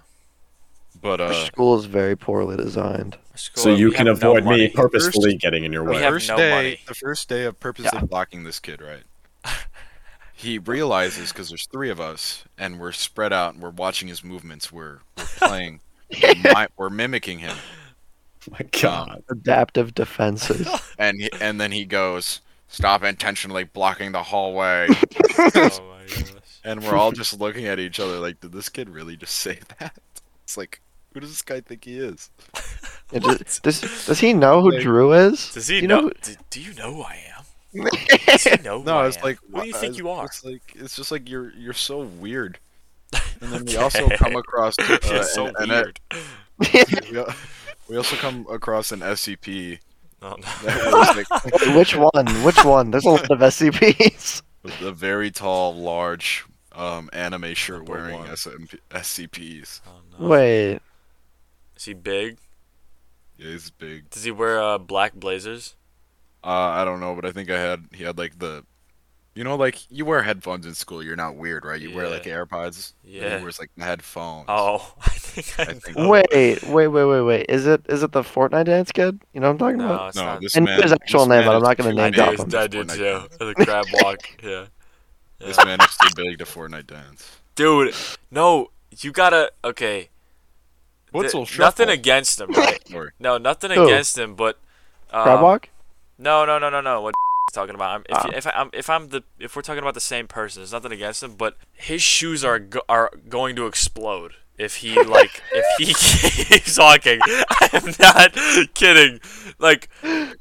Speaker 4: But
Speaker 1: our
Speaker 4: uh,
Speaker 1: school is very poorly designed.
Speaker 3: so
Speaker 2: School,
Speaker 3: you
Speaker 2: we
Speaker 3: can
Speaker 2: have no
Speaker 3: avoid me
Speaker 2: money.
Speaker 3: purposefully getting in your
Speaker 2: We
Speaker 4: the
Speaker 3: way.
Speaker 2: have
Speaker 4: first
Speaker 2: no
Speaker 4: day,
Speaker 2: money.
Speaker 4: the first day of purposely
Speaker 1: Yeah.
Speaker 4: blocking this kid, right? He realizes because there's three of us and we're spread out and we're watching his movements. We're, we're playing, we're, mi- we're mimicking him,
Speaker 3: My God,
Speaker 1: Adaptive defenses.
Speaker 4: and he, and then he goes, "Stop intentionally blocking the hallway."
Speaker 2: oh my gosh.
Speaker 4: and we're all just looking at each other like, "Did this kid really just say that?" It's like, who does this guy think he is?
Speaker 1: It just- does does he know who Drew is?
Speaker 2: Does he
Speaker 1: You
Speaker 2: know?
Speaker 1: know-
Speaker 2: do, do you know who I am? Does he know who
Speaker 4: No,
Speaker 2: I
Speaker 4: it's
Speaker 2: am?
Speaker 4: like
Speaker 2: who do you
Speaker 4: uh,
Speaker 2: think
Speaker 4: it's-
Speaker 2: you are?
Speaker 4: It's like it's just like you're you're so weird. And then we also come across uh,
Speaker 2: You're so
Speaker 4: an, an-
Speaker 2: weird.
Speaker 4: we, al- we also come across an SCP.
Speaker 2: Oh, No, no.
Speaker 4: That was like
Speaker 1: Which one? Which one? There's a lot of SCPs.
Speaker 4: a very tall, large, um, anime shirt wearing
Speaker 2: one.
Speaker 4: SMP, SCPs.
Speaker 2: Oh, no.
Speaker 1: Wait,
Speaker 2: Is he big?
Speaker 4: Yeah, he's big.
Speaker 2: Does he wear uh, black blazers?
Speaker 4: Uh, I don't know, but I think I had he had like the, you know, like you wear headphones in school. You're not weird, right? You wear
Speaker 2: Yeah.
Speaker 4: like AirPods. and
Speaker 2: Yeah.
Speaker 4: He wears like headphones.
Speaker 2: Oh, I think I,
Speaker 4: I think-
Speaker 2: know.
Speaker 1: wait, wait, wait, wait, wait. Is it is it the Fortnite dance kid? You know what I'm talking about?
Speaker 2: No, it's
Speaker 4: No,
Speaker 2: not.
Speaker 4: this
Speaker 1: I knew
Speaker 4: man.
Speaker 1: his actual
Speaker 4: this
Speaker 1: name,
Speaker 4: man
Speaker 1: but I'm
Speaker 4: is
Speaker 1: not gonna
Speaker 4: too
Speaker 1: name
Speaker 4: big
Speaker 2: Yeah,
Speaker 1: drop
Speaker 4: to
Speaker 2: he's-
Speaker 1: him.
Speaker 2: I did
Speaker 4: Fortnite
Speaker 2: too.
Speaker 4: dance.
Speaker 2: The crab walk. Yeah.
Speaker 4: This
Speaker 2: Yeah.
Speaker 4: man is too big to Fortnite dance.
Speaker 2: Dude, no, you gotta. Okay.
Speaker 4: What's
Speaker 2: th-
Speaker 4: all shuffle?
Speaker 2: nothing against him, right?
Speaker 4: Sorry.
Speaker 2: No, nothing
Speaker 1: Who?
Speaker 2: against him, but.
Speaker 4: Uh,
Speaker 2: Um,
Speaker 1: Crab walk?
Speaker 2: No, no, no, no, no. What is talking about? I'm, if,
Speaker 1: Ah.
Speaker 2: if I, I'm if I'm the if we're talking about the same person, there's nothing against him, but his shoes are go- are going to explode if he like if he keeps walking. I'm not kidding. Like,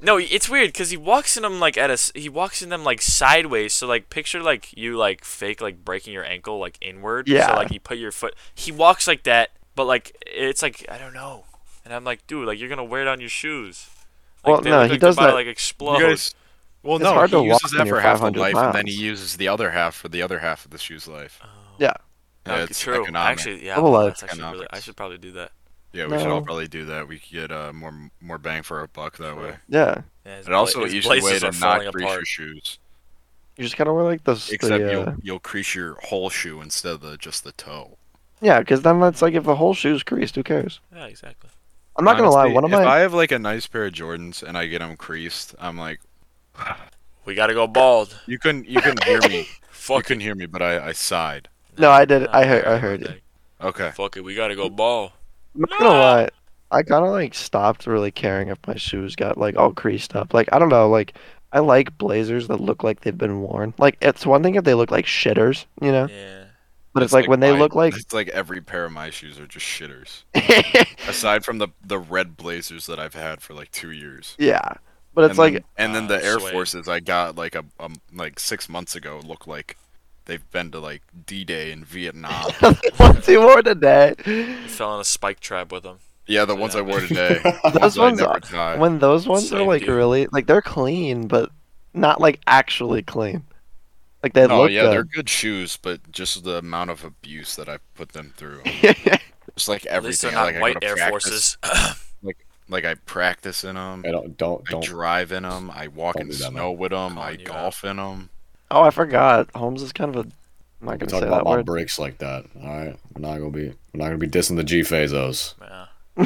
Speaker 2: no, it's weird because he walks in them like at a s- he walks in them like sideways. So like picture like you like fake like breaking your ankle like inward.
Speaker 1: Yeah.
Speaker 2: So like you put your foot. He walks like that, but like it's like I don't know. And I'm like, dude, like you're gonna wear down your shoes. Like,
Speaker 1: Well,
Speaker 2: they
Speaker 1: no,
Speaker 2: look
Speaker 1: he
Speaker 2: like they're
Speaker 1: does
Speaker 2: about to,
Speaker 1: that-
Speaker 2: Like explode.
Speaker 4: You guys- well,
Speaker 1: It's
Speaker 4: no,
Speaker 1: hard
Speaker 4: he
Speaker 1: to walk when
Speaker 4: uses that
Speaker 1: you're
Speaker 4: for half of
Speaker 1: 500
Speaker 4: life, and then he
Speaker 1: pounds.
Speaker 4: uses the other half for the other half of the shoe's life.
Speaker 1: Yeah.
Speaker 4: Yeah,
Speaker 2: Oh, Okay,
Speaker 4: it's
Speaker 2: true.
Speaker 4: economic.
Speaker 2: Actually, yeah,
Speaker 1: Double
Speaker 2: that's
Speaker 1: edge.
Speaker 2: actually really, I
Speaker 4: Economics.
Speaker 2: should probably do that.
Speaker 4: yeah, we should all
Speaker 1: No.
Speaker 4: probably do that. We could get uh, more more bang for our buck that way.
Speaker 1: Yeah.
Speaker 2: Yeah, his
Speaker 4: It also
Speaker 2: bla- his
Speaker 4: easy way
Speaker 2: blazers
Speaker 4: to
Speaker 2: are
Speaker 4: not
Speaker 2: falling
Speaker 4: crease
Speaker 2: apart.
Speaker 4: your shoes.
Speaker 1: You just gotta wear like the, the,
Speaker 4: Except
Speaker 1: uh,
Speaker 4: you'll you'll crease your whole shoe instead of the, just the toe.
Speaker 1: yeah, because then that's like if the whole shoe's creased, who cares?
Speaker 2: Yeah, exactly.
Speaker 1: I'm not gonna lie.
Speaker 4: Honestly,
Speaker 1: One of
Speaker 4: If
Speaker 1: my
Speaker 4: I have like a nice pair of Jordans and I get them creased, I'm like,
Speaker 2: We gotta go bald.
Speaker 4: you couldn't you couldn't hear me. you
Speaker 2: Fuck it.
Speaker 4: couldn't hear me, but I, I sighed.
Speaker 1: no, I did. I heard. I
Speaker 2: Alright,
Speaker 1: heard you.
Speaker 2: like,
Speaker 4: Okay.
Speaker 2: Fuck it. We gotta go bald.
Speaker 1: I'm not gonna lie. I kind of like stopped really caring if my shoes got like all creased up. Like I don't know. Like I like blazers that look like they've been worn. Like it's one thing if they look like shitters, you know.
Speaker 2: Yeah.
Speaker 1: But
Speaker 4: That's
Speaker 1: it's like, when they
Speaker 4: my-
Speaker 1: look like
Speaker 4: it's like every pair of my shoes are just shitters. Aside from the the red blazers that I've had for like two years.
Speaker 1: yeah. But it's
Speaker 4: and
Speaker 1: like
Speaker 4: then, and then
Speaker 2: Ah,
Speaker 4: the Air
Speaker 2: suede.
Speaker 4: Forces I got like a um, like six months ago look like they've been to like D Day in Vietnam.
Speaker 1: one two more today.
Speaker 2: Fell in a spike trap with him.
Speaker 4: yeah, the ones I wore today.
Speaker 1: Those
Speaker 4: I
Speaker 1: ones
Speaker 4: never
Speaker 1: are-
Speaker 4: tie.
Speaker 1: When those ones are
Speaker 2: Same
Speaker 1: like
Speaker 2: deal.
Speaker 1: really like they're clean, but not like actually clean. Like they
Speaker 4: Oh
Speaker 1: look
Speaker 4: yeah, they're
Speaker 1: good.
Speaker 4: good shoes, but just the amount of abuse that I put them through.
Speaker 1: yeah,
Speaker 4: Just like
Speaker 2: At least
Speaker 4: everything.
Speaker 2: they're not
Speaker 4: like, I go
Speaker 2: white
Speaker 4: to
Speaker 2: Air
Speaker 4: practice,
Speaker 2: Forces.
Speaker 4: Like I practice in them.
Speaker 3: I don't don't
Speaker 4: I
Speaker 3: don't.
Speaker 4: drive in them. I walk
Speaker 3: don't
Speaker 4: in
Speaker 3: do that,
Speaker 4: snow with 'em, with them. I
Speaker 2: Calling you
Speaker 4: golf in 'em. in them.
Speaker 1: Oh, I forgot. Holmes is kind of a. I'm not
Speaker 3: We
Speaker 1: gonna
Speaker 3: talk
Speaker 1: say
Speaker 3: about
Speaker 1: that
Speaker 3: my
Speaker 1: word.
Speaker 3: breaks like that. All right, we're not gonna be we're not gonna be dissing the G Fazos.
Speaker 2: Yeah.
Speaker 3: We're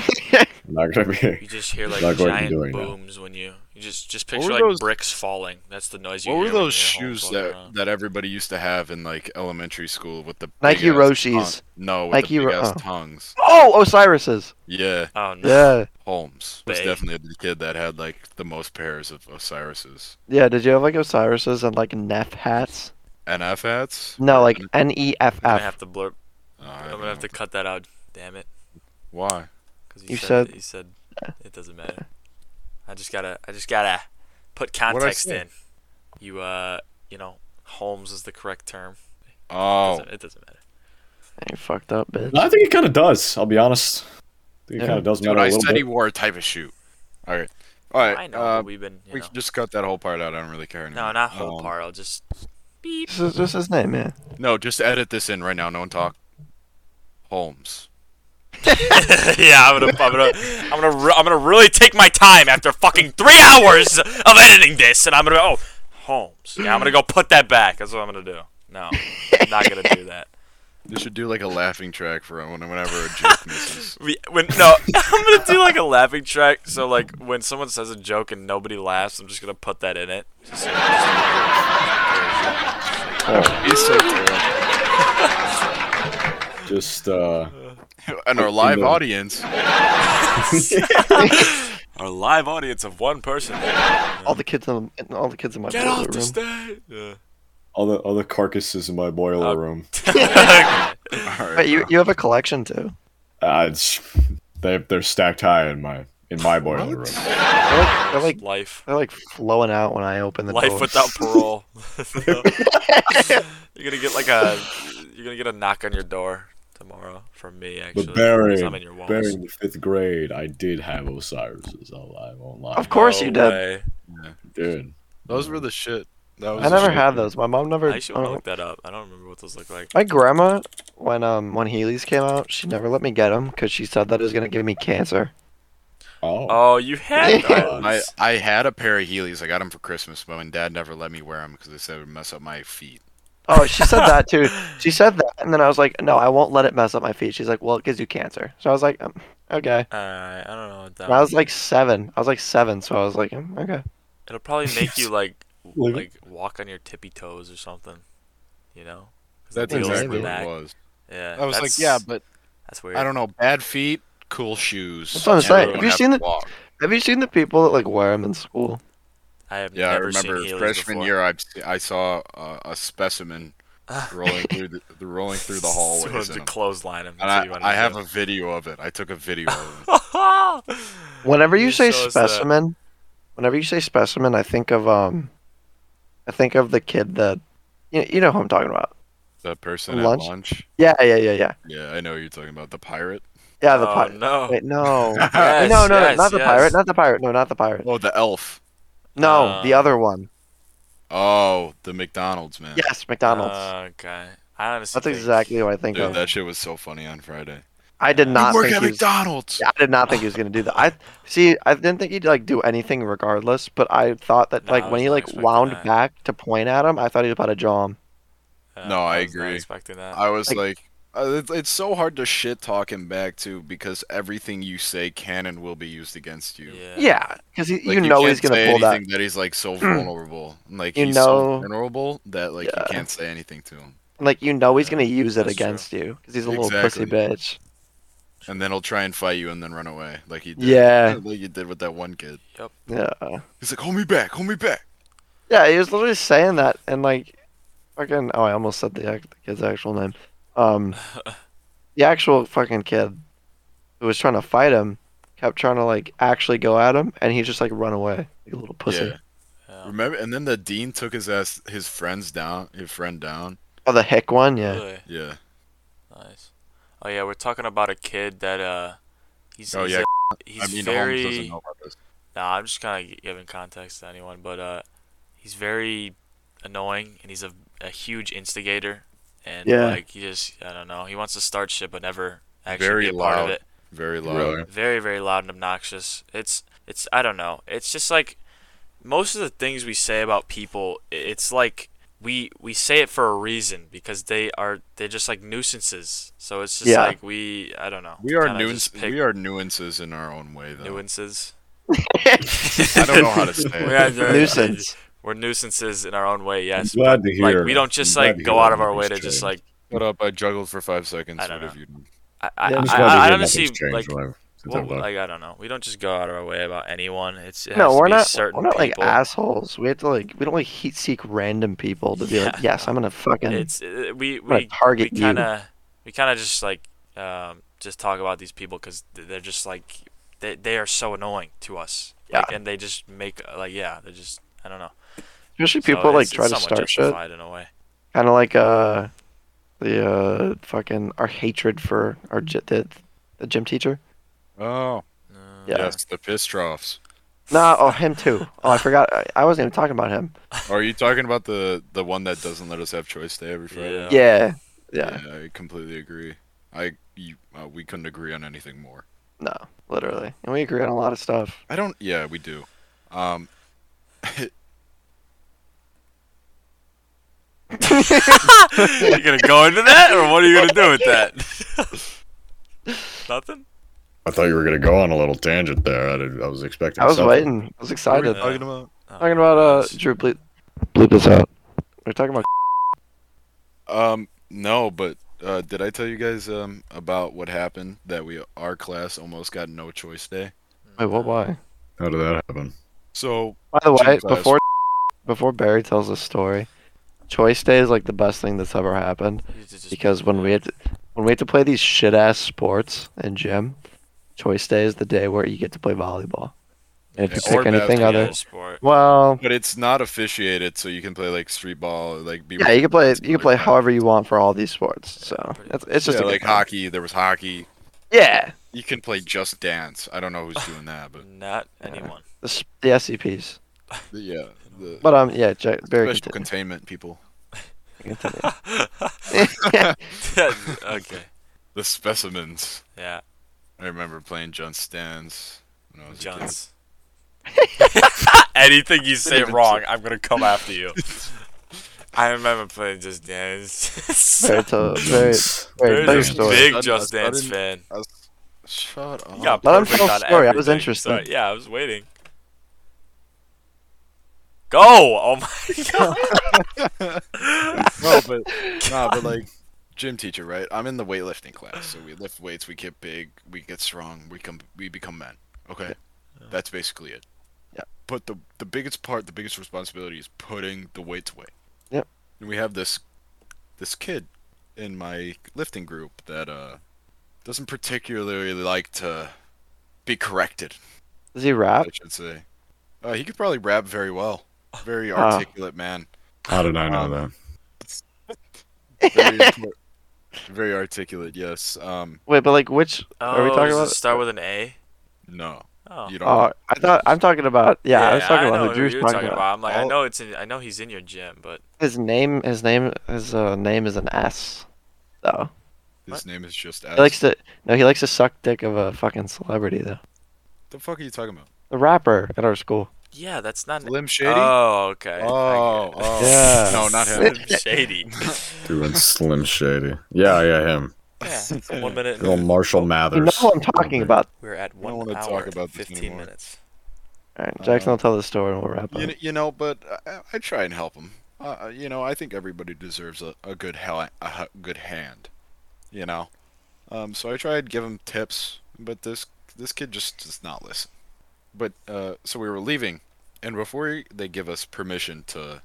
Speaker 3: not gonna
Speaker 2: You
Speaker 3: be.
Speaker 2: just hear like
Speaker 3: Like what you're
Speaker 2: giant
Speaker 3: doing now.
Speaker 2: booms when you you just just
Speaker 4: What were
Speaker 2: picture like
Speaker 4: those-
Speaker 2: bricks falling. That's the noise you
Speaker 4: What
Speaker 2: hear.
Speaker 4: were
Speaker 2: when
Speaker 4: those
Speaker 2: you hear homes
Speaker 4: shoes
Speaker 2: walking
Speaker 4: that
Speaker 2: around.
Speaker 4: that everybody used to have in like elementary school with the
Speaker 1: Nike
Speaker 4: big-ass
Speaker 1: Roshis.
Speaker 4: tongue- No, with
Speaker 1: Nike
Speaker 4: the
Speaker 1: Ro-
Speaker 4: big ass
Speaker 1: oh.
Speaker 4: tongues.
Speaker 1: Oh, Osiris's.
Speaker 4: Yeah,
Speaker 2: Oh no.
Speaker 1: Yeah,
Speaker 4: Holmes was
Speaker 2: Big.
Speaker 4: definitely the kid that had like the most pairs of Osiris's.
Speaker 1: yeah. Did you have like Osiris's and like Neff hats?
Speaker 4: NF hats?
Speaker 1: No, like N E F
Speaker 2: I'm gonna
Speaker 1: F.
Speaker 2: have to blurp.
Speaker 4: Oh, I
Speaker 2: I'm
Speaker 4: don't
Speaker 2: gonna have
Speaker 4: know.
Speaker 2: to cut that out. Damn it.
Speaker 4: Why?
Speaker 2: Because you
Speaker 1: You
Speaker 2: said,
Speaker 1: said-
Speaker 2: you said it doesn't matter. I just gotta I just gotta put
Speaker 4: I
Speaker 2: context
Speaker 4: say?
Speaker 2: in. You uh you know Holmes is the correct term.
Speaker 4: Oh,
Speaker 2: Doesn't- it doesn't matter.
Speaker 1: You fucked up, bitch.
Speaker 3: I think it kind of does. I'll be honest. I think it
Speaker 1: Yeah.
Speaker 3: kind of does
Speaker 4: dude,
Speaker 3: matter a
Speaker 4: I
Speaker 3: little
Speaker 4: said
Speaker 3: bit.
Speaker 4: he wore a type of shoe. All right, all right.
Speaker 2: I know
Speaker 4: uh,
Speaker 2: but we've been you
Speaker 4: we
Speaker 2: know.
Speaker 4: can just cut that whole part out. I don't really care anymore.
Speaker 2: No, not whole
Speaker 4: Um,
Speaker 2: part. I'll just beep.
Speaker 1: This is just his name, man.
Speaker 4: No, just edit this in right now. No one talk. Holmes.
Speaker 2: yeah, I'm gonna, I'm gonna, I'm gonna, re- I'm gonna really take my time after fucking three hours of editing this, and I'm gonna, oh, Holmes. Yeah, I'm gonna go put that back. That's what I'm gonna do. No, I'm not gonna do that.
Speaker 4: You should do like a laughing track for when- whenever a joke misses.
Speaker 2: We, when, no, I'm gonna do like a laughing track. So like when someone says a joke and nobody laughs, I'm just gonna put that in it. Just-
Speaker 4: He's so terrible.
Speaker 3: Just uh,
Speaker 4: And our live
Speaker 3: the-
Speaker 4: audience.
Speaker 2: Our live audience of one person.
Speaker 1: All the kids in all the kids in my
Speaker 2: Get
Speaker 1: boiler
Speaker 2: off the
Speaker 1: room.
Speaker 2: stage. Yeah.
Speaker 3: all the all the carcasses in my boiler
Speaker 2: Uh,
Speaker 3: room.
Speaker 4: All right,
Speaker 1: Wait, you
Speaker 4: bro.
Speaker 1: you have a collection too?
Speaker 3: Uh, it's, they they're stacked high in my in my boiler room.
Speaker 1: They're like, they're like
Speaker 2: Life.
Speaker 1: they're like flowing out when I open the
Speaker 2: Life
Speaker 1: door.
Speaker 2: without parole. you're gonna get like a you're gonna get a knock on your door tomorrow from me actually.
Speaker 3: But
Speaker 2: 'cause
Speaker 3: Barry,
Speaker 2: I'm in your walls.
Speaker 3: Barry in the fifth grade, I did have Osiris's. I'll, I won't lie,
Speaker 1: Of course
Speaker 2: Oh,
Speaker 1: you did.
Speaker 2: way.
Speaker 3: dude.
Speaker 4: Those were the shit. That was
Speaker 1: I
Speaker 4: the
Speaker 1: never
Speaker 4: shit.
Speaker 1: had those. My mom never.
Speaker 2: I actually want
Speaker 1: uh,
Speaker 2: to look that up. I don't remember what those look like.
Speaker 1: My grandma, when um when Heelys came out, she never let me get them because she said that it was gonna give me cancer.
Speaker 3: Oh,
Speaker 2: Oh, you had
Speaker 3: God.
Speaker 2: those.
Speaker 4: I, I had a pair of Heelys. I got them for Christmas, but my dad never let me wear them because they said it would mess up my feet.
Speaker 1: Oh, she said that too. She said that, and then I was like, no, I won't let it mess up my feet. She's like, well, it gives you cancer. So I was like, um, okay.
Speaker 2: Alright, I don't know what that
Speaker 1: And I was like seven. I was like seven, so I was like, um, okay.
Speaker 2: It'll probably make you like
Speaker 3: Leave it.
Speaker 2: like walk on your tippy toes or something. You know? 'Cause the
Speaker 4: That's
Speaker 2: wheels in the
Speaker 4: exactly what
Speaker 2: back.
Speaker 4: it was.
Speaker 2: Yeah.
Speaker 4: I was
Speaker 2: that's-
Speaker 4: like, yeah, but
Speaker 2: that's weird.
Speaker 4: I don't know. Bad feet, cool shoes.
Speaker 1: That's what I'm
Speaker 4: and
Speaker 1: saying.
Speaker 4: you
Speaker 1: Have
Speaker 4: don't
Speaker 1: you
Speaker 4: to
Speaker 1: seen the-
Speaker 4: walk.
Speaker 1: Have you seen the people that like wear them in school?
Speaker 2: I have
Speaker 4: Yeah, I
Speaker 2: never
Speaker 4: remember
Speaker 2: seen Heelys
Speaker 4: freshman
Speaker 2: before.
Speaker 4: year. I I saw uh, a specimen rolling through the, the rolling through the
Speaker 2: Ah. So
Speaker 4: hallways.
Speaker 2: to
Speaker 4: in 'em.
Speaker 2: clothesline him.
Speaker 4: And
Speaker 2: that's what Oh, you
Speaker 4: I,
Speaker 2: wanted
Speaker 4: I
Speaker 2: to
Speaker 4: have
Speaker 2: do.
Speaker 4: a video of it. I took a video of it.
Speaker 1: Whenever you
Speaker 2: You
Speaker 1: say
Speaker 2: show us that.
Speaker 1: specimen, whenever you say specimen, I think of um, I think of the kid that, you, you know who I'm talking about.
Speaker 4: The person
Speaker 1: Lunch?
Speaker 4: at lunch.
Speaker 1: Yeah, yeah, yeah, yeah,
Speaker 4: Yeah, I know what you're talking about the pirate.
Speaker 1: yeah. The
Speaker 2: oh,
Speaker 1: pirate.
Speaker 2: No.
Speaker 1: Wait, no.
Speaker 2: Yes,
Speaker 1: no, no,
Speaker 2: yes,
Speaker 1: not the
Speaker 2: yes.
Speaker 1: pirate, not the pirate, no, not the pirate.
Speaker 4: Oh, the elf.
Speaker 1: No, the
Speaker 2: Uh,
Speaker 1: other one.
Speaker 4: Oh, the McDonald's man.
Speaker 1: Yes, McDonald's.
Speaker 2: Oh, okay. I honestly.
Speaker 1: That's
Speaker 2: think-
Speaker 1: exactly what I think
Speaker 4: Dude,
Speaker 1: of.
Speaker 4: that shit was so funny on Friday.
Speaker 1: I did not
Speaker 4: you work
Speaker 1: think
Speaker 4: at
Speaker 1: he was,
Speaker 4: McDonald's.
Speaker 1: I did not think he was gonna do that. I see. I didn't think he'd like do anything regardless, but I thought that
Speaker 2: No, I
Speaker 1: like
Speaker 2: was
Speaker 1: when he
Speaker 2: not
Speaker 1: like
Speaker 2: expecting
Speaker 1: wound
Speaker 2: that.
Speaker 1: back to point at him, I thought he was about to jaw him.
Speaker 2: Uh,
Speaker 4: No, I
Speaker 2: was not
Speaker 4: agree.
Speaker 2: Expecting that.
Speaker 4: I was
Speaker 1: Like-
Speaker 4: like, uh, it's, it's so hard to shit talk him back too because everything you say can and will be used against you.
Speaker 2: yeah.
Speaker 1: Yeah, because
Speaker 4: Like,
Speaker 1: you know
Speaker 4: can't
Speaker 1: he's gonna
Speaker 4: say
Speaker 1: pull that.
Speaker 4: anything that. He's like so vulnerable. Like
Speaker 1: You
Speaker 4: he's
Speaker 1: know-
Speaker 4: so vulnerable that like
Speaker 1: Yeah.
Speaker 4: you can't say anything to him.
Speaker 1: Like you know he's
Speaker 2: Yeah,
Speaker 1: gonna use it
Speaker 2: that's true.
Speaker 1: against you 'cause you because he's a
Speaker 4: Exactly.
Speaker 1: little pussy bitch.
Speaker 4: And then he'll try and fight you and then run away like he did.
Speaker 1: Yeah.
Speaker 4: like you did with that one kid.
Speaker 1: Yeah.
Speaker 4: He's like, "Hold me back, hold me back."
Speaker 1: Yeah, he was literally saying that, and like, fucking. Oh, I almost said the, act- the kid's actual name. Um, the actual fucking kid who was trying to fight him kept trying to like actually go at him, and he just like run away like a little pussy.
Speaker 4: Yeah.
Speaker 2: Yeah.
Speaker 4: Remember? And then the dean took his ass, his friends down, his friend down.
Speaker 1: Oh, the hick one, yeah.
Speaker 2: Really
Speaker 4: Yeah.
Speaker 2: nice. Oh yeah, we're talking about a kid that uh, he's
Speaker 4: Oh,
Speaker 2: he's,
Speaker 4: yeah.
Speaker 2: a- he's
Speaker 4: I mean,
Speaker 2: very.
Speaker 4: Holmes doesn't know about this.
Speaker 2: Nah, I'm just kind of giving context to anyone, but uh, he's very annoying and he's a, a huge instigator. And
Speaker 1: Yeah.
Speaker 2: like he just, I don't know, he wants to start shit but never actually
Speaker 4: Very
Speaker 2: be a part of
Speaker 4: loud.
Speaker 2: it.
Speaker 4: Very loud.
Speaker 3: Really?
Speaker 2: very very loud and obnoxious it's it's i don't know it's just like most of the things we say about people i- it's like we we say it for a reason because they are they're just like nuisances so it's just
Speaker 1: Yeah.
Speaker 2: like we i don't know
Speaker 4: We are
Speaker 2: kinda
Speaker 4: nuance.
Speaker 2: just pick
Speaker 4: We are nuances in our own way, though.
Speaker 2: nuances
Speaker 4: I don't know how to say
Speaker 2: We
Speaker 4: it.
Speaker 2: are-
Speaker 1: Nuisance.
Speaker 2: we're nuices in our own way yes
Speaker 3: I'm glad to
Speaker 2: like
Speaker 3: hear
Speaker 2: we
Speaker 3: it.
Speaker 2: don't just
Speaker 3: I'm glad
Speaker 2: like
Speaker 3: to
Speaker 2: go
Speaker 3: hear
Speaker 2: out of our way
Speaker 3: nothing's
Speaker 2: to just
Speaker 3: changed.
Speaker 2: like
Speaker 4: What up? I juggled for five seconds.
Speaker 2: I don't
Speaker 4: what have
Speaker 2: know.
Speaker 4: you done?
Speaker 2: i i,
Speaker 1: Yeah, I'm
Speaker 3: I'm just
Speaker 2: I,
Speaker 3: glad to
Speaker 2: I
Speaker 3: hear
Speaker 2: honestly
Speaker 3: nothing's changed
Speaker 2: like
Speaker 3: when I- since
Speaker 2: well,
Speaker 3: I've left.
Speaker 2: like I don't know. We don't just go out of our way about anyone. It's it has
Speaker 1: No,
Speaker 2: to
Speaker 1: we're
Speaker 2: be
Speaker 1: not.
Speaker 2: certain
Speaker 1: We're not like
Speaker 2: people.
Speaker 1: assholes. We have to like. We don't like heat seek random people to be
Speaker 2: Yeah.
Speaker 1: like, yes, I'm gonna fucking.
Speaker 2: it's uh, we
Speaker 1: gonna
Speaker 2: we
Speaker 1: target
Speaker 2: we
Speaker 1: you.
Speaker 2: kind of we kind of just like um, just talk about these people because they're just like they they are so annoying to us. Like, and they just make uh, like yeah, they just I don't know.
Speaker 1: Especially
Speaker 2: So
Speaker 1: people like
Speaker 2: it's-
Speaker 1: try
Speaker 2: it's
Speaker 1: to
Speaker 2: somewhat
Speaker 1: start shit.
Speaker 2: justified in a way.
Speaker 1: Kind of like uh, the uh fucking our hatred for our gy- the, the gym teacher.
Speaker 4: Oh,
Speaker 2: Uh,
Speaker 1: Yeah.
Speaker 4: yes, the piss troughs.
Speaker 1: No, oh him too. Oh, I forgot. I, I wasn't even talking about him.
Speaker 4: Are you talking about the the one that doesn't let us have choice day every Friday?
Speaker 2: Yeah.
Speaker 1: Yeah, yeah.
Speaker 4: I completely agree. I you, uh, we couldn't agree on anything more.
Speaker 1: No, literally, and we agree on a lot of stuff.
Speaker 4: I don't. Yeah, we do. Um,
Speaker 2: you gonna go into that, or what are you gonna do with that? Nothing.
Speaker 3: I thought you were gonna go on a little tangent there. I, did, I was expecting.
Speaker 1: I was
Speaker 3: something.
Speaker 1: waiting. I was
Speaker 4: what were
Speaker 1: excited.
Speaker 4: we talking about?
Speaker 2: Oh,
Speaker 1: Talking about uh,
Speaker 2: goodness.
Speaker 1: Drew bleep, bleep this out. We're talking about.
Speaker 4: Um, no, but uh, did I tell you guys um about what happened that we our class almost got no choice day?
Speaker 1: Wait, what? Why?
Speaker 3: How did that happen?
Speaker 4: So
Speaker 1: By the way,
Speaker 4: Gym class.
Speaker 1: before before Barry tells the story, Choice Day is like the best thing that's ever happened
Speaker 2: You just-
Speaker 1: because when we had to, when we had to play these shit ass sports in gym, Choice Day is the day where you get to play volleyball. And if you
Speaker 4: Yeah,
Speaker 1: pick
Speaker 4: or
Speaker 1: anything
Speaker 4: basketball.
Speaker 1: other,
Speaker 2: Yeah, sport.
Speaker 1: well,
Speaker 4: But it's not officiated, so you can play like street ball, like be
Speaker 1: yeah, you can play you
Speaker 4: it's
Speaker 1: can play
Speaker 4: that.
Speaker 1: however you want for all these sports. So
Speaker 2: pretty
Speaker 1: it's, it's just a
Speaker 4: Yeah,
Speaker 1: good
Speaker 4: like
Speaker 1: time.
Speaker 4: hockey. There was hockey.
Speaker 1: Yeah,
Speaker 4: You can play just dance. I don't know who's doing that, but
Speaker 2: Not anyone.
Speaker 1: the, s- the SCPs.
Speaker 4: yeah, the
Speaker 1: But um, yeah, Jack, Barry.
Speaker 4: special
Speaker 1: continue.
Speaker 4: containment people.
Speaker 1: Continue.
Speaker 2: okay.
Speaker 4: The specimens.
Speaker 2: Yeah.
Speaker 4: I remember playing Just Stands when I was a kid.
Speaker 2: Johns. Anything you say wrong, I'm gonna come after you. I remember playing Just Dance.
Speaker 1: Barry, tell, Barry, Barry,
Speaker 2: Barry's
Speaker 1: tell your
Speaker 2: a
Speaker 1: story.
Speaker 2: big
Speaker 4: I-
Speaker 2: Just
Speaker 4: I
Speaker 2: Dance
Speaker 4: didn't-
Speaker 2: fan.
Speaker 4: I was- Shut up.
Speaker 2: He got
Speaker 1: Let him
Speaker 2: perfect
Speaker 1: tell
Speaker 2: on
Speaker 1: the story, I was
Speaker 2: everything, so,
Speaker 1: interested.
Speaker 2: yeah, I was waiting. Go! Oh my god.
Speaker 4: no, but no, but like gym teacher, right? I'm in the weightlifting class, so we lift weights, we get big, we get strong, we come, we become men. Okay, that's basically it.
Speaker 1: Yeah.
Speaker 4: But the the biggest part, the biggest responsibility is putting the weights away.
Speaker 1: Yep.
Speaker 4: And we have this this kid in my lifting group that uh doesn't particularly like to be corrected.
Speaker 1: Does he rap?
Speaker 4: I should say. Uh, he could probably rap very well. Very
Speaker 1: Ah.
Speaker 4: articulate man.
Speaker 3: How did I know that?
Speaker 4: very, artic- very articulate. Yes. Um.
Speaker 1: Wait, but like which? Are we
Speaker 2: Oh,
Speaker 1: talking
Speaker 2: does it
Speaker 1: about-
Speaker 2: start with an A?
Speaker 4: No.
Speaker 2: Oh.
Speaker 4: You don't.
Speaker 1: Oh, I thought I'm talking about. Yeah, I was talking
Speaker 2: know
Speaker 1: about who
Speaker 2: who
Speaker 1: Drew's
Speaker 2: you're
Speaker 1: talking,
Speaker 2: talking
Speaker 1: about.
Speaker 2: about. I'm like, I
Speaker 4: All-
Speaker 2: know it's in. I know he's in your gym, but
Speaker 1: His name, his name, his uh, name is an S. Though
Speaker 4: his
Speaker 2: what?
Speaker 4: name is just.
Speaker 1: he likes to. No, he likes to suck dick of a fucking celebrity though.
Speaker 4: The fuck are you talking about?
Speaker 1: The rapper at our school.
Speaker 2: yeah, that's not. an-
Speaker 4: Slim Shady.
Speaker 2: Oh, okay.
Speaker 4: oh.
Speaker 2: Okay.
Speaker 4: oh.
Speaker 1: Yeah.
Speaker 4: No, not him.
Speaker 2: Slim Shady.
Speaker 3: Doing Slim Shady. Yeah, yeah, him.
Speaker 2: Yeah, it's one minute.
Speaker 3: Little Marshall Mathers.
Speaker 1: You know who I'm talking about.
Speaker 2: We're at
Speaker 4: don't
Speaker 2: one
Speaker 4: wanna
Speaker 2: hour
Speaker 4: talk
Speaker 2: and
Speaker 4: about this
Speaker 2: fifteen
Speaker 4: anymore.
Speaker 2: minutes.
Speaker 1: All right, Jackson will tell the story and we'll wrap up.
Speaker 4: You, kn- you know, but I, I try and help him. Uh, you know, I think everybody deserves a, a good hell a h- good hand. You know, um, so I tried to give him tips, but this this kid just does not listen. But uh, so we were leaving, and before he- they give us permission to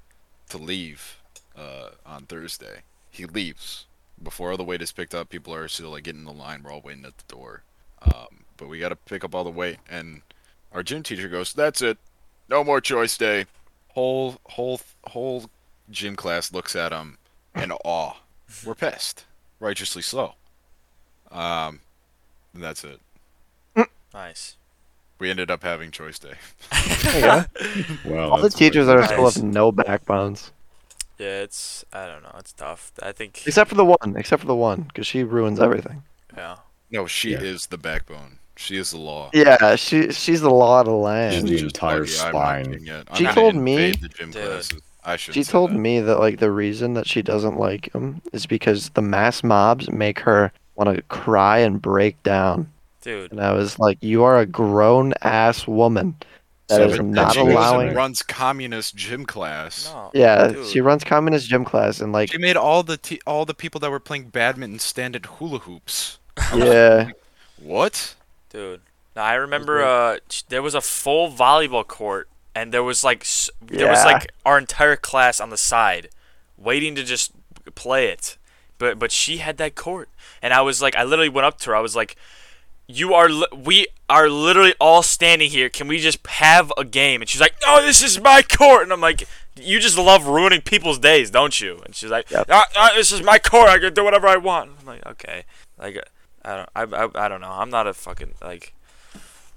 Speaker 4: to leave uh, on Thursday, he leaves before all the weight is picked up. People are still like getting in the line. We're all waiting at the door, um, but we got to pick up all the weight. And our gym teacher goes, "That's it." no more choice day. Whole whole whole gym class looks at him in awe. We're pissed, righteously so. Um, and that's it.
Speaker 2: Nice.
Speaker 4: We ended up having choice day.
Speaker 3: Wow.
Speaker 1: All the
Speaker 3: that's
Speaker 1: teachers at our
Speaker 2: Nice.
Speaker 1: school have no backbones,
Speaker 2: Yeah, it's I don't know, it's tough. I think
Speaker 1: except for the one. Except for the one, because she ruins everything.
Speaker 2: yeah.
Speaker 4: No, she
Speaker 3: Yeah.
Speaker 4: is the backbone. She is the law.
Speaker 1: Yeah, she she's the law of the land.
Speaker 3: The
Speaker 4: Just
Speaker 3: entire
Speaker 4: lucky I'm not
Speaker 3: spine.
Speaker 4: doing it. I'm
Speaker 1: She
Speaker 4: gonna
Speaker 1: told
Speaker 4: invade
Speaker 1: me-
Speaker 4: The gym
Speaker 2: Dude.
Speaker 4: classes. I should.
Speaker 1: She told me that like the reason that she doesn't like him is because the mass mobs make her want to cry and break down.
Speaker 2: Dude,
Speaker 1: And I was like, "You are a grown ass woman. That
Speaker 3: So
Speaker 1: is
Speaker 3: that-
Speaker 1: not
Speaker 3: she was in
Speaker 1: allowing."
Speaker 3: there.
Speaker 4: Runs communist gym class.
Speaker 2: no.
Speaker 1: Yeah,
Speaker 2: dude.
Speaker 1: she runs communist gym class and like,
Speaker 4: She made all the t- all the people that were playing badminton stand at hula hoops.
Speaker 1: yeah,
Speaker 4: What?
Speaker 2: Dude, now I remember uh, sh- there was a full volleyball court, and there was like s- there was
Speaker 1: Yeah.
Speaker 2: like our entire class on the side, waiting to just play it. But but she had that court, and I was like, I literally went up to her. I was like, "You are li- we are literally all standing here. Can we just have a game?" And she's like, "No, this is my court." And I'm like. You just love ruining people's days, don't you? And she's like,
Speaker 1: Yep.
Speaker 2: "Ah, ah, "This is my court. I can do whatever I want." I'm like, "Okay." Like, I don't, I, I, I don't know. I'm not a fucking like,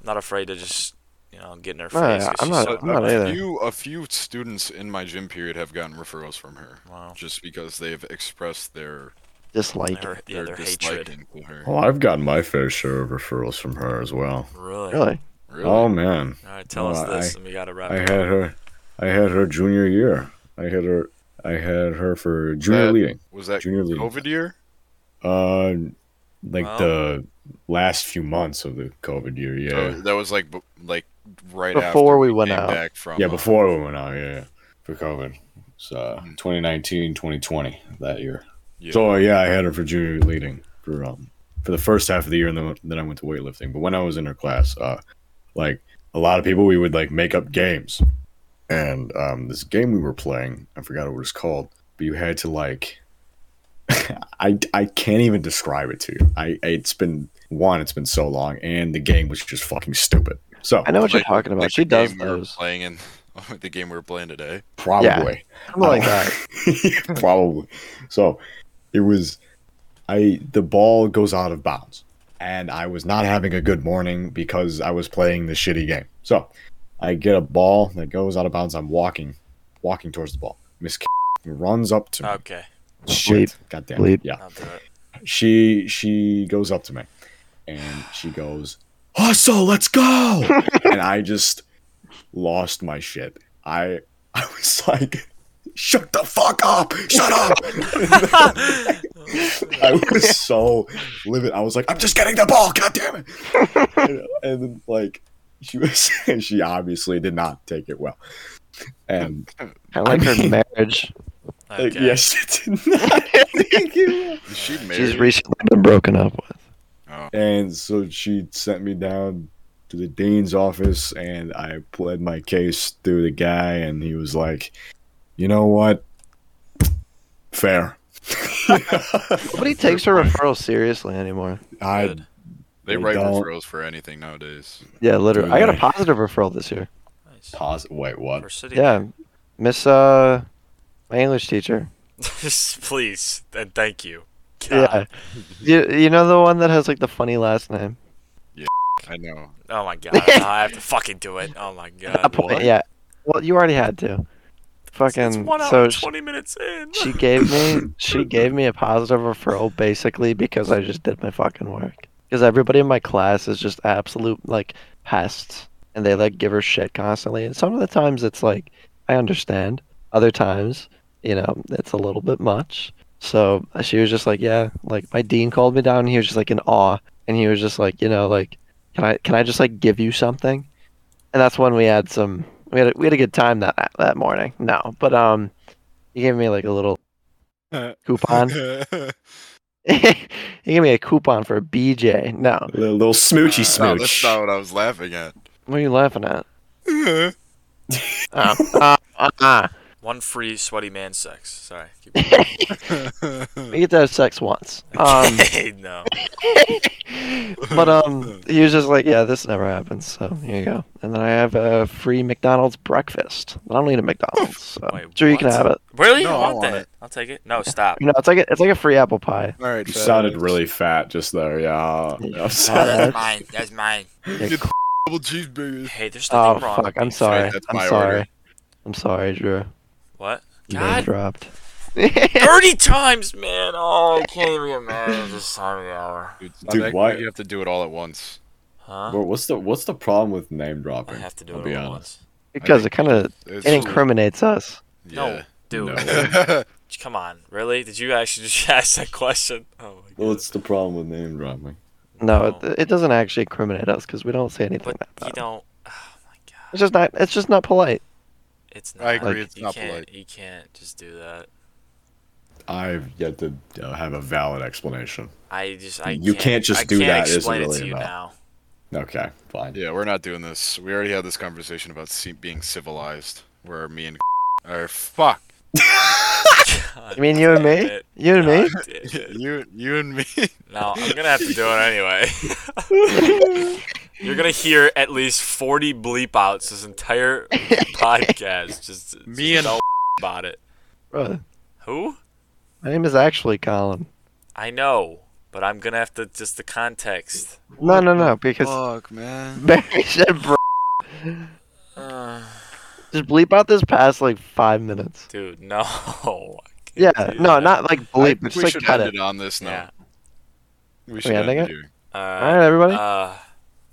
Speaker 2: not afraid to just, you know, get in her face.
Speaker 1: No,
Speaker 2: 'cause
Speaker 1: I'm
Speaker 2: she's
Speaker 1: not-
Speaker 2: so-
Speaker 1: I'm not either.
Speaker 4: A few, a few students in my gym period have gotten referrals from her,
Speaker 2: Wow.
Speaker 4: just because they've expressed their
Speaker 1: just like
Speaker 2: Her, yeah,
Speaker 4: their,
Speaker 2: their hatred.
Speaker 4: disliking to her.
Speaker 3: Oh, I've gotten my fair share of referrals from her as well.
Speaker 2: Really?
Speaker 1: really.
Speaker 4: Really?
Speaker 3: Oh man,
Speaker 2: All right, tell
Speaker 3: No,
Speaker 2: us this,
Speaker 3: I-
Speaker 2: and we gotta wrap
Speaker 3: I
Speaker 2: it
Speaker 3: had
Speaker 2: up.
Speaker 3: her. I had her junior year. I had her. I had her for junior
Speaker 4: That-
Speaker 3: leading.
Speaker 4: was that
Speaker 3: Junior league.
Speaker 4: COVID year?
Speaker 3: Uh, like
Speaker 2: Well-
Speaker 3: the last few months of the COVID year. Yeah.
Speaker 4: Oh, that was like, b- like right after
Speaker 1: Before we went
Speaker 4: came
Speaker 1: out.
Speaker 4: Back from,
Speaker 3: yeah,
Speaker 4: uh,
Speaker 3: before we went out. Yeah, yeah, for COVID. So 2019, 2020, that year.
Speaker 4: yeah.
Speaker 3: So uh, yeah, I had her for junior leading for um for the first half of the year, and then then I went to weightlifting. But when I was in her class, uh, like a lot of people, we would like make up games, and um, this game we were playing, I forgot what it was called, but you had to like, I I can't even describe it to you. I it's been one, it's been so long, and the game was just fucking stupid. So
Speaker 1: I know what you're
Speaker 4: Like-
Speaker 1: talking about.
Speaker 4: like
Speaker 1: She
Speaker 4: the
Speaker 1: does
Speaker 4: game we were
Speaker 1: those.
Speaker 4: playing in oh, the game we were playing today.
Speaker 3: probably.
Speaker 1: Something like that.
Speaker 3: probably. So it was I the ball goes out of bounds. And I was not having a good morning because I was playing the shitty game. So I get a ball that goes out of bounds. I'm walking, walking towards the ball. Miss K- runs up to me.
Speaker 2: Okay,
Speaker 3: Shit. God damn
Speaker 1: Uh, bleep.
Speaker 3: it. Yeah.
Speaker 2: I'll do it.
Speaker 3: She she goes up to me and she goes, Hustle, let's go. and I just lost my shit. I I was like, shut the fuck up. Shut up. I was so livid. I was like, I'm just getting the ball. God damn it. and, and then, like, she was, she obviously did not take it well. And
Speaker 1: Kind of like
Speaker 3: I mean-
Speaker 1: her marriage.
Speaker 3: like,
Speaker 2: Okay.
Speaker 3: Uh, yes, she did not take it well.
Speaker 4: Is she Oh, married?
Speaker 1: She's recently been broken up with.
Speaker 3: And so she sent me down to the dean's office and I pled my case through the guy and he was like, "You know what? Fair."
Speaker 1: Nobody takes her referral seriously anymore.
Speaker 3: I
Speaker 2: Good.
Speaker 4: they
Speaker 3: They
Speaker 4: write
Speaker 3: don't.
Speaker 4: referrals for anything nowadays.
Speaker 1: Yeah, literally. I got a
Speaker 3: Yeah.
Speaker 1: positive referral this year.
Speaker 2: Nice.
Speaker 3: pause. Wait,
Speaker 2: For
Speaker 3: what?
Speaker 2: city.
Speaker 1: Yeah, Miss uh, my English teacher.
Speaker 2: Please and thank you.
Speaker 1: Yeah,
Speaker 2: God.
Speaker 1: you, you know the one that has like the funny last name.
Speaker 4: I know.
Speaker 2: Oh my god. now I have to fucking do it. Oh my
Speaker 1: At that
Speaker 2: god.
Speaker 1: point, yeah. Well, you already had to.
Speaker 2: It's
Speaker 1: Fucking
Speaker 2: one hour
Speaker 1: so
Speaker 2: and
Speaker 1: sh-
Speaker 2: twenty minutes in.
Speaker 1: she gave me she gave me a positive referral basically because I just did my fucking work. Because everybody in my class is just absolute like pests, and they like give her shit constantly. And some of the times it's like I understand. Other times, you know, it's a little bit much. So she was just like, yeah, like my dean called me down. And he was just like in awe, and he was just like, you know, like can I can I just like give you something? And that's when we had some we had a, we had a good time that that morning. No, but um, he gave me like a little coupon. he gave me a coupon for a BJ. No,
Speaker 3: Little, little smoochy
Speaker 4: No,
Speaker 3: smooch.
Speaker 4: that's not what I was laughing at.
Speaker 1: what are you laughing at? Oh, uh, uh, uh.
Speaker 2: One free sweaty man sex. Sorry. Keep
Speaker 1: We get to have sex once. Um,
Speaker 2: no.
Speaker 1: but um, he was just like, yeah, this never happens. So here you go. And then I have a free McDonald's breakfast. But I don't need a McDonald's. So
Speaker 2: Wait,
Speaker 1: sure, you can
Speaker 2: what?
Speaker 1: have it.
Speaker 2: Really?
Speaker 4: No,
Speaker 2: I
Speaker 4: I
Speaker 2: want
Speaker 4: want
Speaker 2: that.
Speaker 4: it.
Speaker 2: I'll take it. No, stop.
Speaker 1: You know, it's like a, it's like a free apple pie.
Speaker 4: All right.
Speaker 3: You
Speaker 4: fat
Speaker 3: sounded
Speaker 4: ass.
Speaker 3: really fat just there. Yeah. I'm
Speaker 1: Uh,
Speaker 3: sorry.
Speaker 1: that's-
Speaker 5: mine. That's mine.
Speaker 1: yeah,
Speaker 4: double cheeseburgers.
Speaker 2: Hey, there's
Speaker 1: Oh
Speaker 2: nothing wrong. with
Speaker 1: fuck! I'm
Speaker 2: being
Speaker 1: sorry.
Speaker 4: that's
Speaker 1: I'm
Speaker 4: my
Speaker 1: sorry.
Speaker 4: order.
Speaker 1: I'm sorry, Drew.
Speaker 2: What?
Speaker 1: You name
Speaker 2: God,
Speaker 1: dropped.
Speaker 2: Thirty times, man. Oh, I can't even imagine this time of the hour.
Speaker 4: Dude,
Speaker 3: Dude,
Speaker 4: dude
Speaker 3: why-
Speaker 4: why you have to do it all at once?
Speaker 2: Huh?
Speaker 3: Bro, what's the what's the problem with name
Speaker 2: I
Speaker 3: dropping?
Speaker 2: have to do
Speaker 3: I'll
Speaker 2: it
Speaker 3: be
Speaker 2: all at
Speaker 3: honest.
Speaker 2: once.
Speaker 1: because it kind of
Speaker 4: It's
Speaker 1: it incriminates us.
Speaker 2: No,
Speaker 4: yeah.
Speaker 2: dude.
Speaker 4: No.
Speaker 2: Come on, really? Did you actually just ask that question? Oh my god.
Speaker 3: What's the problem with name dropping?
Speaker 1: No, it, it doesn't actually incriminate us because we don't say anything
Speaker 2: but
Speaker 1: that bad.
Speaker 2: you don't. Oh my god.
Speaker 1: It's just not. It's just not polite.
Speaker 2: It's not.
Speaker 4: I agree,
Speaker 2: You
Speaker 4: it's not
Speaker 2: can't.
Speaker 4: polite.
Speaker 2: You can't just do that.
Speaker 3: I've yet to uh, have a valid explanation.
Speaker 2: I just. I
Speaker 3: You can't just
Speaker 2: I
Speaker 3: do
Speaker 2: can't
Speaker 3: that, isn't
Speaker 2: Explain it
Speaker 3: really
Speaker 2: to you
Speaker 3: about-
Speaker 2: now.
Speaker 3: Okay, fine.
Speaker 4: yeah, we're not doing this. We already had this conversation about se- being civilized, where me and are fuck
Speaker 1: You mean you and me?
Speaker 2: it.
Speaker 1: You and me?
Speaker 4: you, you and me.
Speaker 2: No, I'm gonna have to do it anyway. You're gonna hear at least 40 bleep outs this entire podcast. Just
Speaker 4: Me
Speaker 2: just
Speaker 4: and
Speaker 2: don't about it.
Speaker 1: Bro,
Speaker 2: Who?
Speaker 1: my name is actually Colin.
Speaker 2: I know, but I'm gonna have to just the context.
Speaker 1: No, no, no, because
Speaker 4: Fuck, man.
Speaker 1: Barry said, bro,
Speaker 2: Uh,
Speaker 1: just bleep out this past like five minutes.
Speaker 2: dude, no. I can't
Speaker 1: Yeah,
Speaker 2: do
Speaker 1: no,
Speaker 2: that.
Speaker 1: not like bleep,
Speaker 4: we
Speaker 1: just like
Speaker 4: should
Speaker 1: cut
Speaker 4: end
Speaker 1: it.
Speaker 4: it on this
Speaker 2: Yeah.
Speaker 4: now. We should end
Speaker 1: ending
Speaker 4: it
Speaker 1: it?
Speaker 4: here.
Speaker 1: All
Speaker 2: Uh,
Speaker 1: right, everybody.
Speaker 2: uh,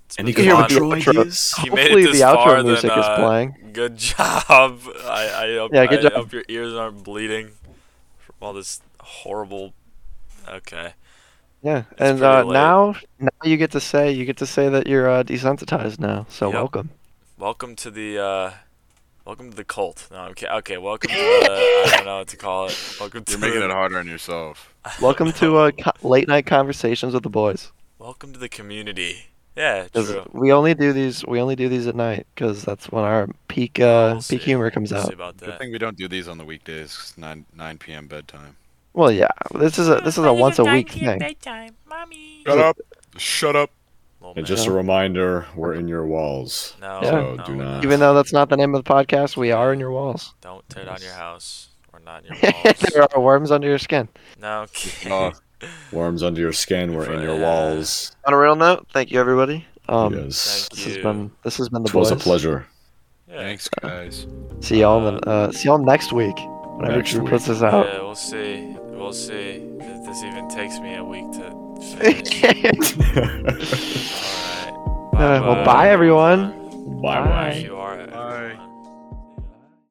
Speaker 2: it's
Speaker 3: Any
Speaker 2: been
Speaker 1: hear
Speaker 2: fun.
Speaker 1: what
Speaker 3: control
Speaker 1: the outro-
Speaker 3: is?
Speaker 2: You made it
Speaker 1: Hopefully, the
Speaker 2: this
Speaker 1: outro
Speaker 2: far,
Speaker 1: music
Speaker 2: then,
Speaker 1: is
Speaker 2: uh,
Speaker 1: playing.
Speaker 2: Good job. I, I, hope,
Speaker 1: Yeah, good
Speaker 2: I
Speaker 1: job.
Speaker 2: hope your ears aren't bleeding from all this horrible. Okay.
Speaker 1: Yeah, and
Speaker 2: pretty
Speaker 1: uh,
Speaker 2: late.
Speaker 1: now, now you get to say you get to say that you're uh, desensitized now. So
Speaker 2: Yep.
Speaker 1: welcome.
Speaker 2: Welcome to the. Uh, welcome to the cult. No, okay. Okay. Welcome to the. I don't know what to call it. Welcome to.
Speaker 4: You're making
Speaker 2: the,
Speaker 4: it harder on yourself.
Speaker 1: Welcome to uh, co- late night conversations with the boys.
Speaker 2: Welcome to the community. Yeah.
Speaker 1: 'Cause
Speaker 2: True.
Speaker 1: we only do these we only do these at night because that's when our peak uh,
Speaker 2: We'll see.
Speaker 1: peak humor comes
Speaker 2: We'll see
Speaker 1: out.
Speaker 2: about
Speaker 4: Good
Speaker 2: that.
Speaker 4: thing we don't do these on the weekdays. 'cause 9 9 p.m. bedtime.
Speaker 1: Well, yeah, this is a this is a once a week thing.
Speaker 5: Bedtime, mommy.
Speaker 1: Shut up.
Speaker 4: Shut up.
Speaker 2: Little
Speaker 3: And
Speaker 2: man.
Speaker 3: just a reminder, we're in your walls.
Speaker 2: no.
Speaker 1: Yeah.
Speaker 2: no,
Speaker 3: So do
Speaker 2: we're
Speaker 3: not-
Speaker 1: Even though that's not the name of the podcast, we are in your walls.
Speaker 2: Don't tear down your house. We're not in your walls.
Speaker 1: there are worms under your skin.
Speaker 2: no. Okay.
Speaker 4: Oh,
Speaker 3: Worms under your skin, we're in your
Speaker 2: Yeah.
Speaker 3: walls.
Speaker 1: On a real note, thank you everybody. Um,
Speaker 3: yes.
Speaker 2: Thank
Speaker 1: this has
Speaker 2: you.
Speaker 1: been this has been the
Speaker 3: It was
Speaker 1: boys.
Speaker 3: a pleasure.
Speaker 2: yeah.
Speaker 4: thanks, guys.
Speaker 1: See y'all in the- uh, see y'all next week whenever
Speaker 3: Next
Speaker 1: Drew
Speaker 3: week.
Speaker 1: puts this out.
Speaker 2: Yeah, we'll see. We'll see. If this even takes me a week to finish. All
Speaker 1: Bye
Speaker 2: right.
Speaker 1: Uh, well, bye, everyone.
Speaker 3: Bye bye.
Speaker 2: If you are.
Speaker 4: Bye.